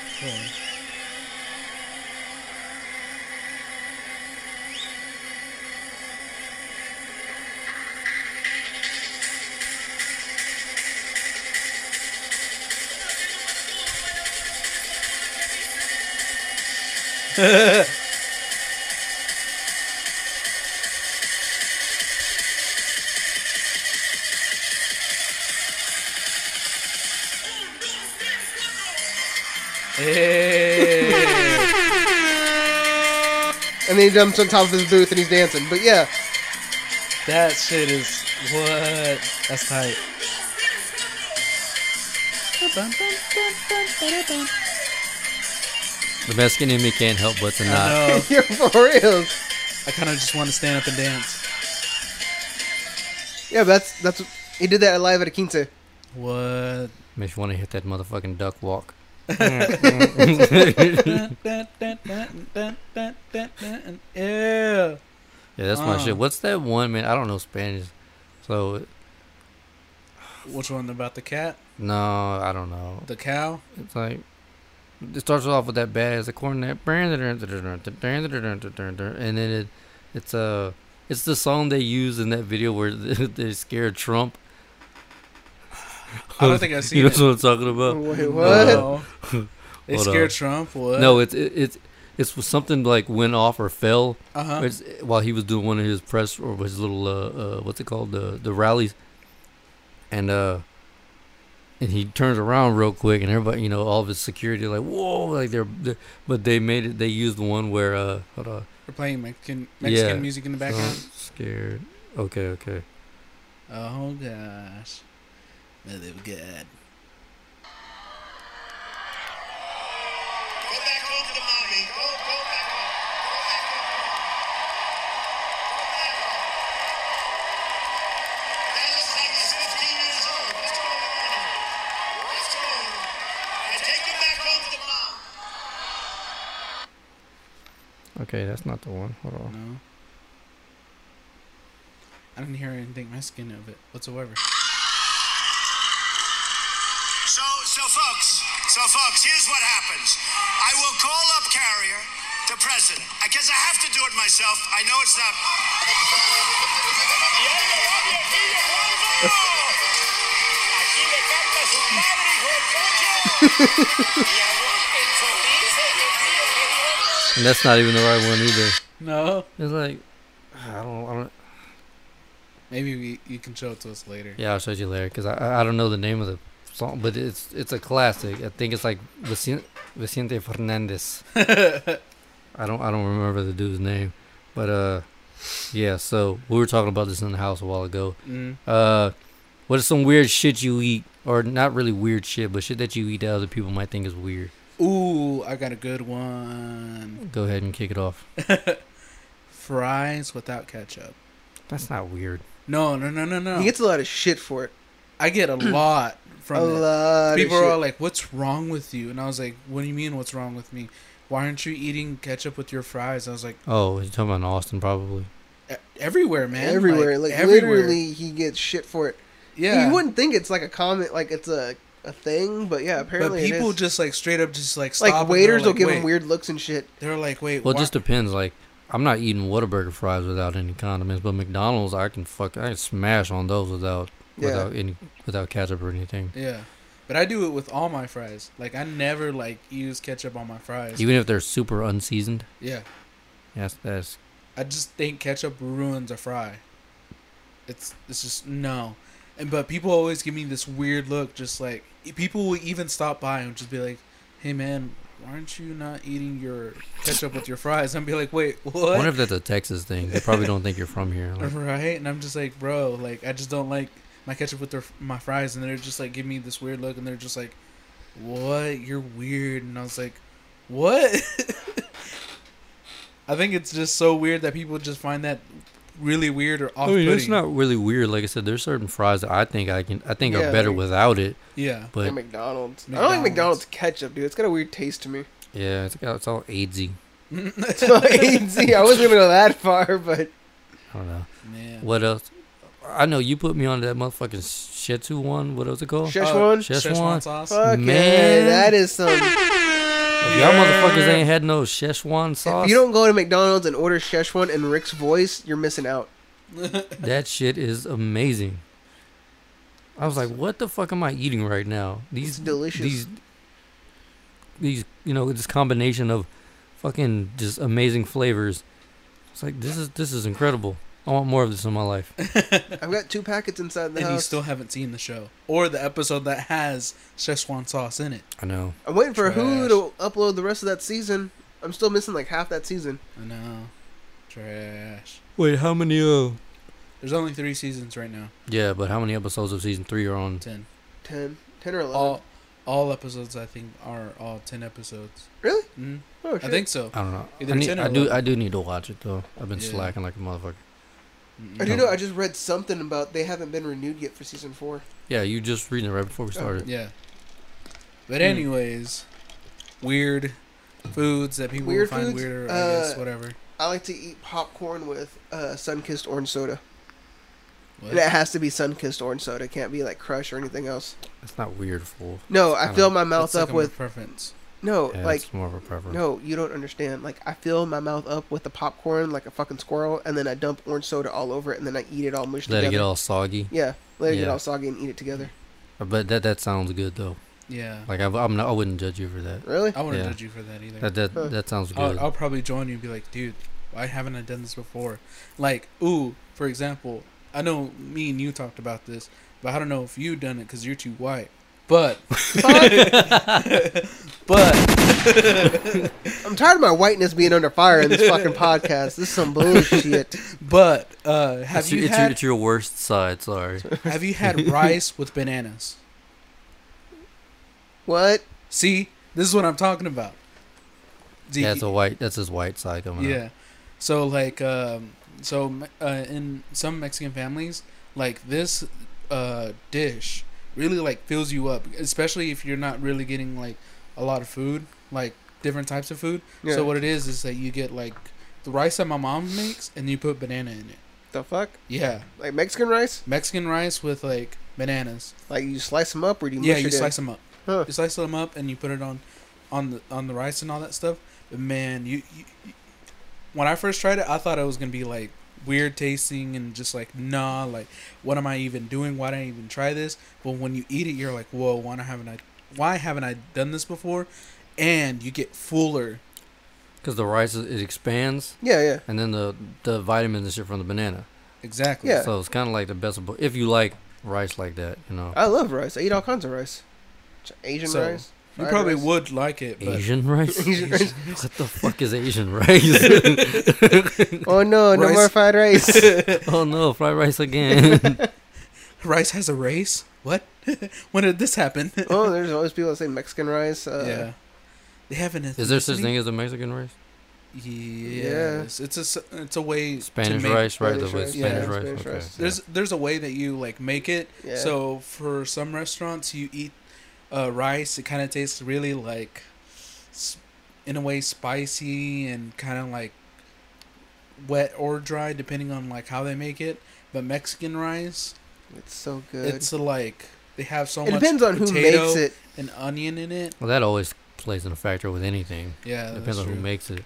Hey. And then he jumps on top of his booth and he's dancing. But yeah, that shit is what? That's tight. The Mexican in me can't help but to not. No, you're for real. Oh, I kind of just want to stand up and dance. Yeah, but that's that's he did that live at a quince. What? Makes you want to hit that motherfucking duck walk. Yeah. Yeah, that's my Oh. shit. What's that one, man? I don't know Spanish. So, Which one about the cat? no, I don't know. The cow? It's like. It starts off with that badass according that and then it, it's uh it's the song they used in that video where they scared Trump. I don't think I've You know seen it. what I'm talking about? Wait, what? No. They Hold scared up. Trump? What? No, it's it, it's it's something like went off or fell Uh-huh. It's, eh, while he was doing one of his press or his little uh, uh what's it called the the rallies, and uh, and he turns around real quick and everybody you know all of his security like whoa like they're, they're but they made it they used the one where uh hold on They're playing Mexican, Mexican Yeah. Uh-huh. music in the I'm background. scared okay okay Oh gosh. That was good. Go back home to mommy. Go, go back home. Go back home. Go back home. That looks like he's 15 years old. What's going on here? What's going on? And take him back home to mom. okay that's not the one hold on No. I didn't hear anything Mexican of it whatsoever. So, so folks, so folks, here's what happens. I will call up Carrier, the president. I guess I have to do it myself. I know it's not. and that's not even the right one either No. it's like I don't I don't Maybe we, you can show it to us later. yeah I'll show you later because I- I I don't know the name of the song but it's it's a classic I think it's like Vicen- Vicente Fernandez. I don't I don't remember the dude's name, but uh, yeah. So we were talking about this in the house a while ago. mm. Uh, what is some weird shit you eat, or not really weird shit, but shit that you eat that other people might think is weird? Ooh, I got a good one. Go ahead and kick it off. Fries without ketchup. That's not weird. No, no, no, no, no. He gets a lot of shit for it. I get a lot from A it. lot. People of are shit. all like, "What's wrong with you?" And I was like, "What do you mean, what's wrong with me? Why aren't you eating ketchup with your fries?" I was like, Oh, you're talking about Austin, probably. "E- "Everywhere, man. everywhere. Like, everywhere." literally, he gets shit for it. Yeah. You wouldn't think it's like a comment, like it's a a thing, but yeah, but apparently it people is. just like straight up just like stop like and waiters will they're like, give "Wait." him weird looks and shit. They're like, "Wait, Well, it why- just depends. Like, I'm not eating Whataburger fries without any condiments, but McDonald's, I can fuck, I can smash on those without, Yeah. without any, without ketchup or anything. yeah." But I do it with all my fries. Like I never like use ketchup on my fries. Even if they're super unseasoned. yeah. Yes, that's I just think ketchup ruins a fry. It's it's just no. And but people always give me this weird look, just like people will even stop by and just be like, "Hey man, why aren't you not eating your ketchup with your fries?" And be like, "Wait, I wonder what?" if that's a Texas thing. They probably don't think you're from here. Like, right? And I'm just like, "Bro, like I just don't like my ketchup with their, my fries." And they're just like giving me this weird look, and they're just like, "What? You're weird." And I was like, "What?" I think it's just so weird that people just find that really weird or I off-putting. mean, Oh, it's not really weird. Like I said, there's certain fries that I think I can, I think Yeah, are better like- without it. Yeah. Like But McDonald's. I don't like McDonald's. McDonald's ketchup, dude. It's got a weird taste to me. yeah, it's, got, it's all AIDSy. So, AZ, I wasn't gonna go that far, but I don't know. Man. What else? I know you put me on that motherfucking Shetsu one. What was it called? Szechuan? Szechuan. Szechuan sauce. Fuck Oh, Man. yeah, that is some. If y'all motherfuckers ain't had no Szechuan sauce. If you don't go to McDonald's and order Szechuan in Rick's voice, you're missing out. That shit is amazing. I was like, what the fuck am I eating right now? These It's delicious. These these you know, this combination of fucking just amazing flavors. It's like this is this is incredible. I want more of this in my life. I've got two packets inside the And you house. still haven't seen the show or the episode that has Szechuan sauce in it. I know. I'm waiting for Hulu Trash. to upload the rest of that season. I'm still missing like half that season. I know, trash. Wait, how many uh There's only three seasons right now. Yeah, but how many episodes of season three are on Ten. 10, 10 or 11. All all episodes I think are all ten episodes. really? Mm, Oh, shit. I think so. I don't know. Either I, need, 10 or I do 11. I do need to watch it though. I've been Yeah. slacking like a motherfucker. Mm-hmm. I do know. I just read something about they haven't been renewed yet for season four. Yeah, you just reading it right before Oh, we started. Yeah. But Hmm. anyways, weird foods that people Weird find foods? weirder. I Uh, guess whatever. I like to eat popcorn with uh, sun-kissed orange soda, What? and it has to be sun-kissed orange soda. Can't be like Crush or anything else. It's not weird fool. No, I Kinda- fill my That's mouth like up a with preference. no, Yeah, like it's more of a preference. no. You don't understand. Like I fill my mouth up with the popcorn like a fucking squirrel, and then I dump orange soda all over it, and then I eat it all mushed Let together. it get all soggy. yeah, let it get Yeah. all soggy and eat it together. But that that sounds good though. Yeah. Like I, I'm not, I wouldn't judge you for that. Really? I wouldn't Yeah. judge you for that either. That that Huh. that sounds good. I'll, I'll probably join you and be like, dude, why haven't I done this before? Like, ooh, for example, I know me and you talked about this, but I don't know if you done it because you're too white. But, but I'm tired of my whiteness being under fire in this fucking podcast. This is some bullshit. but uh, have it's, you your, it's, your, had it's your worst side. Sorry. have you had rice with bananas? What? See, this is what I'm talking about. Zeke, That's a white. That's his white side coming out. Yeah. So like um so me- uh, in some Mexican families like this uh dish really like fills you up especially if you're not really getting like a lot of food like different types of food. Yeah. So what it is is that you get like the rice that my mom makes and you put banana in it. The fuck? Yeah. Like Mexican rice? Mexican rice with like bananas. Like you slice them up or do you? yeah, mush you it in? slice them up. Huh. You slice them up and you put it on, on the on the rice and all that stuff. But man, you, you, you- when I first tried it, I thought it was gonna be like weird tasting and just like nah, like what am I even doing? Why did I even try this? But when you eat it, you're like, whoa, why not haven't I? Why haven't I done this before? And you get fuller. Because the rice is- it expands, Yeah, yeah. and then the the vitamins and shit from the banana. Exactly. Yeah. So it's kind of like the best of both. If you like rice like that, you know. I love rice. I eat all kinds of rice. Ch- Asian So, rice. You fried probably rice. would like it, but Asian rice? Asian rice. what the fuck is Asian rice? Oh no, no Rice. more fried rice. oh no, fried rice again. rice has a race. What? when did this happen? oh, there's always people that say Mexican rice. Uh, yeah. They have an is there such ethnicity? thing as a Mexican rice? Yes, it's a s- it's a way to Spanish make- rice, right? The Spanish way- rice, yeah, Spanish rice. Spanish okay. rice. There's there's a way that you like make it. Yeah. So for some restaurants, you eat uh, rice. It kind of tastes really like, s- in a way, spicy and kind of like wet or dry, depending on like how they make it. But Mexican rice, It's so good. it's like they have so it much. depends on who potato makes it. And onion in it. well, that always plays in a factor with anything. Yeah, Depends that's on who true. makes it.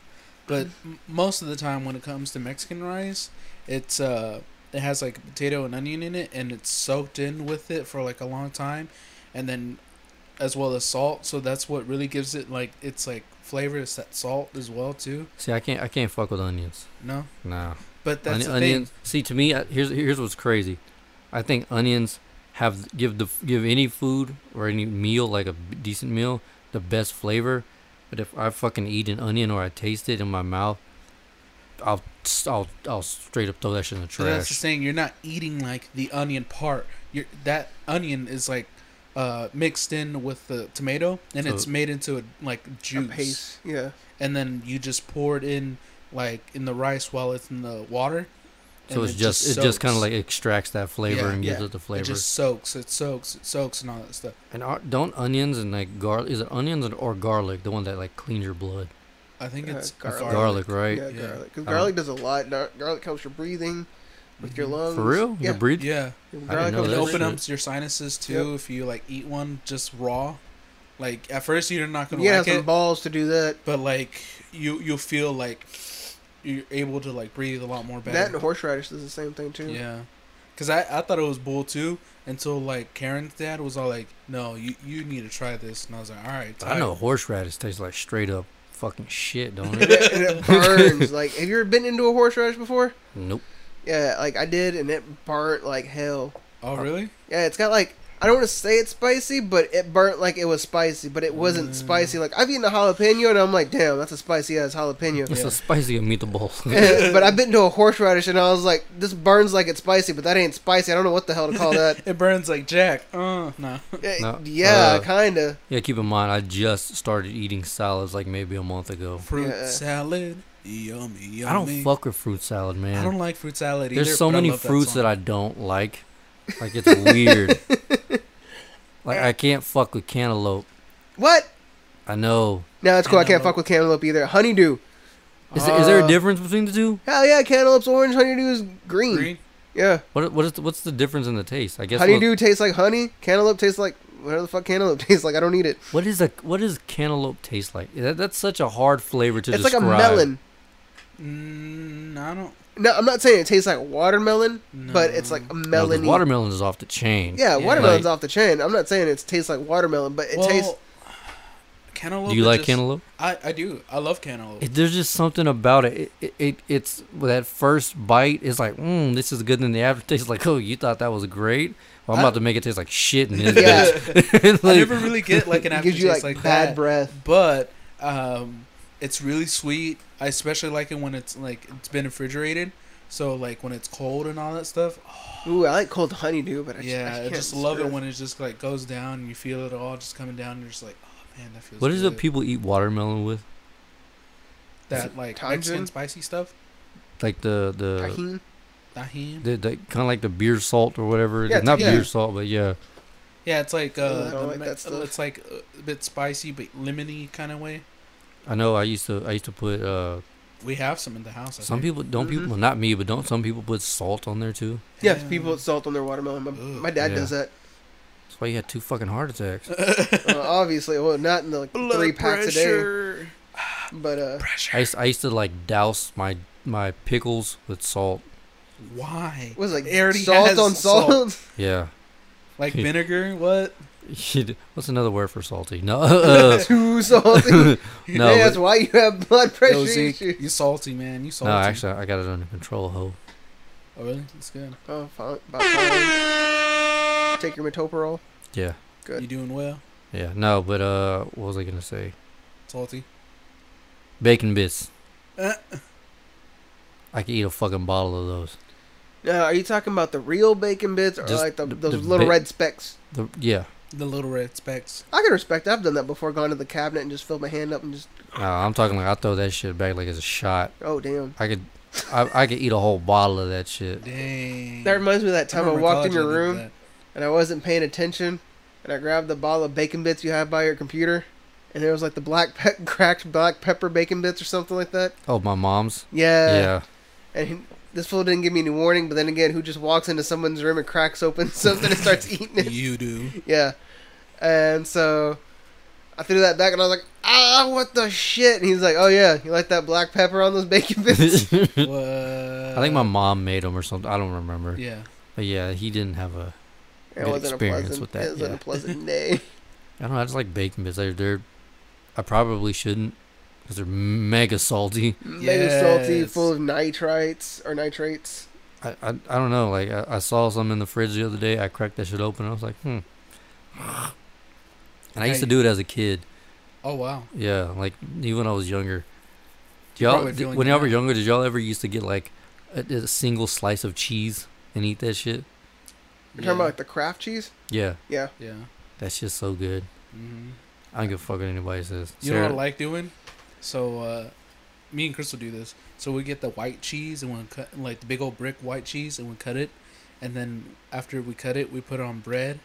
But m- most of the time, when it comes to Mexican rice, it's uh, it has like potato and onion in it, and it's soaked in with it for like a long time, and then as well as salt. So that's what really gives it like it's like flavor. It's that salt as well too. See, I can't, I can't fuck with onions. No, Nah. but that's Onion- the thing. onions. See, to me, I- here's here's what's crazy. I think onions have give the give any food or any meal like a b- decent meal the best flavor. But if I fucking eat an onion or I taste it in my mouth, I'll s- I'll I'll straight up throw that shit in the But that's the trash. thing. You're not eating like the onion part. You're that onion is like. Uh, mixed in with the tomato, and So- it's made into a like A juice. paste. Yeah. and then you just pour it in like in the rice while it's in the water. So and it's it just it just kind of soaks. like extracts that flavor Yeah, and gives yeah. it the flavor. It just soaks, it soaks, it soaks, and all that stuff. And are, don't onions and like garlic is it onions and- or garlic the one that like cleans your blood? I think Uh, it's garlic. garlic. Garlic, right? Yeah, Yeah. garlic. Because Uh, garlic does a lot. Gar- Garlic helps your breathing. with your lungs. For real? Yeah. Your breathing? Yeah. I Garlic didn't know over It that the shit. opens bread. up your sinuses too if you like eat one just raw. Like at first you're not You gonna gotta have like some it, balls to do that. but like you you'll feel like you're able to like breathe a lot more better. That and horseradish is the same thing too. Yeah. Cause I, I thought it was bull too until like Karen's dad was all like, "No, you you need to try this," and I was like, "All right." I tight." know horseradish tastes like straight up fucking shit, don't and it? it, and it burns. like, have you ever been into a horseradish before? nope. Yeah, like I did, and it burnt like hell. Oh really? Yeah, it's got like I don't want to say it's spicy, but it burnt like it was spicy, but it wasn't Mm. spicy. Like I've eaten a jalapeno, and I'm like, damn, that's a spicy ass jalapeno. It's a spicy meatball. but I've been to a horseradish, and I was like, this burns like it's spicy, but that ain't spicy. I don't know what the hell to call that. It burns like Jack. Uh no. Eh, No, uh, yeah, kinda. yeah, keep in mind, I just started eating salads like maybe a month ago. Fruit Yeah. salad. Yummy, yummy. I don't fuck with fruit salad, man. I don't like fruit salad either. There's so but I many love fruits that, I don't like. Like it's weird. like I can't fuck with cantaloupe. What? I know. No, it's cool. I can't Cantaloupe. fuck with cantaloupe either. Honeydew. Is, there- is there a Uh, difference between the two? Hell yeah, cantaloupe's orange. Honeydew is green. song. Green. Yeah. What what is the, what's the difference in the taste? I guess what- honeydew tastes like honey. Cantaloupe tastes like whatever the fuck cantaloupe tastes like. I don't eat it. what is a what does cantaloupe taste like? That, that's such a hard flavor to it's describe. like a melon. Mm, I don't. No, I'm not saying it tastes like watermelon, but it's like a No, 'cause melon. watermelon is off the chain. Yeah, watermelon's Like- off the chain. I'm not saying it tastes like watermelon, but it well, tastes. Cantaloupe. Do you is like just- cantaloupe? I, I do. I love cantaloupe. It, there's just something about it. It, it, it it's well, that first bite is like, mm, this is good. And the aftertaste is like, oh, you thought that was great. Well, I'm about to make it taste like shit in this Yeah. bitch. I Like, never really get like an It gives you aftertaste like, like, bad that. breath. But um, it's really sweet. I especially like it when it's like it's been refrigerated. So like when it's cold and all that stuff. oh, Ooh, I like cold honeydew, but I just, yeah, I, I, can't just love stand it when it just like goes down and you feel it all just coming down. And you're just like, oh man, that feels. what is good. it people eat watermelon with? that like Tangerine? Mexican spicy stuff? Like the the, Tahini? Tahini. the, kind of like the beer salt or whatever. it Yeah, is. Not yeah. beer salt, but yeah. Yeah, it's like uh, Ugh, Oh, I don't the like me- that stuff. it's like a bit spicy but lemony kind of way. I know. I used to I used to put uh, We have some in the house. I some think. people don't people Mhm. well, not me, but don't some people put salt on there too? Yeah, people put salt on their watermelon. My, my dad Yeah. does that. That's why you had two fucking heart attacks. Uh, obviously, well, not in the like, three packs a day, pressure. but uh, I used, I used to like douse my my pickles with salt. Why? what was it, like It already salt has on salt. Yeah. Like vinegar? What? What's another word for salty? No, uh, Too salty. no, no, that's but- why you have blood pressure Yo, Zeke, issues. you salty man. You salty. no. Actually, I got it under control. Ho. oh really? That's good. Oh, fine. About fine. Take your metoprolol. Yeah, Good. You doing well? yeah. No, but uh, what was I gonna say? Salty. Bacon bits. Uh. I could eat a fucking bottle of those. Now, Uh, are you talking about the real bacon bits or Just like the, the- those the little bit- red specks? The, yeah, The little red specks. I can respect. that. I've done that before. Gone to the cabinet and just filled my hand up and just No, I'm talking like I throw that shit back like it's a shot. oh damn. I could, I, I could eat a whole bottle of that shit. Dang. That reminds me of that time I, walked in your room That. and I wasn't paying attention and I grabbed the bottle of bacon bits you had by your computer and there was like the black pe- cracked black pepper bacon bits or something like that. Oh, my mom's. Uh. Yeah. yeah, And he- this fool didn't give me any warning, but then again, who just walks into someone's room and cracks open something and starts eating it? You do. Yeah. And so I threw that back and I was like, ah, what the shit? And he's like, oh yeah, you like that black pepper on those bacon bits? what? I think my mom made them or something. I don't remember. Uh. Yeah. But yeah, he didn't have a. it Good wasn't a experience pleasant, with that, it wasn't yeah. a pleasant day. I don't know. I just like bacon bits. They're, they're I probably shouldn't because they're mega salty. Maybe salty, Yes. full of nitrites or nitrates. I, I, I don't know. Like I, I saw some in the fridge the other day. I cracked that shit open. And I was like, hmm. And I used to Hey. do it as a kid. Oh wow. Yeah, like even when I was younger. Do You're y'all, probably did- feeling when y'all were that. younger, did y'all ever used to get like a, a single slice of cheese and eat that shit? You're yeah. talking about like the craft cheese? Yeah, Yeah. yeah. that's just so good. hmm I don't give a fuck what anybody says. You know what Sarah- I like doing? So, uh, me and Chris will do this. So we get the white cheese and we cut like the big old brick white cheese and we cut it, and then after we cut it, we put it on bread,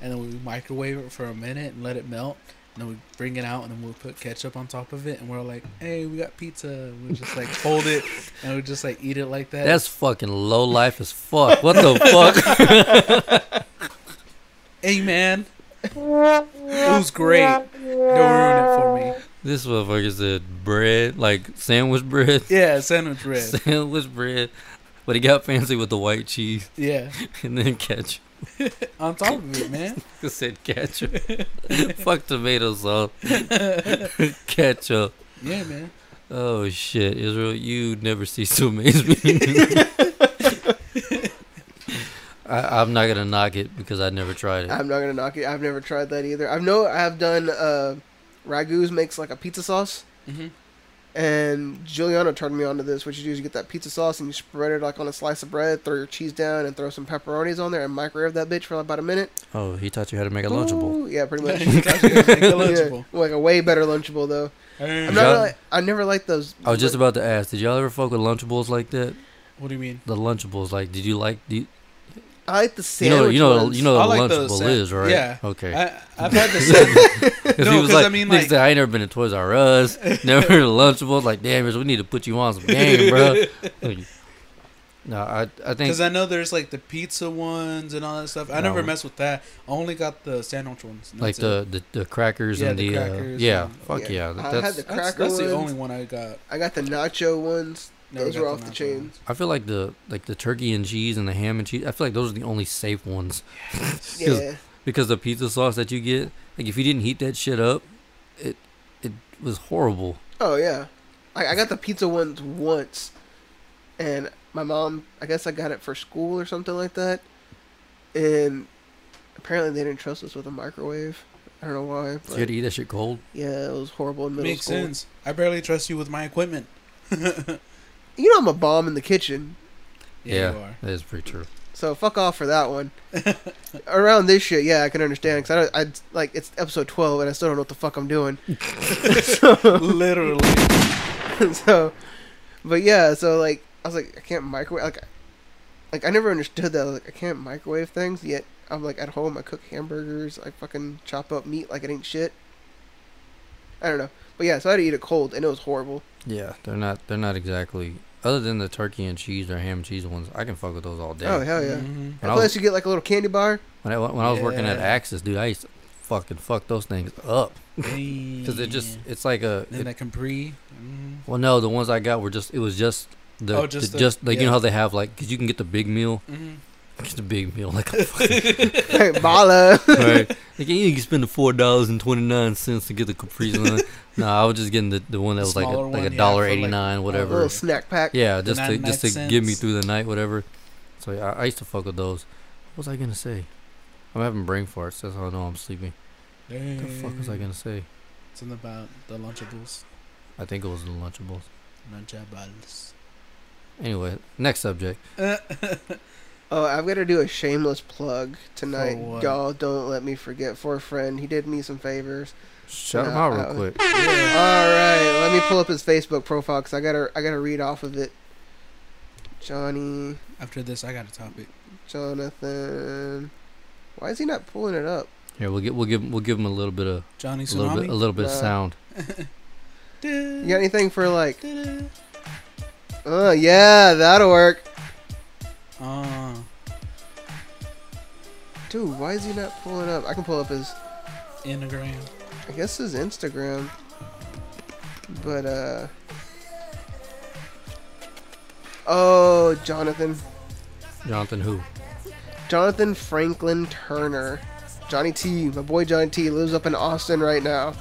and then we microwave it for a minute and let it melt, And then we bring it out, and then we'll put ketchup on top of it, and we're like, "Hey, we got pizza." We just like hold it, and we just like eat it like that. That's fucking low life as fuck. What the fuck? hey man, it was great. Don't ruin it for me. This motherfucker said bread, like sandwich bread. Yeah, sandwich bread. Sandwich bread. But he got fancy with the white cheese Yeah, and then ketchup. on top of it, man. It said ketchup. Fuck tomato sauce. ketchup. Yeah, man. Oh shit, Israel, you never cease to amaze me. I, I'm not gonna knock it because I never tried it. I'm not gonna knock it. I've never tried that either. I know I've done uh, Ragu's makes like a pizza sauce, Mm-hmm. Mhm. and Giuliano turned me onto this. What you do is you get that pizza sauce and you spread it like on a slice of bread, throw your cheese down, and throw some pepperonis on there, and microwave that bitch for about a minute. Oh, he taught you how to make a lunchable. Ooh, yeah, pretty much. Make it yeah, lunchable. like a way better lunchable though. I'm Hey, not. Y'all- Really, I never liked those. I was just about to ask, did y'all ever fuck with lunchables like that? What do you mean? The lunchables, like, did you like? Do you, I like the you know, sandwich. you know, ones. you know, I what like a the lunchable sa- is right. yeah. Okay. I, I've had the sandwich. Because No, he was 'cause like, I mean, niggas like- said, I ain't never been to Toys R Us, never heard of Lunchables. Like, damn, Rich, we need to put you on some game, bro. no, I, I think Because I know there's like the pizza ones and all that stuff. I No. never messed with that. I only got the sandwich ones. and like that's it. the, the, the crackers Yeah, and the the, crackers uh, yeah, and- fuck yeah. yeah. I that- that's had the- that's, cracker that's the ones. only one I got. I got the nacho ones. Never those got were off the nacho chain. ones. I feel like the like the turkey and cheese and the ham and cheese. I feel like those are the only safe ones Because- Yeah, because the pizza sauce that you get, like if you didn't heat that shit up, it it was horrible. Oh yeah, I, I got the pizza ones once, and my mom. I guess I got it for school or something like that, and apparently they didn't trust us with a microwave. I don't know why. you had But to eat that shit cold. yeah, it was horrible in middle Makes school. sense. I barely trust you with my equipment. You know I'm a bomb in the kitchen, Yeah, you are. that is pretty true. so fuck off for that one. Around this shit, yeah, I can understand because I, don't- I like it's episode twelve and I still don't know what the fuck I'm doing. Literally. so, but yeah, so like I was like I can't microwave like, I- like I never understood that like I can't microwave things yet. I'm like at home I cook hamburgers I fucking chop up meat like it ain't shit. I don't know, but yeah, so I had to eat it cold and it was horrible. Yeah, they're not they're not exactly other than the turkey and cheese or ham and cheese ones. I can fuck with those all day. Oh hell yeah! Mhm. When And Mm-hmm. I plus was, you get like a little candy bar. when I, when I was working at Yeah. Axis, dude, I used to fucking fuck those things up because it just Damn. it's like a Then it- that Capri. Mhm. well no the ones I got were just it was just the, Oh, the- just just, the- like you yeah. know how they have like because you can get the big meal Mhm. just a big meal like a fucking Hey, Bala. right like you can spend the four dollars and twenty nine cents to get the Capri Sun. no, I was just getting the, the one that was like a, Smaller one, like yeah, a for dollar like oh, eighty nine a a whatever. little snack pack. Yeah, just to 99 just to get me cents. through the night, whatever. So yeah, I, I used to fuck with those. What was I gonna say? I'm having brain farts. That's how I know I'm sleeping. What the fuck was I gonna say? Something about the Lunchables. I think it was the Lunchables. Lunchables. Anyway, next subject. Oh, I've got to do a shameless plug tonight. what? Y'all don't let me forget. For a friend, he did me some favors. Shut him Uh, out uh, real quick. All right, let me pull up his Facebook profile because I gotta I gotta read off of it. Johnny, After this, I got a topic. Jonathan. Why is he not pulling it up? Here, we'll get we'll give we'll give him a little bit of Johnny a little bit a Tsunami. little bit of Nah. sound. You got anything for like? Oh yeah, that'll work. Uh, Dude, why is he not pulling up? I can pull up his Instagram. I guess his Instagram. But uh. Oh, Jonathan. Jonathan, who? Jonathan Franklin Turner. Johnny T, my boy Johnny T, lives up in Austin right now.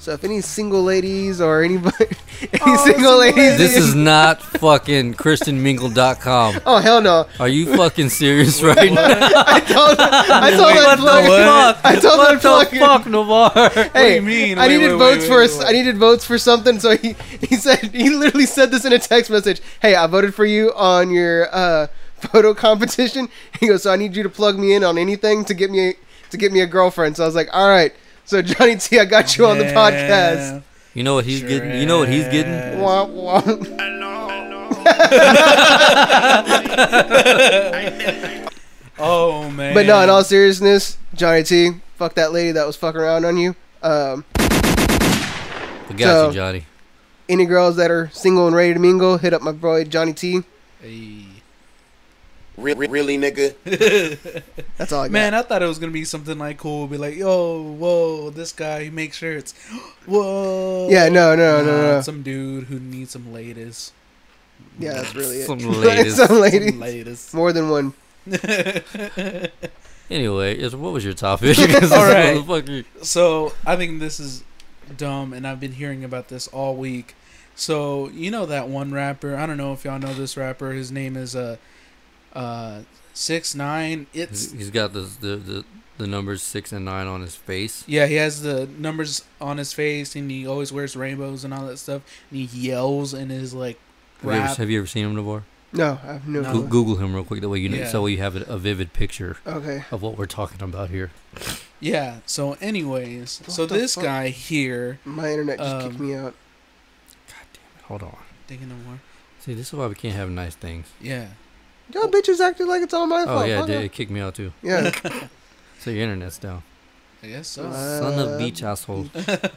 So if any single ladies or anybody, any Oh, single ladies, This is not fucking ChristianMingle.com. oh hell no! Are you fucking serious right now? I told, I told that plug. I told that What plug. the fuck, Navar? Hey, you mean? I Wait, needed wait, wait, votes wait, for wait, s- wait. I needed votes for something, so he he said he literally said this in a text message. Hey, I voted for you on your uh, photo competition. He goes, so I need you to plug me in on anything to get me to get me a girlfriend. So I was like, all right. So Johnny T, I got you on the podcast. Yeah. You know what he's getting? You know what he's getting? Wah, wah. Oh man. Oh, But no, in all seriousness, Johnny T, fuck that lady that was fucking around on you. Um, We got So- you, Johnny. Any girls that are single and ready to mingle, hit up my boy Johnny T. Hey. Re- re- really, nigga? That's all I got. Man, I thought it was gonna be something like cool. Be like, yo, whoa, this guy he makes shirts. whoa. yeah, no, no, no, Nah, no. no. Some dude who needs some latest. yeah, that's really it. Some ladies. Some ladies. Some latest. More than one. Anyway, is- what was your topic? 'Cause All right. this motherfucker- So I think this is dumb, and I've been hearing about this all week. So you know that one rapper? I don't know if y'all know this rapper. His name is uh, uh, six nine. It's He's got the, the the the numbers six and nine on his face. yeah. He has the numbers on his face, and he always wears rainbows and all that stuff. And he yells and is like Have you, ever, rap. have you ever seen him before? No, I've no. Go- clue. Google him real quick. That way you know, Yeah. so you have a vivid picture Okay. of what we're talking about here. Yeah. So, anyways, so the this fuck? guy here. My internet just kicked Um, me out. Hold on. Thinking no more. See, this is why we can't have nice things. Yeah. Y'all bitches acted like it's all my Oh fault. yeah, it, Fuck did- off. it kicked me out too. Yeah. So your internet's down. I guess so. Son of Uh, a beach asshole. what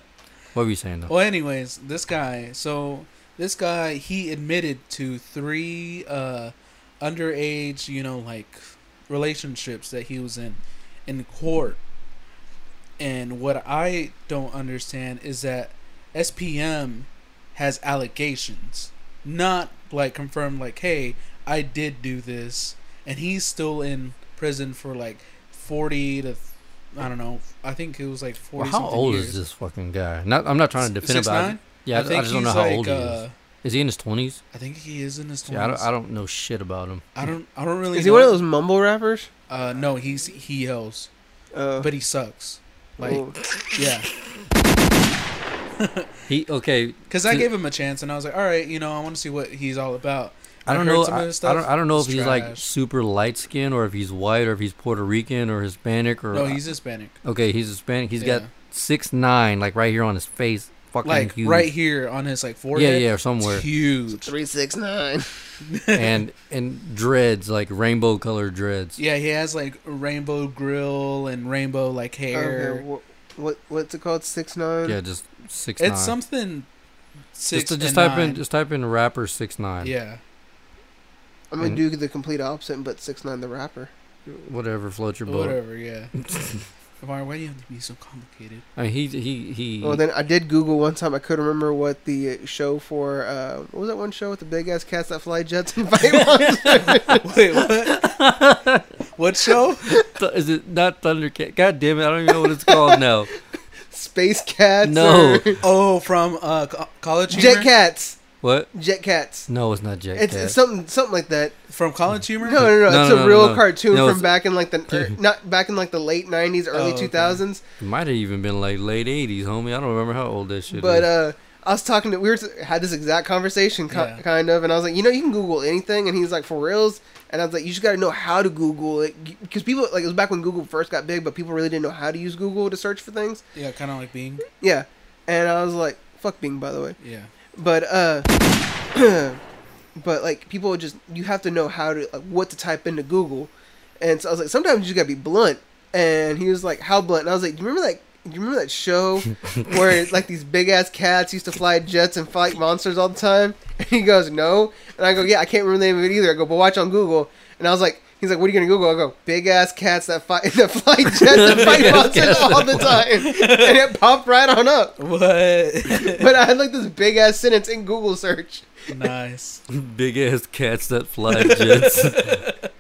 were you saying though? Well, anyways, this guy. So this guy he admitted to three uh, underage, you know, like relationships that he was in in court. And what I don't understand is that SPM has allegations, not like confirmed. Like, hey, I did do this, and he's still in prison for like forty to. I don't know. I think it was like Well, forty. how something old years. is this fucking guy? Not, I'm not trying to defend about. 6'9"? Yeah, I, I just don't know he's how like, old he uh, is. Is he in his twenties? I think he is in his See, twenties. I don't, I don't know shit about him. I don't. I don't really. Is he know. one of those mumble rappers? Uh, no, he's he yells, Uh, but he sucks. Like, oh, yeah. He okay. Because I To- gave him a chance, and I was like, all right, you know, I want to see what he's all about. I don't heard know. some of I, his I don't. stuff. I don't know if It's he's like trash. super light skinned or if he's white, or if he's Puerto Rican, or Hispanic, or No, he's Hispanic. okay. He's Hispanic. He's got Yeah. six nine, like right here on his face. Fucking Like huge. right here on his like Yeah, forehead. yeah, It's somewhere. huge. Three six nine. and and dreads, like rainbow colored dreads. Yeah, he has like rainbow grill and rainbow like hair. Okay, what, what what's it called? Six nine. Yeah, just six. it's nine. something. Six just, just and type in nine. just type in rapper six nine. yeah. I'm gonna and- do the complete opposite, but six nine the rapper. Whatever floats your boat. Whatever. Yeah. Amar, why do you have to be so complicated? I mean, he he he. Oh, Well, then I did Google one time. I couldn't remember what the show for. Uh, what was that one show with the big ass cats that fly jets and fight monsters? Wait, what? what show? Th- is it not Thundercat? God damn it! I don't even know what it's called now. Space cats. No. or- Oh, from uh, Co- College Humor. jet cats. What? Jet cats. No, it's not Jet It's, Cat. it's something something like that. From College Humor. No, no, no. No, it's no, a no, real no. cartoon No, from it's- Oh, back in like the er, not back in like the late '90s, early okay. 2000s. It might have even been like late '80s, homie. I don't remember how old that shit is. But uh, I was talking to we were had this exact conversation ki Yeah. kind of, and I was like, you know, you can Google anything, and he's like, for reals. And I was like, you just got to know how to Google it because people like it was back when Google first got big, but people really didn't know how to use Google to search for things. Yeah, kind of like being. Yeah, and I was like, fuck Bing, by the way. Yeah. But uh, but like people just you have to know how to like what to type into Google, and so I was like, sometimes you just gotta be blunt. And he was like, how blunt? And I was like, do you remember that? Do you remember that show where like these big ass cats used to fly jets and fight monsters all the time? And he goes, no. And I go, yeah, I can't remember the name of it either. I go, but watch on Google. And I was like, he's like, what are you gonna Google? I go, big ass cats that fight that fly jets and fight monsters all the time. And it popped right on up What? but I had like this big ass sentence in Google search. nice. Big ass cats that fly jets.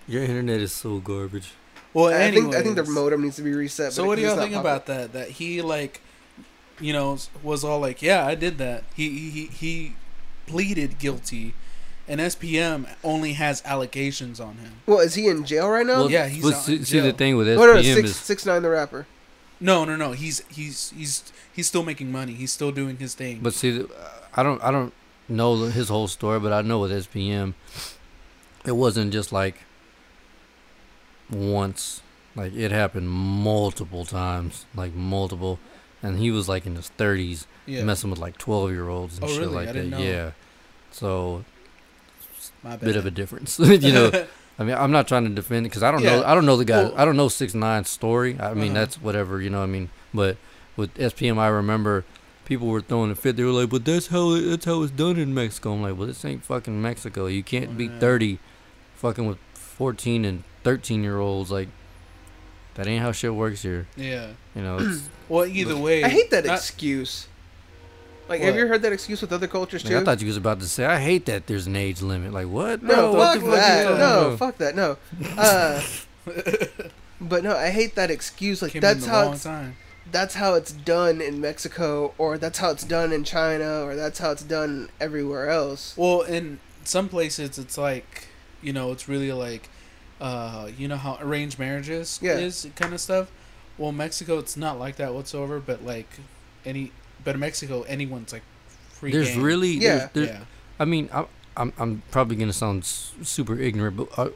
Your internet is so garbage. Well, I think I think the anyways. modem needs to be reset. So but what do it's y'all not think popular. about that? That he like, you know, was all like, "Yeah, I did that." He he he, he pleaded guilty, and SPM only has allegations on him. Well, is he in jail right now? Well, yeah, he's but out see, in see the jail. thing with SPM Oh, no, no, six, is six nine Um, the rapper. No, no, no. He's he's he's he's still making money. He's still doing his thing. But see, th- I don't, I don't know the- his whole story, but I know with SPM, it wasn't just like once. Like it happened multiple times, like multiple, and he was like in his thirties, yeah, messing with like twelve year olds and Oh, shit really? like I that. didn't know. Yeah, so my bad. bit of a difference, you know. I mean, I'm not trying to defend it because I don't know. Yeah. I don't know the guy. Well- I don't know six nine story. I mean, Uh-huh. that's whatever you know. what I mean, but with SPM, I remember people were throwing a fit. They were like, "But that's how it, that's how it's done in Mexico." I'm like, "Well, this ain't fucking Mexico. You can't be 30, fucking with 14 and 13 year olds. Like, that ain't how shit works here. Yeah. You know, it's, Well, either way, I hate that not- excuse. Like, have you What? heard that excuse with other cultures Man, too? I thought you was about to say, "I hate that there's an age limit." Like, what? No, bro? What fuck the fuck you that. talking No, about? fuck that. No. Uh, but no, I hate that excuse. Like came that's in the how wrong it's, time. that's how it's done in Mexico, or that's how it's done in China, or that's how it's done everywhere else. Well, in some places, it's like you know, it's really like uh, you know how arranged marriages Yeah. is kind of stuff. Well, Mexico, it's not like that whatsoever. But like any, but in Mexico, anyone's like free. There's game. really, Yeah. yeah. There's, yeah. I mean, I'm, I'm, I'm probably gonna sound s- super ignorant, but are,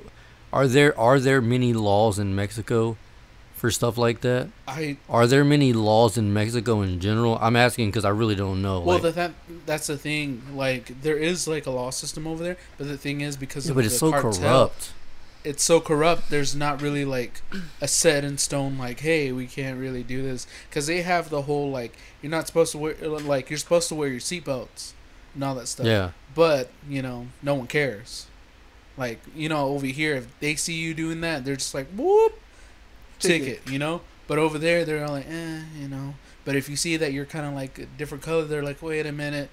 are there are there many laws in Mexico for stuff like that? I Are there many laws in Mexico in general? I'm asking because I really don't know. well, like- the, that that's the thing. Like there is like a law system over there, but the thing is because yeah, of but it's the so cartel, corrupt. it's so corrupt. There's not really like a set in stone. Like, hey, we can't really do this because they have the whole like you're not supposed to wear like you're supposed to wear your seatbelts and all that stuff. Yeah. But you know, no one cares. Like you know, over here, if they see you doing that, they're just like whoop ticket. Ticket. You know. But over there, they're all like, eh, you know. But if you see that you're kind of like a different color, they're like, wait a minute.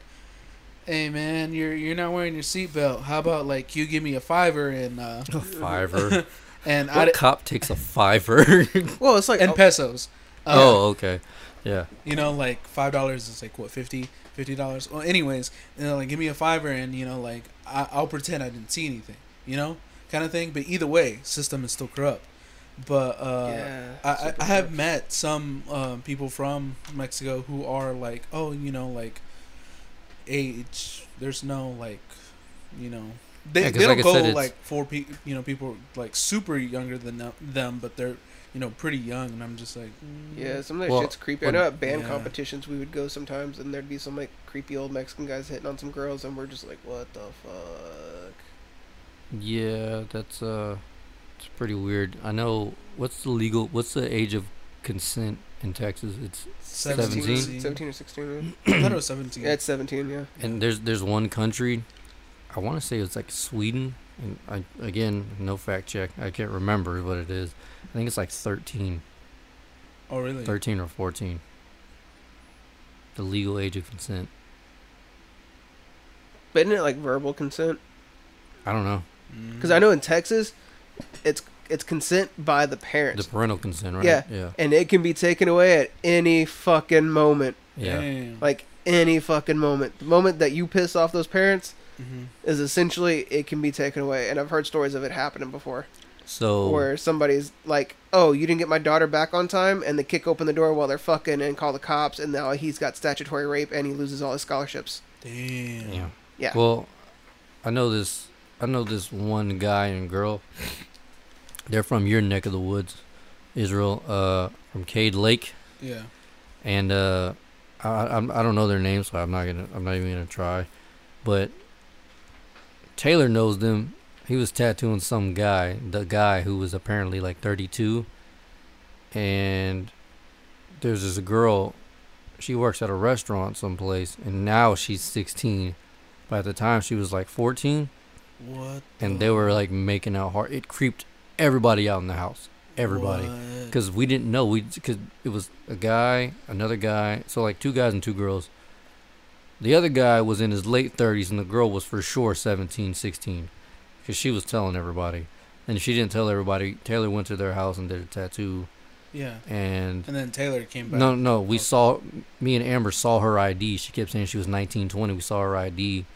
Hey man, you're you're not wearing your seatbelt. How about like you give me a fiver and uh, A fiver. and I what cop takes a fiver? Well, it's like and pesos. Uh, oh, okay. Yeah. you know, like five dollars is like what 50 fifty dollars. Well, anyways, you know, like give me a fiver and you know, like I, I'll pretend I didn't see anything, you know, kind of thing. But either way, system is still corrupt. But uh, Yeah, I, I, super I have corrupt. met some um, people from Mexico who are like, oh, you know, like age. There's no like, you know. They, Yeah, 'cause they don't like I go said, it's- like four pe- you know people like super younger than them- them but they're you know pretty young and I'm just like yeah, some of that Well, shit's creepy. well, I know at band yeah. competitions we would go sometimes, and there'd be some like creepy old Mexican guys hitting on some girls, and we're just like, what the fuck? Yeah, that's uh, it's pretty weird. I know. What's the legal? What's the age of consent in Texas? It's 17? Seventeen? 17 or 16. I thought it was 17. Yeah, it's 17, yeah. and there's there's one country i want to say it's like sweden and i again no fact check i can't remember what it is i think it's like 13 oh, really? 13 or 14 the legal age of consent But isn't it like verbal consent? i don't know Mm. Because Mm-hmm. I know in Texas, it's it's consent by the the parents, parental consent right Yeah. yeah and it can be taken away at any fucking moment. yeah Damn. Like any fucking moment. The moment that you piss off those parents Mhm. is essentially it can be taken away. And I've heard stories of it happening before, so where somebody's like, "Oh, you didn't get my daughter back on time," and they kick open the door while they're fucking and call the cops, and now he's got statutory rape and he loses all his scholarships. Damn. yeah Yeah. well i know this i know this one guy and girl they're from your neck of the woods israel uh from cade lake Yeah. and uh, I, I'm- I don't know their names, so I'm not gonna I'm not even gonna try. But Taylor knows them. He was tattooing some guy, the guy who was apparently like 32, and there's this girl. She works at a restaurant someplace, and now she's 16. By the time she was like 14, What? and they were like making out hard. It creeped everybody out in the house. Everybody What? because we didn't know we because it was a guy another guy so like two guys and two girls the other guy was in his late 30s and the girl was for sure 17 16 because she was telling everybody and if she didn't tell everybody taylor went to their house and did a tattoo Yeah. and And then Taylor came back. no no we Okay. saw me and amber saw her id she kept saying she was 19 20 we saw her id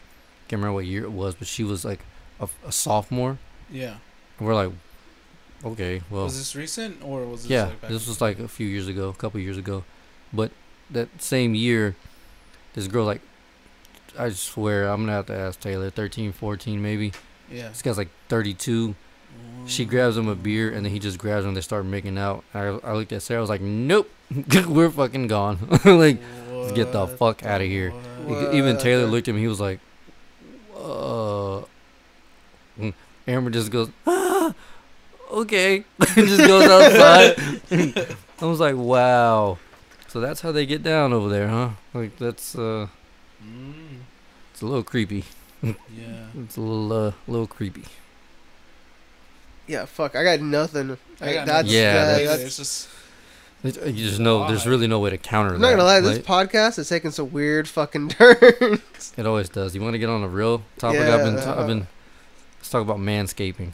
can't remember what year it was but she was like a, a sophomore Yeah. and we're like okay well Was this recent or was this yeah, like back this in- was like a few years ago, a couple years ago, but that same year, this girl like, I swear I'm gonna have to ask Taylor, 13, 14 maybe. Yeah. This guy's like 32. She grabs him a beer and then he just grabs her and they start making out. I, I looked at Sarah, I was like, nope, we're fucking gone. like, What get the fuck outta here. what? e- even What Taylor the- looked at me, he was like, uh, mm. Amber just goes, ah, okay, and just goes outside. I was like, wow. So So that's how they get down over there, huh? Like that's uh, Mm, it's a little creepy. yeah. It's a little uh, little creepy. Yeah, fuck. I got nothing. I got that's, nothing. Yeah, that- that's- that's- it's just It, uh, you just know there's Why? really no way to counter I'm that. not gonna lie, this like, podcast is taking some weird fucking turn. it always does. You want to get on a real topic? I've been, Yeah. i I've been. Let's talk about manscaping.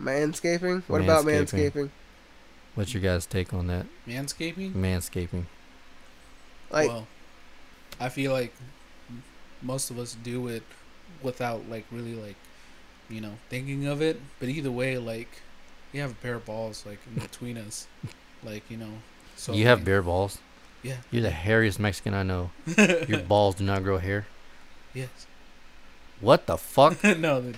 manscaping? What about Manscaping. manscaping? What's your guys' take on that? manscaping. Manscaping. Like, well, I feel like m- most of us do it without like really like you know thinking of it. But either way, like we have a pair of balls like in between us, like you know. So you have like, bare balls. Yeah. You're the hairiest Mexican I know. Your balls do not grow hair. Yes. What the fuck? no. Then,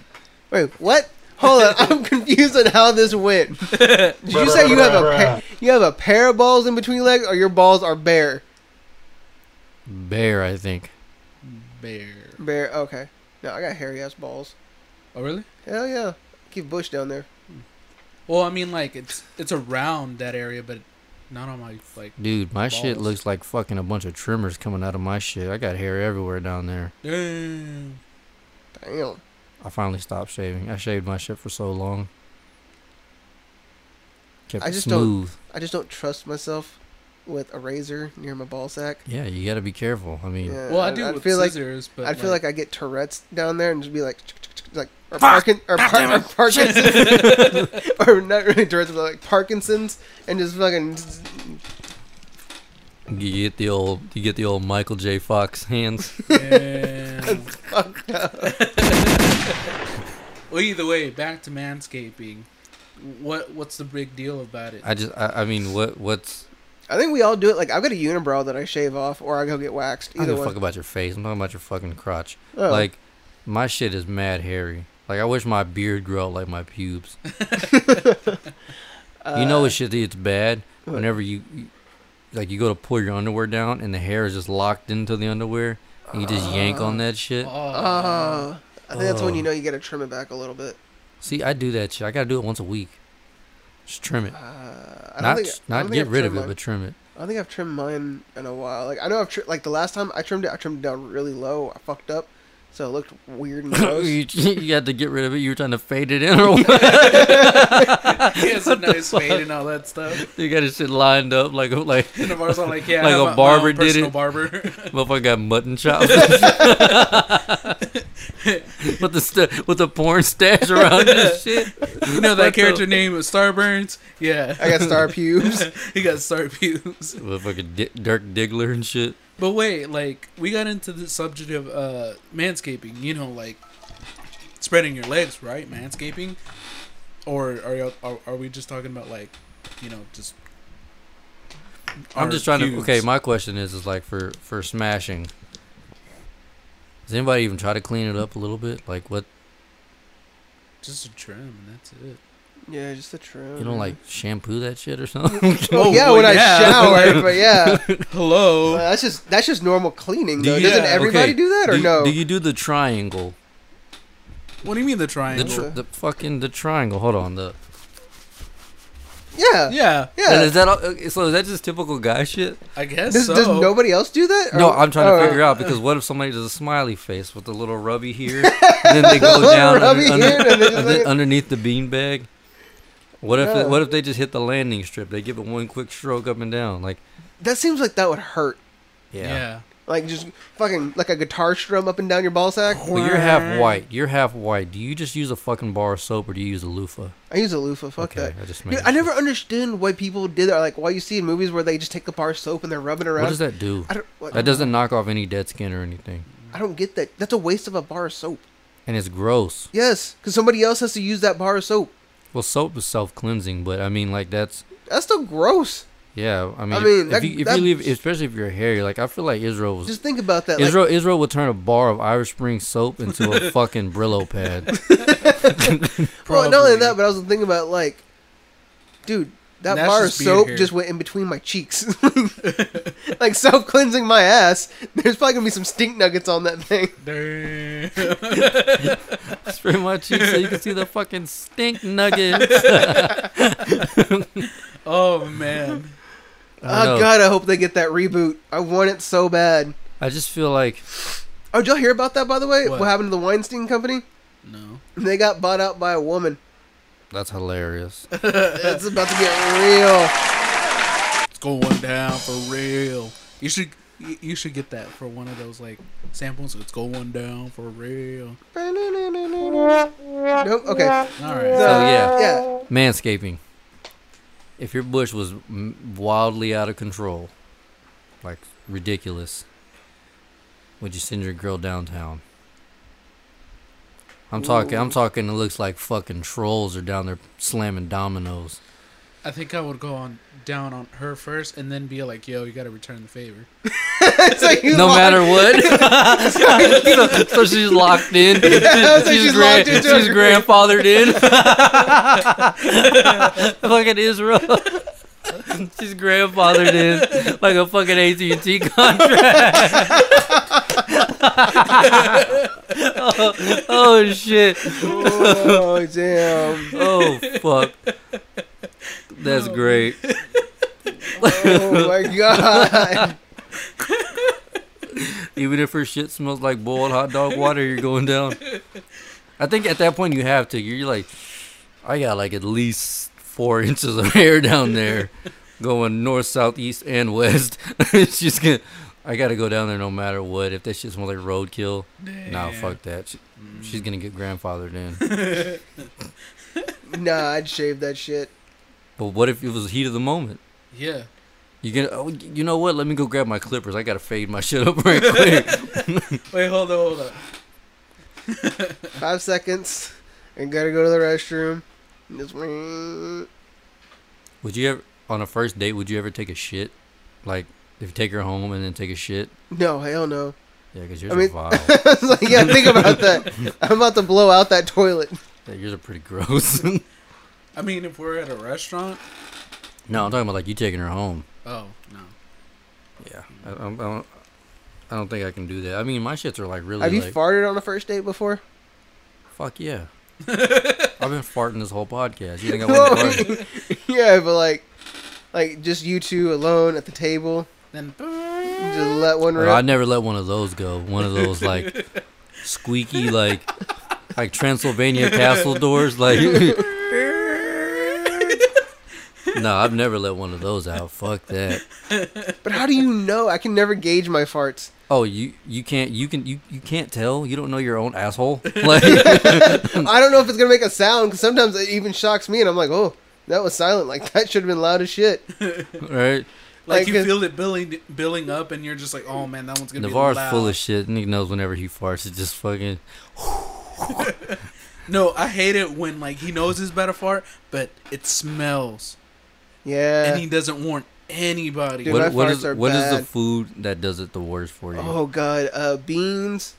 wait, what? Hold on, I'm confused on how this went. Did you say you have a pair, you have a pair of balls in between legs, or your balls are bare? Bare, I think. bear. Bare. Okay. No, I got hairy ass balls. Oh really? Hell yeah. Keep Bush down there. Well, I mean, like it's it's around that area, but not on my like. Dude, my shit Balls. looks like fucking a bunch of trimmers coming out of my shit. I got hair everywhere down there. Damn. Damn. I finally stopped shaving. I shaved my shit for so long. Kept I it just don't- smooth. I just don't trust myself with a razor near my ball sack. Yeah, you gotta be careful. I mean, Yeah, Well, I I'd- do I'd with feel like scissors, but I'd feel like I get Tourette's down there and just be like, like or, Parkin, or, Par- or Parkinson's, or not really Tourette's, but like Parkinson's, and just fucking. you get the old, you get the old Michael J. Fox hands. Damn. well, either way, back to manscaping. What what's the big deal about it? I just, I, I mean, what, what's? I think we all do it. Like I've got a unibrow that I shave off, or I go get waxed. I Either don't give a fuck one. about your face. I'm talking about your fucking crotch. Oh. Like, my shit is mad hairy. Like, I wish my beard grew out like my pubes. you Uh, know, it's shit that it's bad whenever you, you- like, you go to pull your underwear down and the hair is just locked into the underwear and you just yank on that shit. Uh, I think that's when Oh. you know you gotta trim it back a little bit. See, I do that shit. I gotta do it once a week. Just trim it. Uh, I not don't think, I not don't think get I've rid of trimmed it, mine. but trim it. I don't think I've trimmed mine in a while. Like I know I've tri- like the last time I trimmed it, I trimmed it down really low. I fucked up, so it looked weird and gross. you, you had to get rid of it. You were trying to fade it in or what? he has a nice fade and all that stuff. you got his shit lined up like like And the bar's all like, yeah, I Like have a my- my own barber did personal it. Barber. motherfucker got mutton chops with the st- with the porn stash around his shit. you know What that the- character name was Starburns. Yeah, I got star pubes. he got star views. Motherfucking Di- Dirk Diggler and shit. But wait, like we got into the subject of uh manscaping, you know, like spreading your legs, right? Manscaping, or are y'all- are, are we just talking about like, you know, just? I'm our just trying to. pubes? Okay, my question is is like for for smashing. Does anybody even try to clean it up a little bit? Like what just a trim, and that's it. yeah, just the trim. you don't like Mm-hmm. shampoo that shit or something? Oh, Oh, yeah, well, when yeah. I shower, but yeah, Uh, Hello. that's just that's just normal cleaning Do though. you- Doesn't yeah, Okay, everybody do that or you- no? Do you do the triangle? what do you mean the The, triangle? tr- the fucking the triangle. Hold on. The yeah, yeah. yeah, And is that all, okay, so? Is that just typical guy shit? I guess Does, so. does nobody else do that? No, I'm trying to figure out. out because what if somebody does a smiley face with a little rubby here, and then they go down under, Rubby under- here, and then just under- like- underneath the beanbag? What if Yeah. what if they just hit the landing strip? They give it one quick stroke up and down, like That seems like that would hurt. yeah. yeah. Like just fucking like a guitar strum up and down your ball sack. Well, you're half white. You're half white. Do you just use a fucking bar of soap or do you use a loofah? I use a loofah. Fuck Okay, that. I just Dude, made it I never up. understood why people did that. Like why you see in movies where they just take the bar of soap and they're rubbing around. What does that do? I don't. Like, That doesn't knock off any dead skin or anything, I don't get that. That's a waste of a bar of soap. and it's gross. Yes, because somebody else has to use that bar of soap. Well, soap is self cleansing, but I mean, like that's That's still gross. Yeah, I mean, mean, if, that- you, if that- you leave, especially if you're hairy, like I feel like Israel was Just think about that. Israel. Israel would turn a bar of Irish Spring soap into a fucking Brillo pad. like, well, not only Probably. that, but I was thinking about like, dude, that And that's bar of just beard soap hair. just went in between my cheeks. like self cleansing my ass. There's probably gonna be some stink nuggets on that thing. Damn. Spray my cheeks so you can see the fucking stink nuggets. Oh man. I Oh know. god, I hope they get that reboot. I want it so bad. I just feel like Oh, did y'all hear about that by the way? What, What? happened to the Weinstein company? No. They got bought out by a woman. that's hilarious. It's about to get real. It's going down for real. You should you you should get that for one of those like samples. It's going down for real. Nope. Okay. All So right. yeah, Yeah. manscaping. If your bush was m- wildly out of control, like ridiculous, would you send your girl downtown? I'm talking. I'm talking. It looks like fucking trolls are down there slamming dominoes. I think I would go on down on her first, and then be like, "Yo, you got to return the favor." So you No lock- matter what. so, so she's locked in. so she's locked into she's her grandfathered in. fucking Israel. she's grandfathered in like a fucking AT&T contract. oh, oh, shit. Oh damn. Oh fuck. That's great. Oh my god. Even if her shit smells like boiled hot dog water, you're going down. I think at that point you have to. You're like, I got like at least four inches of hair down there, going north, south, east, and west. it's just gonna. I gotta go down there no matter what. If that shit smells like roadkill, nah, fuck that. She, She's gonna get grandfathered in. Nah, I'd shave that shit. but what if it was heat of the moment? Yeah. You get. Oh, you know what? Let me go grab my clippers. I gotta fade my shit up right quick. Wait, hold on, hold on. Five seconds, and gotta go to the restroom. And Just. Would you ever on a first date? Would you ever take a shit? Like if you take her home and then take a shit? No, hell no. Yeah, because yours I are mean- vile. I was like, yeah, think about that. I'm about to blow out that toilet. yeah, yours are pretty gross. no, I mean, if we're at a restaurant, I'm talking about like you taking her home. oh no. Yeah, I, I, I don't. I don't think I can do that. I mean, my shits are like really. Have you like, farted on a first date before? Fuck yeah. I've been farting this whole podcast. You think I wouldn't fart? yeah, but like, like just you two alone at the table. Then uh, Just let one Well, I rip. never let one of those go. One of those like squeaky like like Transylvania castle doors. Like no, I've never let one of those out. Fuck that. But how do you know? I can never gauge my farts. Oh, you you can't you can you, you can't tell. You don't know your own asshole. Like I don't know if it's gonna make a sound because sometimes it even shocks me, and I'm like, oh, that was silent. Like that should have been loud as shit. right. like, Like, you it's- feel it building building up, and you're just like, "Oh man, that one's gonna Navarre's be loud." full of shit. Nick knows whenever he farts, it's just fucking. No, I hate it when like he knows it's about to fart, but it smells, Yeah. and he doesn't warn anybody. Dude, What, my what is farts are what is the bad. food that does it the worst for you? oh god, uh, beans.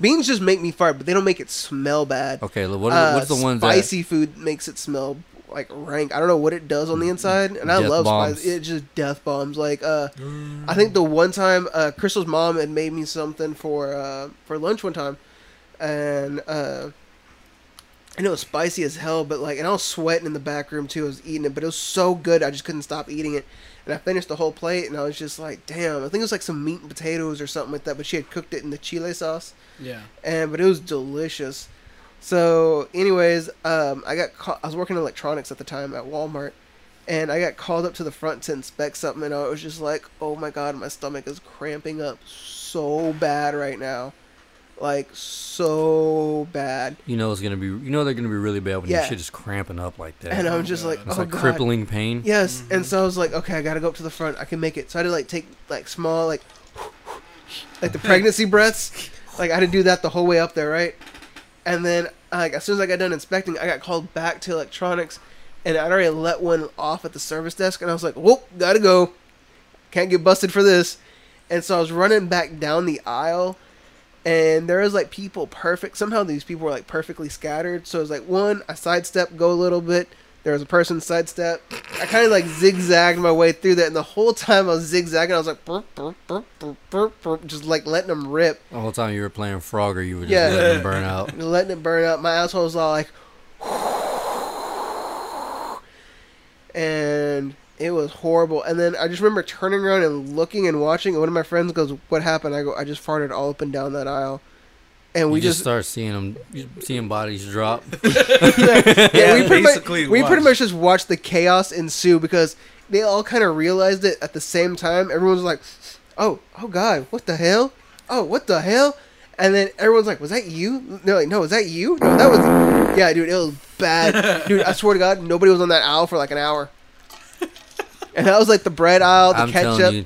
Beans just make me fart, but they don't make it smell bad. Okay, look, what are, the- what's the ones that uh, spicy food makes it smell like rank. I don't know what it does on the inside, and I Death love bombs. spicy. It just death bombs. Like uh, I think the one time uh, Crystal's mom had made me something for uh, for lunch one time, and uh, I know it was spicy as hell, but like, and I was sweating in the back room too. I was eating it, but it was so good, I just couldn't stop eating it. And I finished the whole plate, and I was just like, "Damn!" I think it was like some meat and potatoes or something like that. But she had cooked it in the chile sauce, yeah, and but it was delicious. So, anyways, um, I got call- I was working in electronics at the time at Walmart, and I got called up to the front to inspect something, and I was just like, "Oh my god, my stomach is cramping up so bad right now, like so bad." you know is gonna be you know they're gonna be really bad when Yeah. your shit is cramping up like that. And I'm just like, it's "Oh like god." crippling pain. Yes, and so I was like, "Okay, I gotta go up to the front. I can make it." So I had to like take like small like like the pregnancy breaths. Like I had to do that the whole way up there, right? And then like as soon as I got done inspecting, I got called back to electronics, and I'd already let one off at the service desk, and I was like, "Whoop, gotta go, can't get busted for this." And so I was running back down the aisle, and there was like people perfect. Somehow these people were like perfectly scattered. So it was like one, I sidestep, go a little bit. There was a person sidestep. I kind of like zigzagged my way through that, and the whole time I was zigzagging, I was like, burp, burp, burp, burp, burp, burp, just like letting them rip, The whole time you were playing Frogger, you were just Yeah. letting them burn out. and letting it burn out. My asshole was all like, and It was horrible. And then I just remember turning around and looking and watching. And one of my friends goes, "What happened?" I go, "I just farted all up and down that aisle." And We we just, just, start seeing them, seeing bodies drop. yeah, we pretty basically much, we pretty watched. much just watched the chaos ensue because they all kind of realized it at the same time. Everyone's like, "Oh, oh God, what the hell? Oh, what the hell?" And then everyone's like, "Was that you?" No, like, "No, was that you?" No, that was. Yeah, dude, it was bad, dude. I swear to God, nobody was on that aisle for like an hour. And that was like the bread aisle, the I'm telling ketchup. you,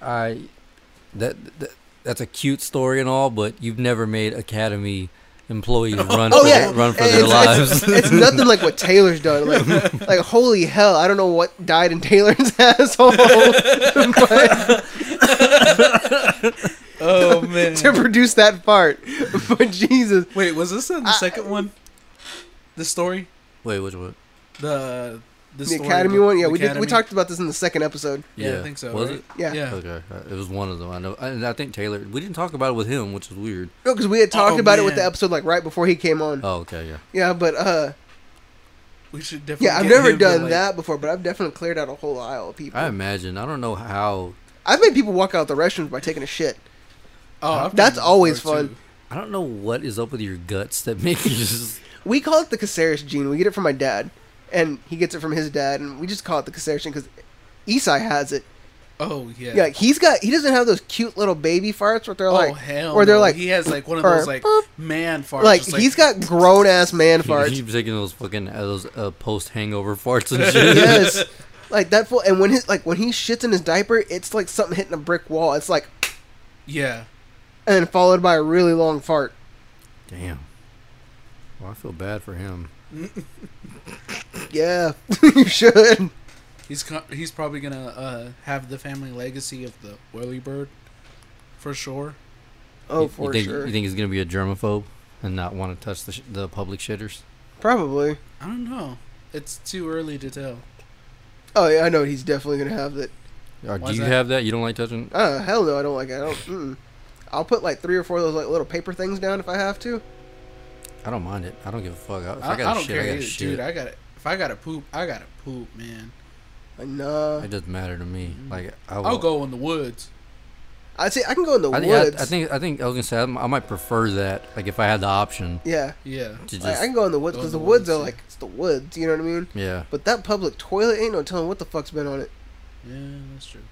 I that, that that's a cute story and all, but you've never made Academy employees run Oh for, yeah, run for It's- their it's, lives. it's nothing like what Taylor's done. Like, like holy hell, I don't know what died in Taylor's asshole. but- Oh man. to produce that part. But Jesus, Wait, was this in the second one? The story, Wait, which one? the the, the story Academy book- one. Yeah, the we did, we Academy? talked about this in the second episode. Yeah, Yeah. I think so. Was right? it? Yeah, Yeah. Okay, uh, it was one of them. I know, and I think Taylor. We didn't talk about it with him, which is weird. no, because we had talked Oh, about it with the man. episode like right before he came on. Oh, okay, yeah. Yeah, but uh, We should definitely. yeah, I've get never him to, done like- that before, but I've definitely cleared out a whole aisle of people. I imagine. I don't know how. I've made people walk out the restrooms by taking a shit. Oh, I've done That's that always before, fun. too. I don't know what is up with your guts that make you just. We call it the Caceres gene. We get it from my dad, and he gets it from his dad, and we just call it the Caceres gene because Esai has it. Oh yeah. Yeah, he's got. He doesn't have those cute little baby farts where they're oh like, hell. where they're no. like, he has like one of or those like boop. man farts. like just, he's got grown ass man farts. Keep taking those fucking uh, those uh, post hangover farts and shit. yes. Like that fool, and when his like when he shits in his diaper, it's like something hitting a brick wall. It's like, Yeah. and then followed by a really long fart. Damn. Well, I feel bad for him. Yeah, you should. He's co- he's probably gonna uh, have the family legacy of the Whirly Bird, for sure. Oh, you, for you think, sure, You think he's gonna be a germaphobe and not want to touch the sh- the public shitters? probably. I don't know. It's too early to tell. Oh yeah, I know he's definitely gonna have it. Or Why do is you that? have that? You don't like touching? Uh, hell no, I don't like it. I don't. Mm. I'll put like three or four of those like little paper things down if I have to. I don't mind it. I don't give a fuck. I, if I, I I, got don't shit. care I got either, shit. dude. I got to If I gotta poop, I gotta poop, man. Like, nah, it doesn't matter to me. Like I will, I'll go in the woods. I see. I can go in the I, think- I- woods. I think I think I was gonna say I, m- I might prefer that. Like if I had the option Yeah, Yeah. to just like, I can go in the woods go because in the the woods woods, are yeah. like it's the woods. You know what I mean? yeah. But that public toilet ain't no telling what the fuck's been on it. Yeah, that's true.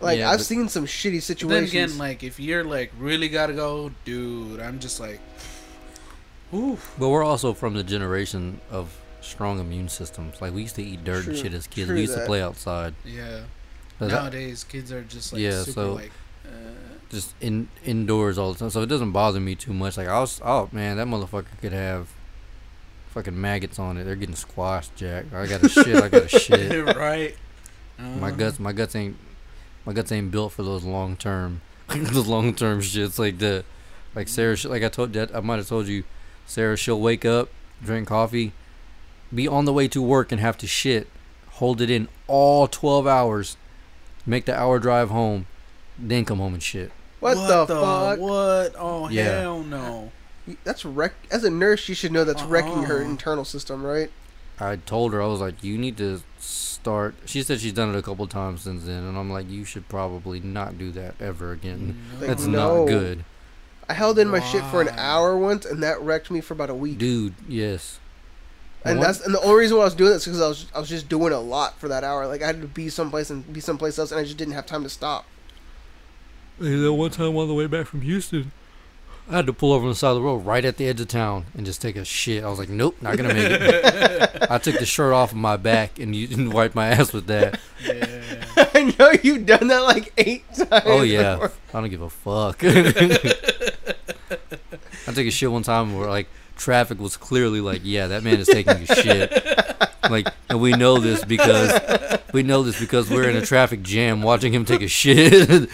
Like Yeah, I've but- seen some shitty But then situations. again, like if you're like really gotta go, dude, I'm just like, ooh, But we're also from the generation of strong immune systems. Like we used to eat dirt True- and shit as kids. true We used that. to play outside. yeah. But that- Nowadays, kids are just like Yeah, super so- like. Uh, just in indoors all the time, so it doesn't bother me too much. Like I was, oh man, that motherfucker could have fucking maggots on it. They're getting squashed, Jack. I got a shit. I got a shit. right. My Uh, guts, my guts ain't, my guts ain't built for those long term, those long term shits like that. Like Sarah, she- like I told that I might have told you, Sarah, she'll wake up, drink coffee, be on the way to work and have to shit, hold it in all twelve hours, make the hour drive home, then come home and shit. What, the, fuck? What? Oh Yeah. hell no! That's wreck. As a nurse, you should know that's wrecking her Uh-uh. internal system, right? I told her I was like, you need to start. She said she's done it a couple times since then, and I'm like, you should probably not do that ever again. Like, That's no. not good, I held in my shit for an Why? hour once, and that wrecked me for about a week. dude. Yes, and What? that's and the only reason why I was doing this because I was I was just doing a lot for that hour. Like I had to be someplace and be someplace else, and I just didn't have time to stop. And then one time on the way back from Houston, I had to pull over on the side of the road right at the edge of town and just take a shit. I was like, nope, not gonna make it. I took the shirt off of my back and you didn't wipe my ass with that. Yeah. I know you've done that like eight times. Oh yeah, before. I don't give a fuck. I took a shit one time where like traffic was clearly like, yeah, that man is taking a shit. Like, and we know this because we know this because we're in a traffic jam watching him take a shit. you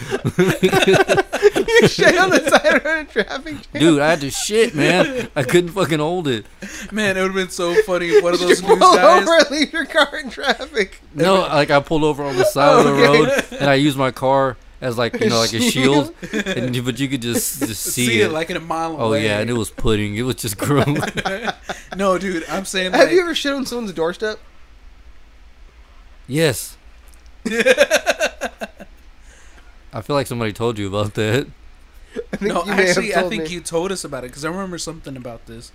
shit on the side of a traffic jam. Dude, I had to shit, man. I couldn't fucking hold it. Man, it would have been so funny if one of those Roll news guys. over and leave your car in traffic. No, like I pulled over on the side of the road and I used my car as like you know like a shield, and you- but you could just just see, See, it. it like in a mile oh away. yeah, and it was pudding. It was just gross. no, dude, I'm saying Have like, you ever shit on someone's doorstep? yes. I feel like somebody told you about that. I think No, you may have actually, I told think me. you told us about it because I remember something about this.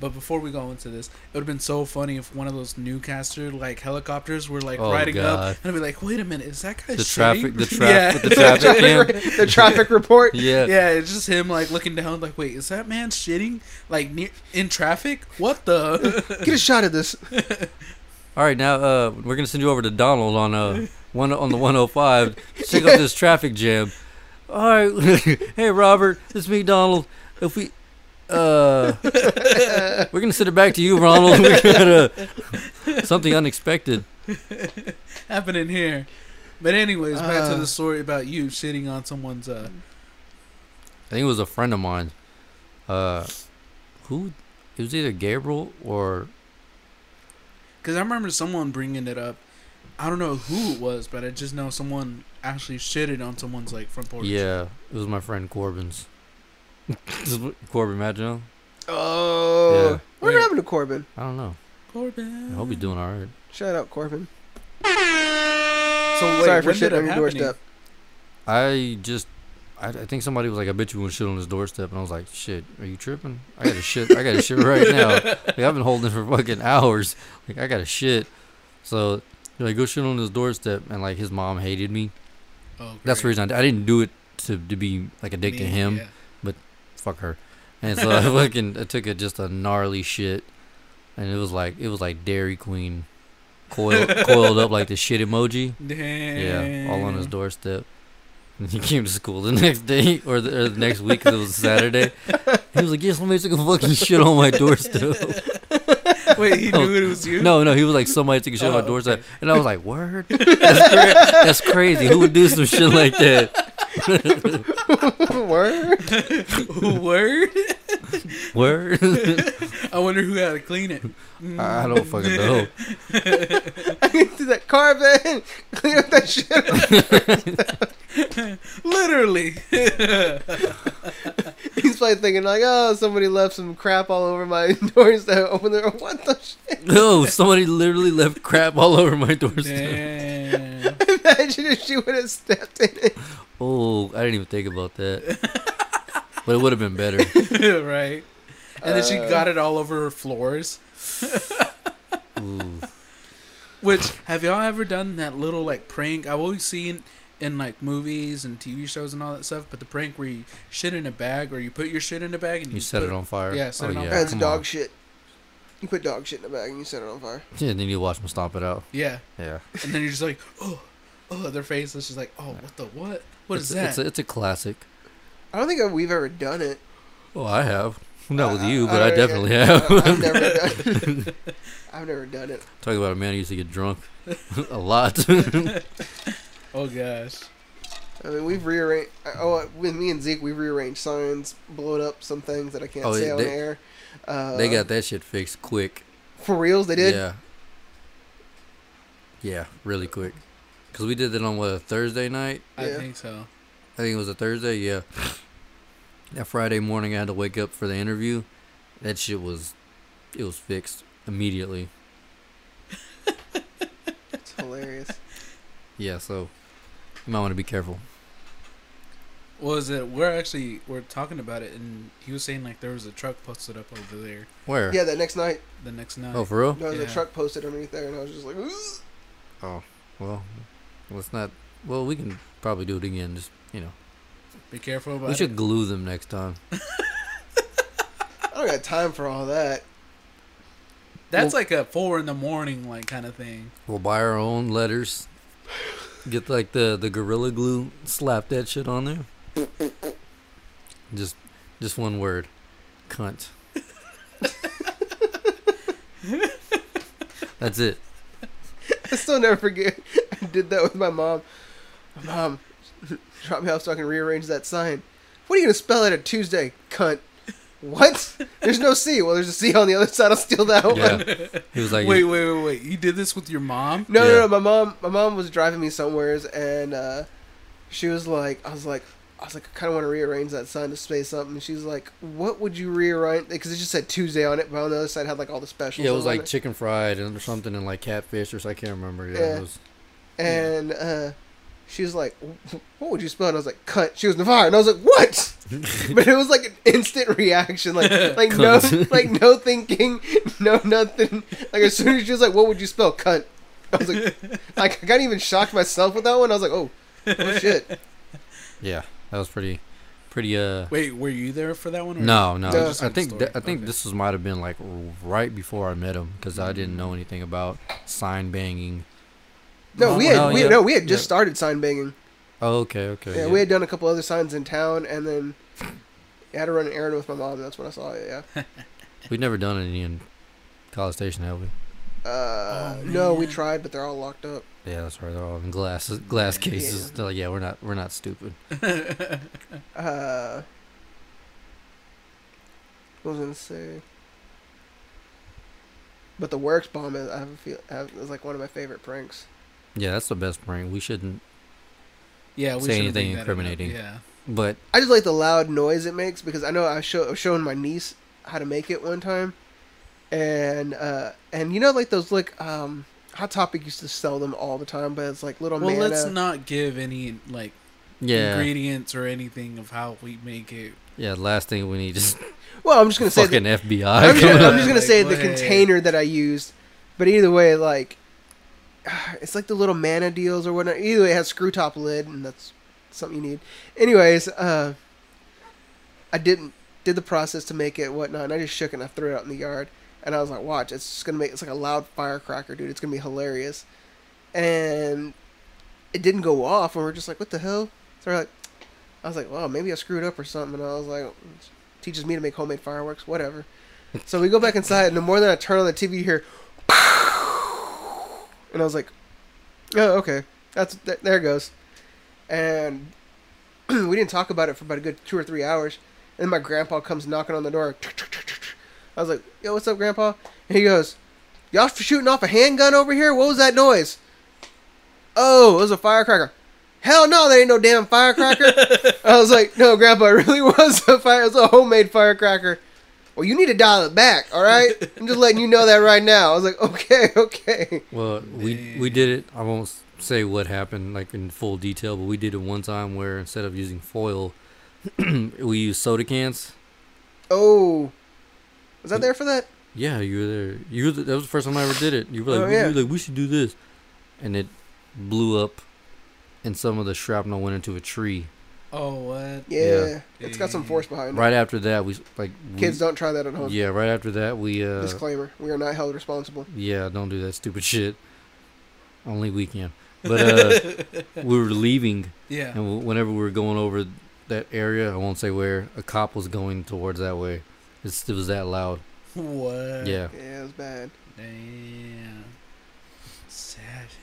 But before we go into this, it would have been so funny if one of those Newcaster like helicopters were like Oh, riding God. up, and I'd be like, "Wait a minute, is that guy The Shane?" traffic, the yeah. traffic, the traffic cam. the traffic report. Yeah. Yeah, it's just him like looking down, like, wait, is that man shitting like near in traffic? What the? Get a shot of this. All right, now uh, we're gonna send you over to Donald on uh one on the 105. Check out this traffic jam. All right, hey Robert, it's me, Donald. If we, uh, we're gonna send it back to you, Ronald. We got uh, something unexpected. happening here. But anyways, back to Uh. the story about you shitting on someone's. uh I think it was a friend of mine. Uh, who? It was either Gabriel or Because I remember someone bringing it up. I don't know who it was, but I just know someone actually shitted on someone's like front porch. yeah, it was my friend Corbin's. Corbin Maggio. Oh, Yeah. what Wait. happened to Corbin? I don't know. Corbin. I hope he's doing all right. Shout out Corbin. So wait, Sorry for when did shit it on your happening? doorstep. I just, I, I think somebody was like, "I bet you won't shit on his doorstep," and I was like, "Shit, are you tripping? I got to shit. I got to shit right now. Like, I've been holding for fucking hours. Like I got to shit." So, they're like, go shit on his doorstep, and like his mom hated me. Oh, That's the great. reason I, d- I didn't do it to to be like a dick to Me, him. yeah. Fuck her. And so I fucking I took it just a gnarly shit, and it was like it was like Dairy Queen, coiled coiled up like the shit emoji. Damn. Yeah, all Eh. on his doorstep. And he came to school the next day or the, or the next week 'cause it was Saturday. He was like, "Yeah, somebody took a fucking shit on my doorstep." Wait, he knew it was you. No, no, he was like, "Somebody took a shit on Oh, my okay. doorstep," and I was like, "Word, that's, cra- that's crazy. Who would do some shit like that?" Word. word. Word, I wonder who had to clean it. I don't fucking know. Did that Corbin clean up that shit? Literally. He's probably thinking like, oh, somebody left some crap all over my doorstep. Open the What the shit? No, somebody literally left crap all over my doorstep. Damn. Imagine if she would have stepped in it. Oh, I didn't even think about that. But it would have been better. right. And then she Uh. got it all over her floors. Ooh. Which have y'all ever done that little like prank? I've always seen in like movies and TV shows and all that stuff, but the prank where you shit in a bag or you put your shit in a bag and you, You set put- it on fire. Yeah, set oh, it on yeah. fire. That's come dog on. shit. You put dog shit in a bag and you set it on fire. Yeah, then you watch them stomp it out. Yeah, Yeah. and then you're just like, oh, oh, their face is just like, oh, what the what? What it's, is that? It's a, it's a classic. I don't think we've ever done it. Oh, I have. Not with Uh, you, but I, alright, definitely I- have. I've never done. I've never done it. Talking about a man who used to get drunk a lot. oh gosh, I mean, we've rearranged. Oh, with me and Zeke, we've rearranged signs, blown up some things that I can't Oh, say they- on they- air. Uh, they got that shit fixed quick. for reals. They did. Yeah. Yeah, really quick. Because we did that on, what, a Thursday night? I Yeah. think so. I think it was a Thursday, yeah. That Friday morning, I had to wake up for the interview. That shit was, it was fixed immediately. It's hilarious. Yeah, so you might want to be careful. Was it? We're actually we're talking about it, and he was saying like there was a truck posted up over there Where? yeah, that next night the next night. Oh, for real? there was a Yeah. truck posted underneath there, and I was just like, "Ugh." Well, let's not. Well, we can probably do it again. Just you know, Be careful about we should it. glue them next time. I don't got time for all that. That's like a four in the morning like kind of thing. We'll buy our own letters. Get like the the gorilla glue. Slap that shit on there. Just just one word, cunt. That's it. I still never forget. I did that with my mom. My mom dropped me off so I can rearrange that sign. What are you gonna spell it a Tuesday, cunt? What? There's no C. Well, there's a C on the other side. I'll steal that one. Yeah. He was like, Wait, wait, wait, wait. You did this with your mom? No, Yeah. no, no. My mom, my mom was driving me somewheres, and uh, she was like, I was like, I was like, I kind of want to rearrange that sign to space up. And she's like, What would you rearrange? Because it just said Tuesday on it, but on the other side had like all the specials. yeah, it was on like chicken fried and something and like catfish or so- I can't remember. Yeah, Yeah. it was. and uh, she was like, "What would you spell?" And I was like, "Cunt." She was Navarre, and I was like, "What?" but it was like an instant reaction, like like no Cunt. like no thinking, no nothing. Like as soon as she was like, "What would you spell?" Cunt. I was like, like I got even shocked myself with that one. I was like, "Oh, oh shit." Yeah, that was pretty, pretty. Uh, Wait, were you there for that one? no, no. No. just- I Just think story. th- I think Okay. this was might have been like r- right before I met him because I didn't know anything about sign banging. No, we had No, we yeah. no we had just Yeah. started sign banging. Oh, okay, okay. Yeah, we had done a couple other signs in town, and then I had to run an errand with my mom. That's when I saw it. Yeah. We'd never done any in College Station, have we? Oh, Uh, no, we tried, but they're all locked up. Yeah, that's right. They're all in glass glass cases. They're like, yeah, we're not we're not stupid. Uh, what was I gonna say? But the works bomb is I have a feel I have, is like one of my favorite pranks. Yeah, that's the best prank. We shouldn't. Yeah, we Say should've anything made that up. incriminating. Yeah. But I just like the loud noise it makes because I know I show I was showing my niece how to make it one time, and uh and you know like those like um Hot Topic used to sell them all the time, but it's like little Well, man. let's not give any like yeah, ingredients or anything of how we make it. yeah. Last thing we need is Well, I'm just gonna say that- fucking FBI. I'm just, coming I'm up. just gonna Like, say the what? container that I used, but either way, like it's like the little mana deals or whatnot. Either way, it has screw top lid, and that's something you need. Anyways, uh, I didn't did the process to make it whatnot, and I just shook it and I threw it out in the yard, and I was like, "Watch, it's just gonna make it's like a loud firecracker, dude. It's gonna be hilarious," and it didn't go off, and we we're just like, "What the hell?" So we're like, I was like, "Well, maybe I screwed up or something," and I was like, "Teaches me to make homemade fireworks, whatever." So we go back inside, and the more that I turn on the TV, you hear, and I was like, "Oh, okay, that's th- there it goes." And we didn't talk about it for about a good two or three hours. And then my grandpa comes knocking on the door. I was like, "Yo, what's up, grandpa?" And he goes, "Y'all f- shooting off a handgun over here? What was that noise?" Oh, it was a firecracker. Hell no, that ain't no damn firecracker. I was like, "No, grandpa, it really was a fire. It was a homemade firecracker." Well, you need to dial it back, all right? I'm just letting you know that right now. I was like, okay, okay. Well, we we did it. I won't s- say what happened like in full detail, but we did it one time where instead of using foil, we used soda cans. Oh, was I there for that? Yeah, you were there. You were the, that was the first time I ever did it. You were like, Oh, we- yeah. you were like, we should do this, and it blew up, and some of the shrapnel went into a tree. Oh, what? Yeah, Yeah. it's got some force behind it. Right after that, we s- like we- Kids, don't try that at home. Yeah, right after that, we uh, Disclaimer: We are not held responsible. Yeah, don't do that stupid shit. Only we can. But uh, we were leaving, Yeah. and w- whenever we were going over that area, I won't say where, a cop was going towards that way. It's, it was that loud. What? Yeah. Yeah, it was bad. Damn. Savage.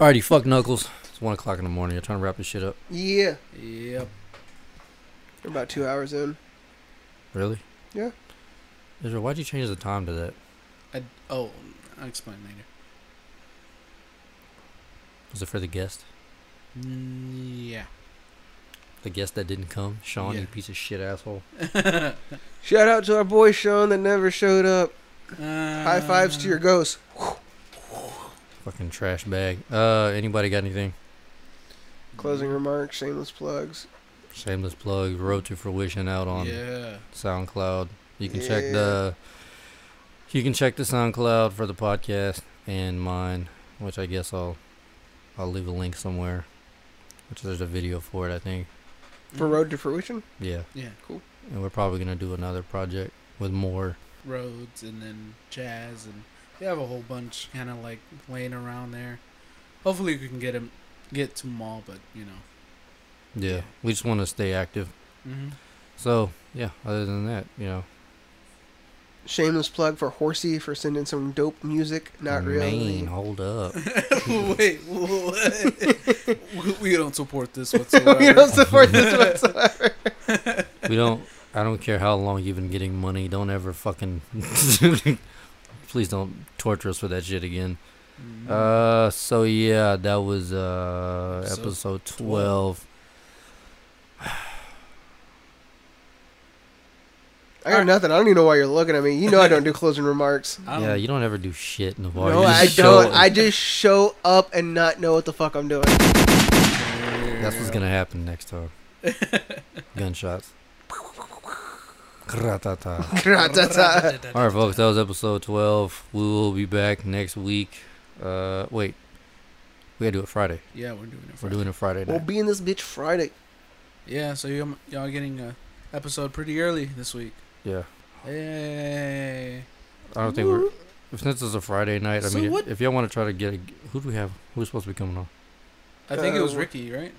Alrighty, fuck Knuckles. It's 1 o'clock in the morning. I'm trying to wrap this shit up. Yeah, Yep. we're about two hours in. Really? Yeah. Israel, why'd you change the time to that? I, oh, I'll explain later. Was it for the guest? Mm, yeah. The guest that didn't come? Sean, Yeah. you piece of shit asshole. Shout out to our boy Sean that never showed up. Uh, High fives to your ghost. Fucking trash bag. Uh, anybody got anything? Closing remarks, shameless plugs. Shameless plug. Road to fruition out on Yeah. Mm, SoundCloud. You can check Yeah. the you can check the SoundCloud for the podcast and mine, which I guess I'll I'll leave a link somewhere. Which there's a video for it, I think. Mm. For Road to Fruition, Yeah. Yeah. Cool. And we're probably gonna do another project with more. Roads and then jazz and we have a whole bunch kind of like laying around there. Hopefully we can get him get to them all, but you know. Yeah. We just want to stay active. Mm-hmm. So yeah. Other than that, you know, shameless plug for Horsey for sending some dope music. Not really. Maine, hold up. Wait, what? We- we don't support this we don't whatsoever. support this whatsoever. we don't. I don't care how long you've been getting money. Don't ever fucking. please don't torture us with that shit again. Mm-hmm. Uh, so yeah, that was uh Episode episode twelve. twelve. I got nothing. I don't even know why you're looking at me. You know I don't do closing remarks. I'm- Yeah, you don't ever do shit in the bar. No, You just I show don't. up. I just show up and not know what the fuck I'm doing. That's what's gonna happen next time. Gunshots. Kratata. Ta-ta. All right, folks, that was episode 12. We will be back next week. Uh, wait, we gotta do it Friday. Yeah, we're doing it. For We're doing it Friday we'll night. be in this bitch Friday. Yeah, so y'all, y'all getting a episode pretty early this week. Yeah, Hey. I don't think we're. Since it's a Friday night, I So mean, what- if y'all want to try to get a, who do we have? Who's supposed to be coming on? I think it was Uh, Ricky, right?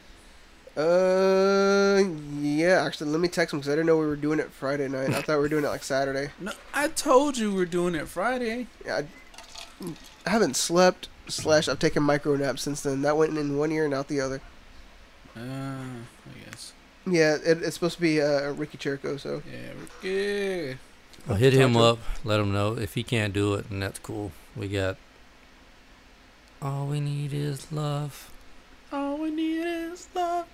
Uh, yeah. Actually, let me text him because I didn't know we were doing it Friday night. I thought we were doing it like Saturday. No, I told you we're doing it Friday. Yeah, I, I haven't slept. Slash, I've taken micro naps since then. That went in one ear and out the other. Uh, I guess. Yeah, it, it's supposed to be uh, Ricky Cherico. So Yeah, Ricky. Well, hit talk him to him. up. Let him know if he can't do it, and that's cool. We got. All we need is love. All we need is love.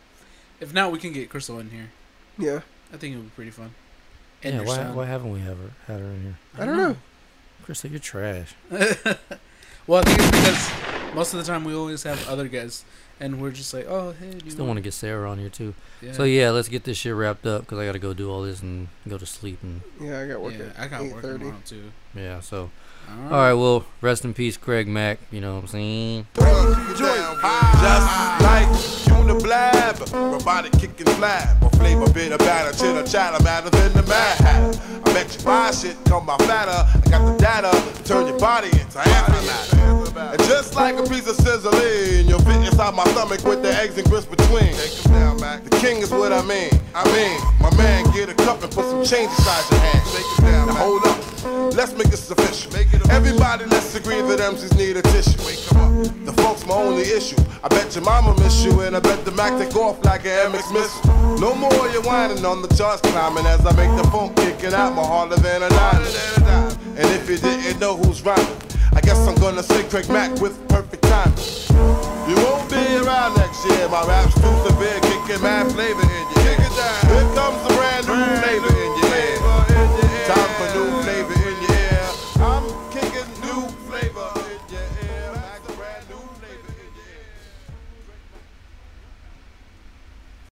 If not, we can get Crystal in here. yeah, I think it would be pretty fun. And Yeah, your why, son. why haven't we ever had her in here? I don't know. Crystal, you're trash. Well, I think it's because most of the time we always have other guests, and we're just like, oh, hey, do you Still want to get Sarah on here too. Yeah. So yeah, let's get this shit wrapped up because I gotta go do all this and go to sleep and yeah, I got work yeah, at I got work 8:30. tomorrow too. yeah. So All all right, well, rest in peace, Craig Mack. You know what I'm saying? Just like on the blab, robotic kick and flab. A flavor bit of batter, chitter chatter, madder than the mad hatter. I bet you buy shit, come my fatter. I got the data to turn your body into antimatter. And just like a piece of sizzling, you'll fit inside my stomach with the eggs and grits between. The king is what I mean. I mean, my man, get a cup and put some change inside your hand. Now hold up, let's make this official. Everybody, let's agree that MCs need a tissue. The folks my only issue. I bet your mama miss you, and I bet the Mac take off like an MX missile. No more you whining on the charts climbing as I make the phone kicking out my harder than a nine. And if you didn't know who's rhyming, I guess I'm gonna say Craig Mack with perfect timing. You won't be around next year. My rap's too severe, kicking mad flavor in you. Here comes the brand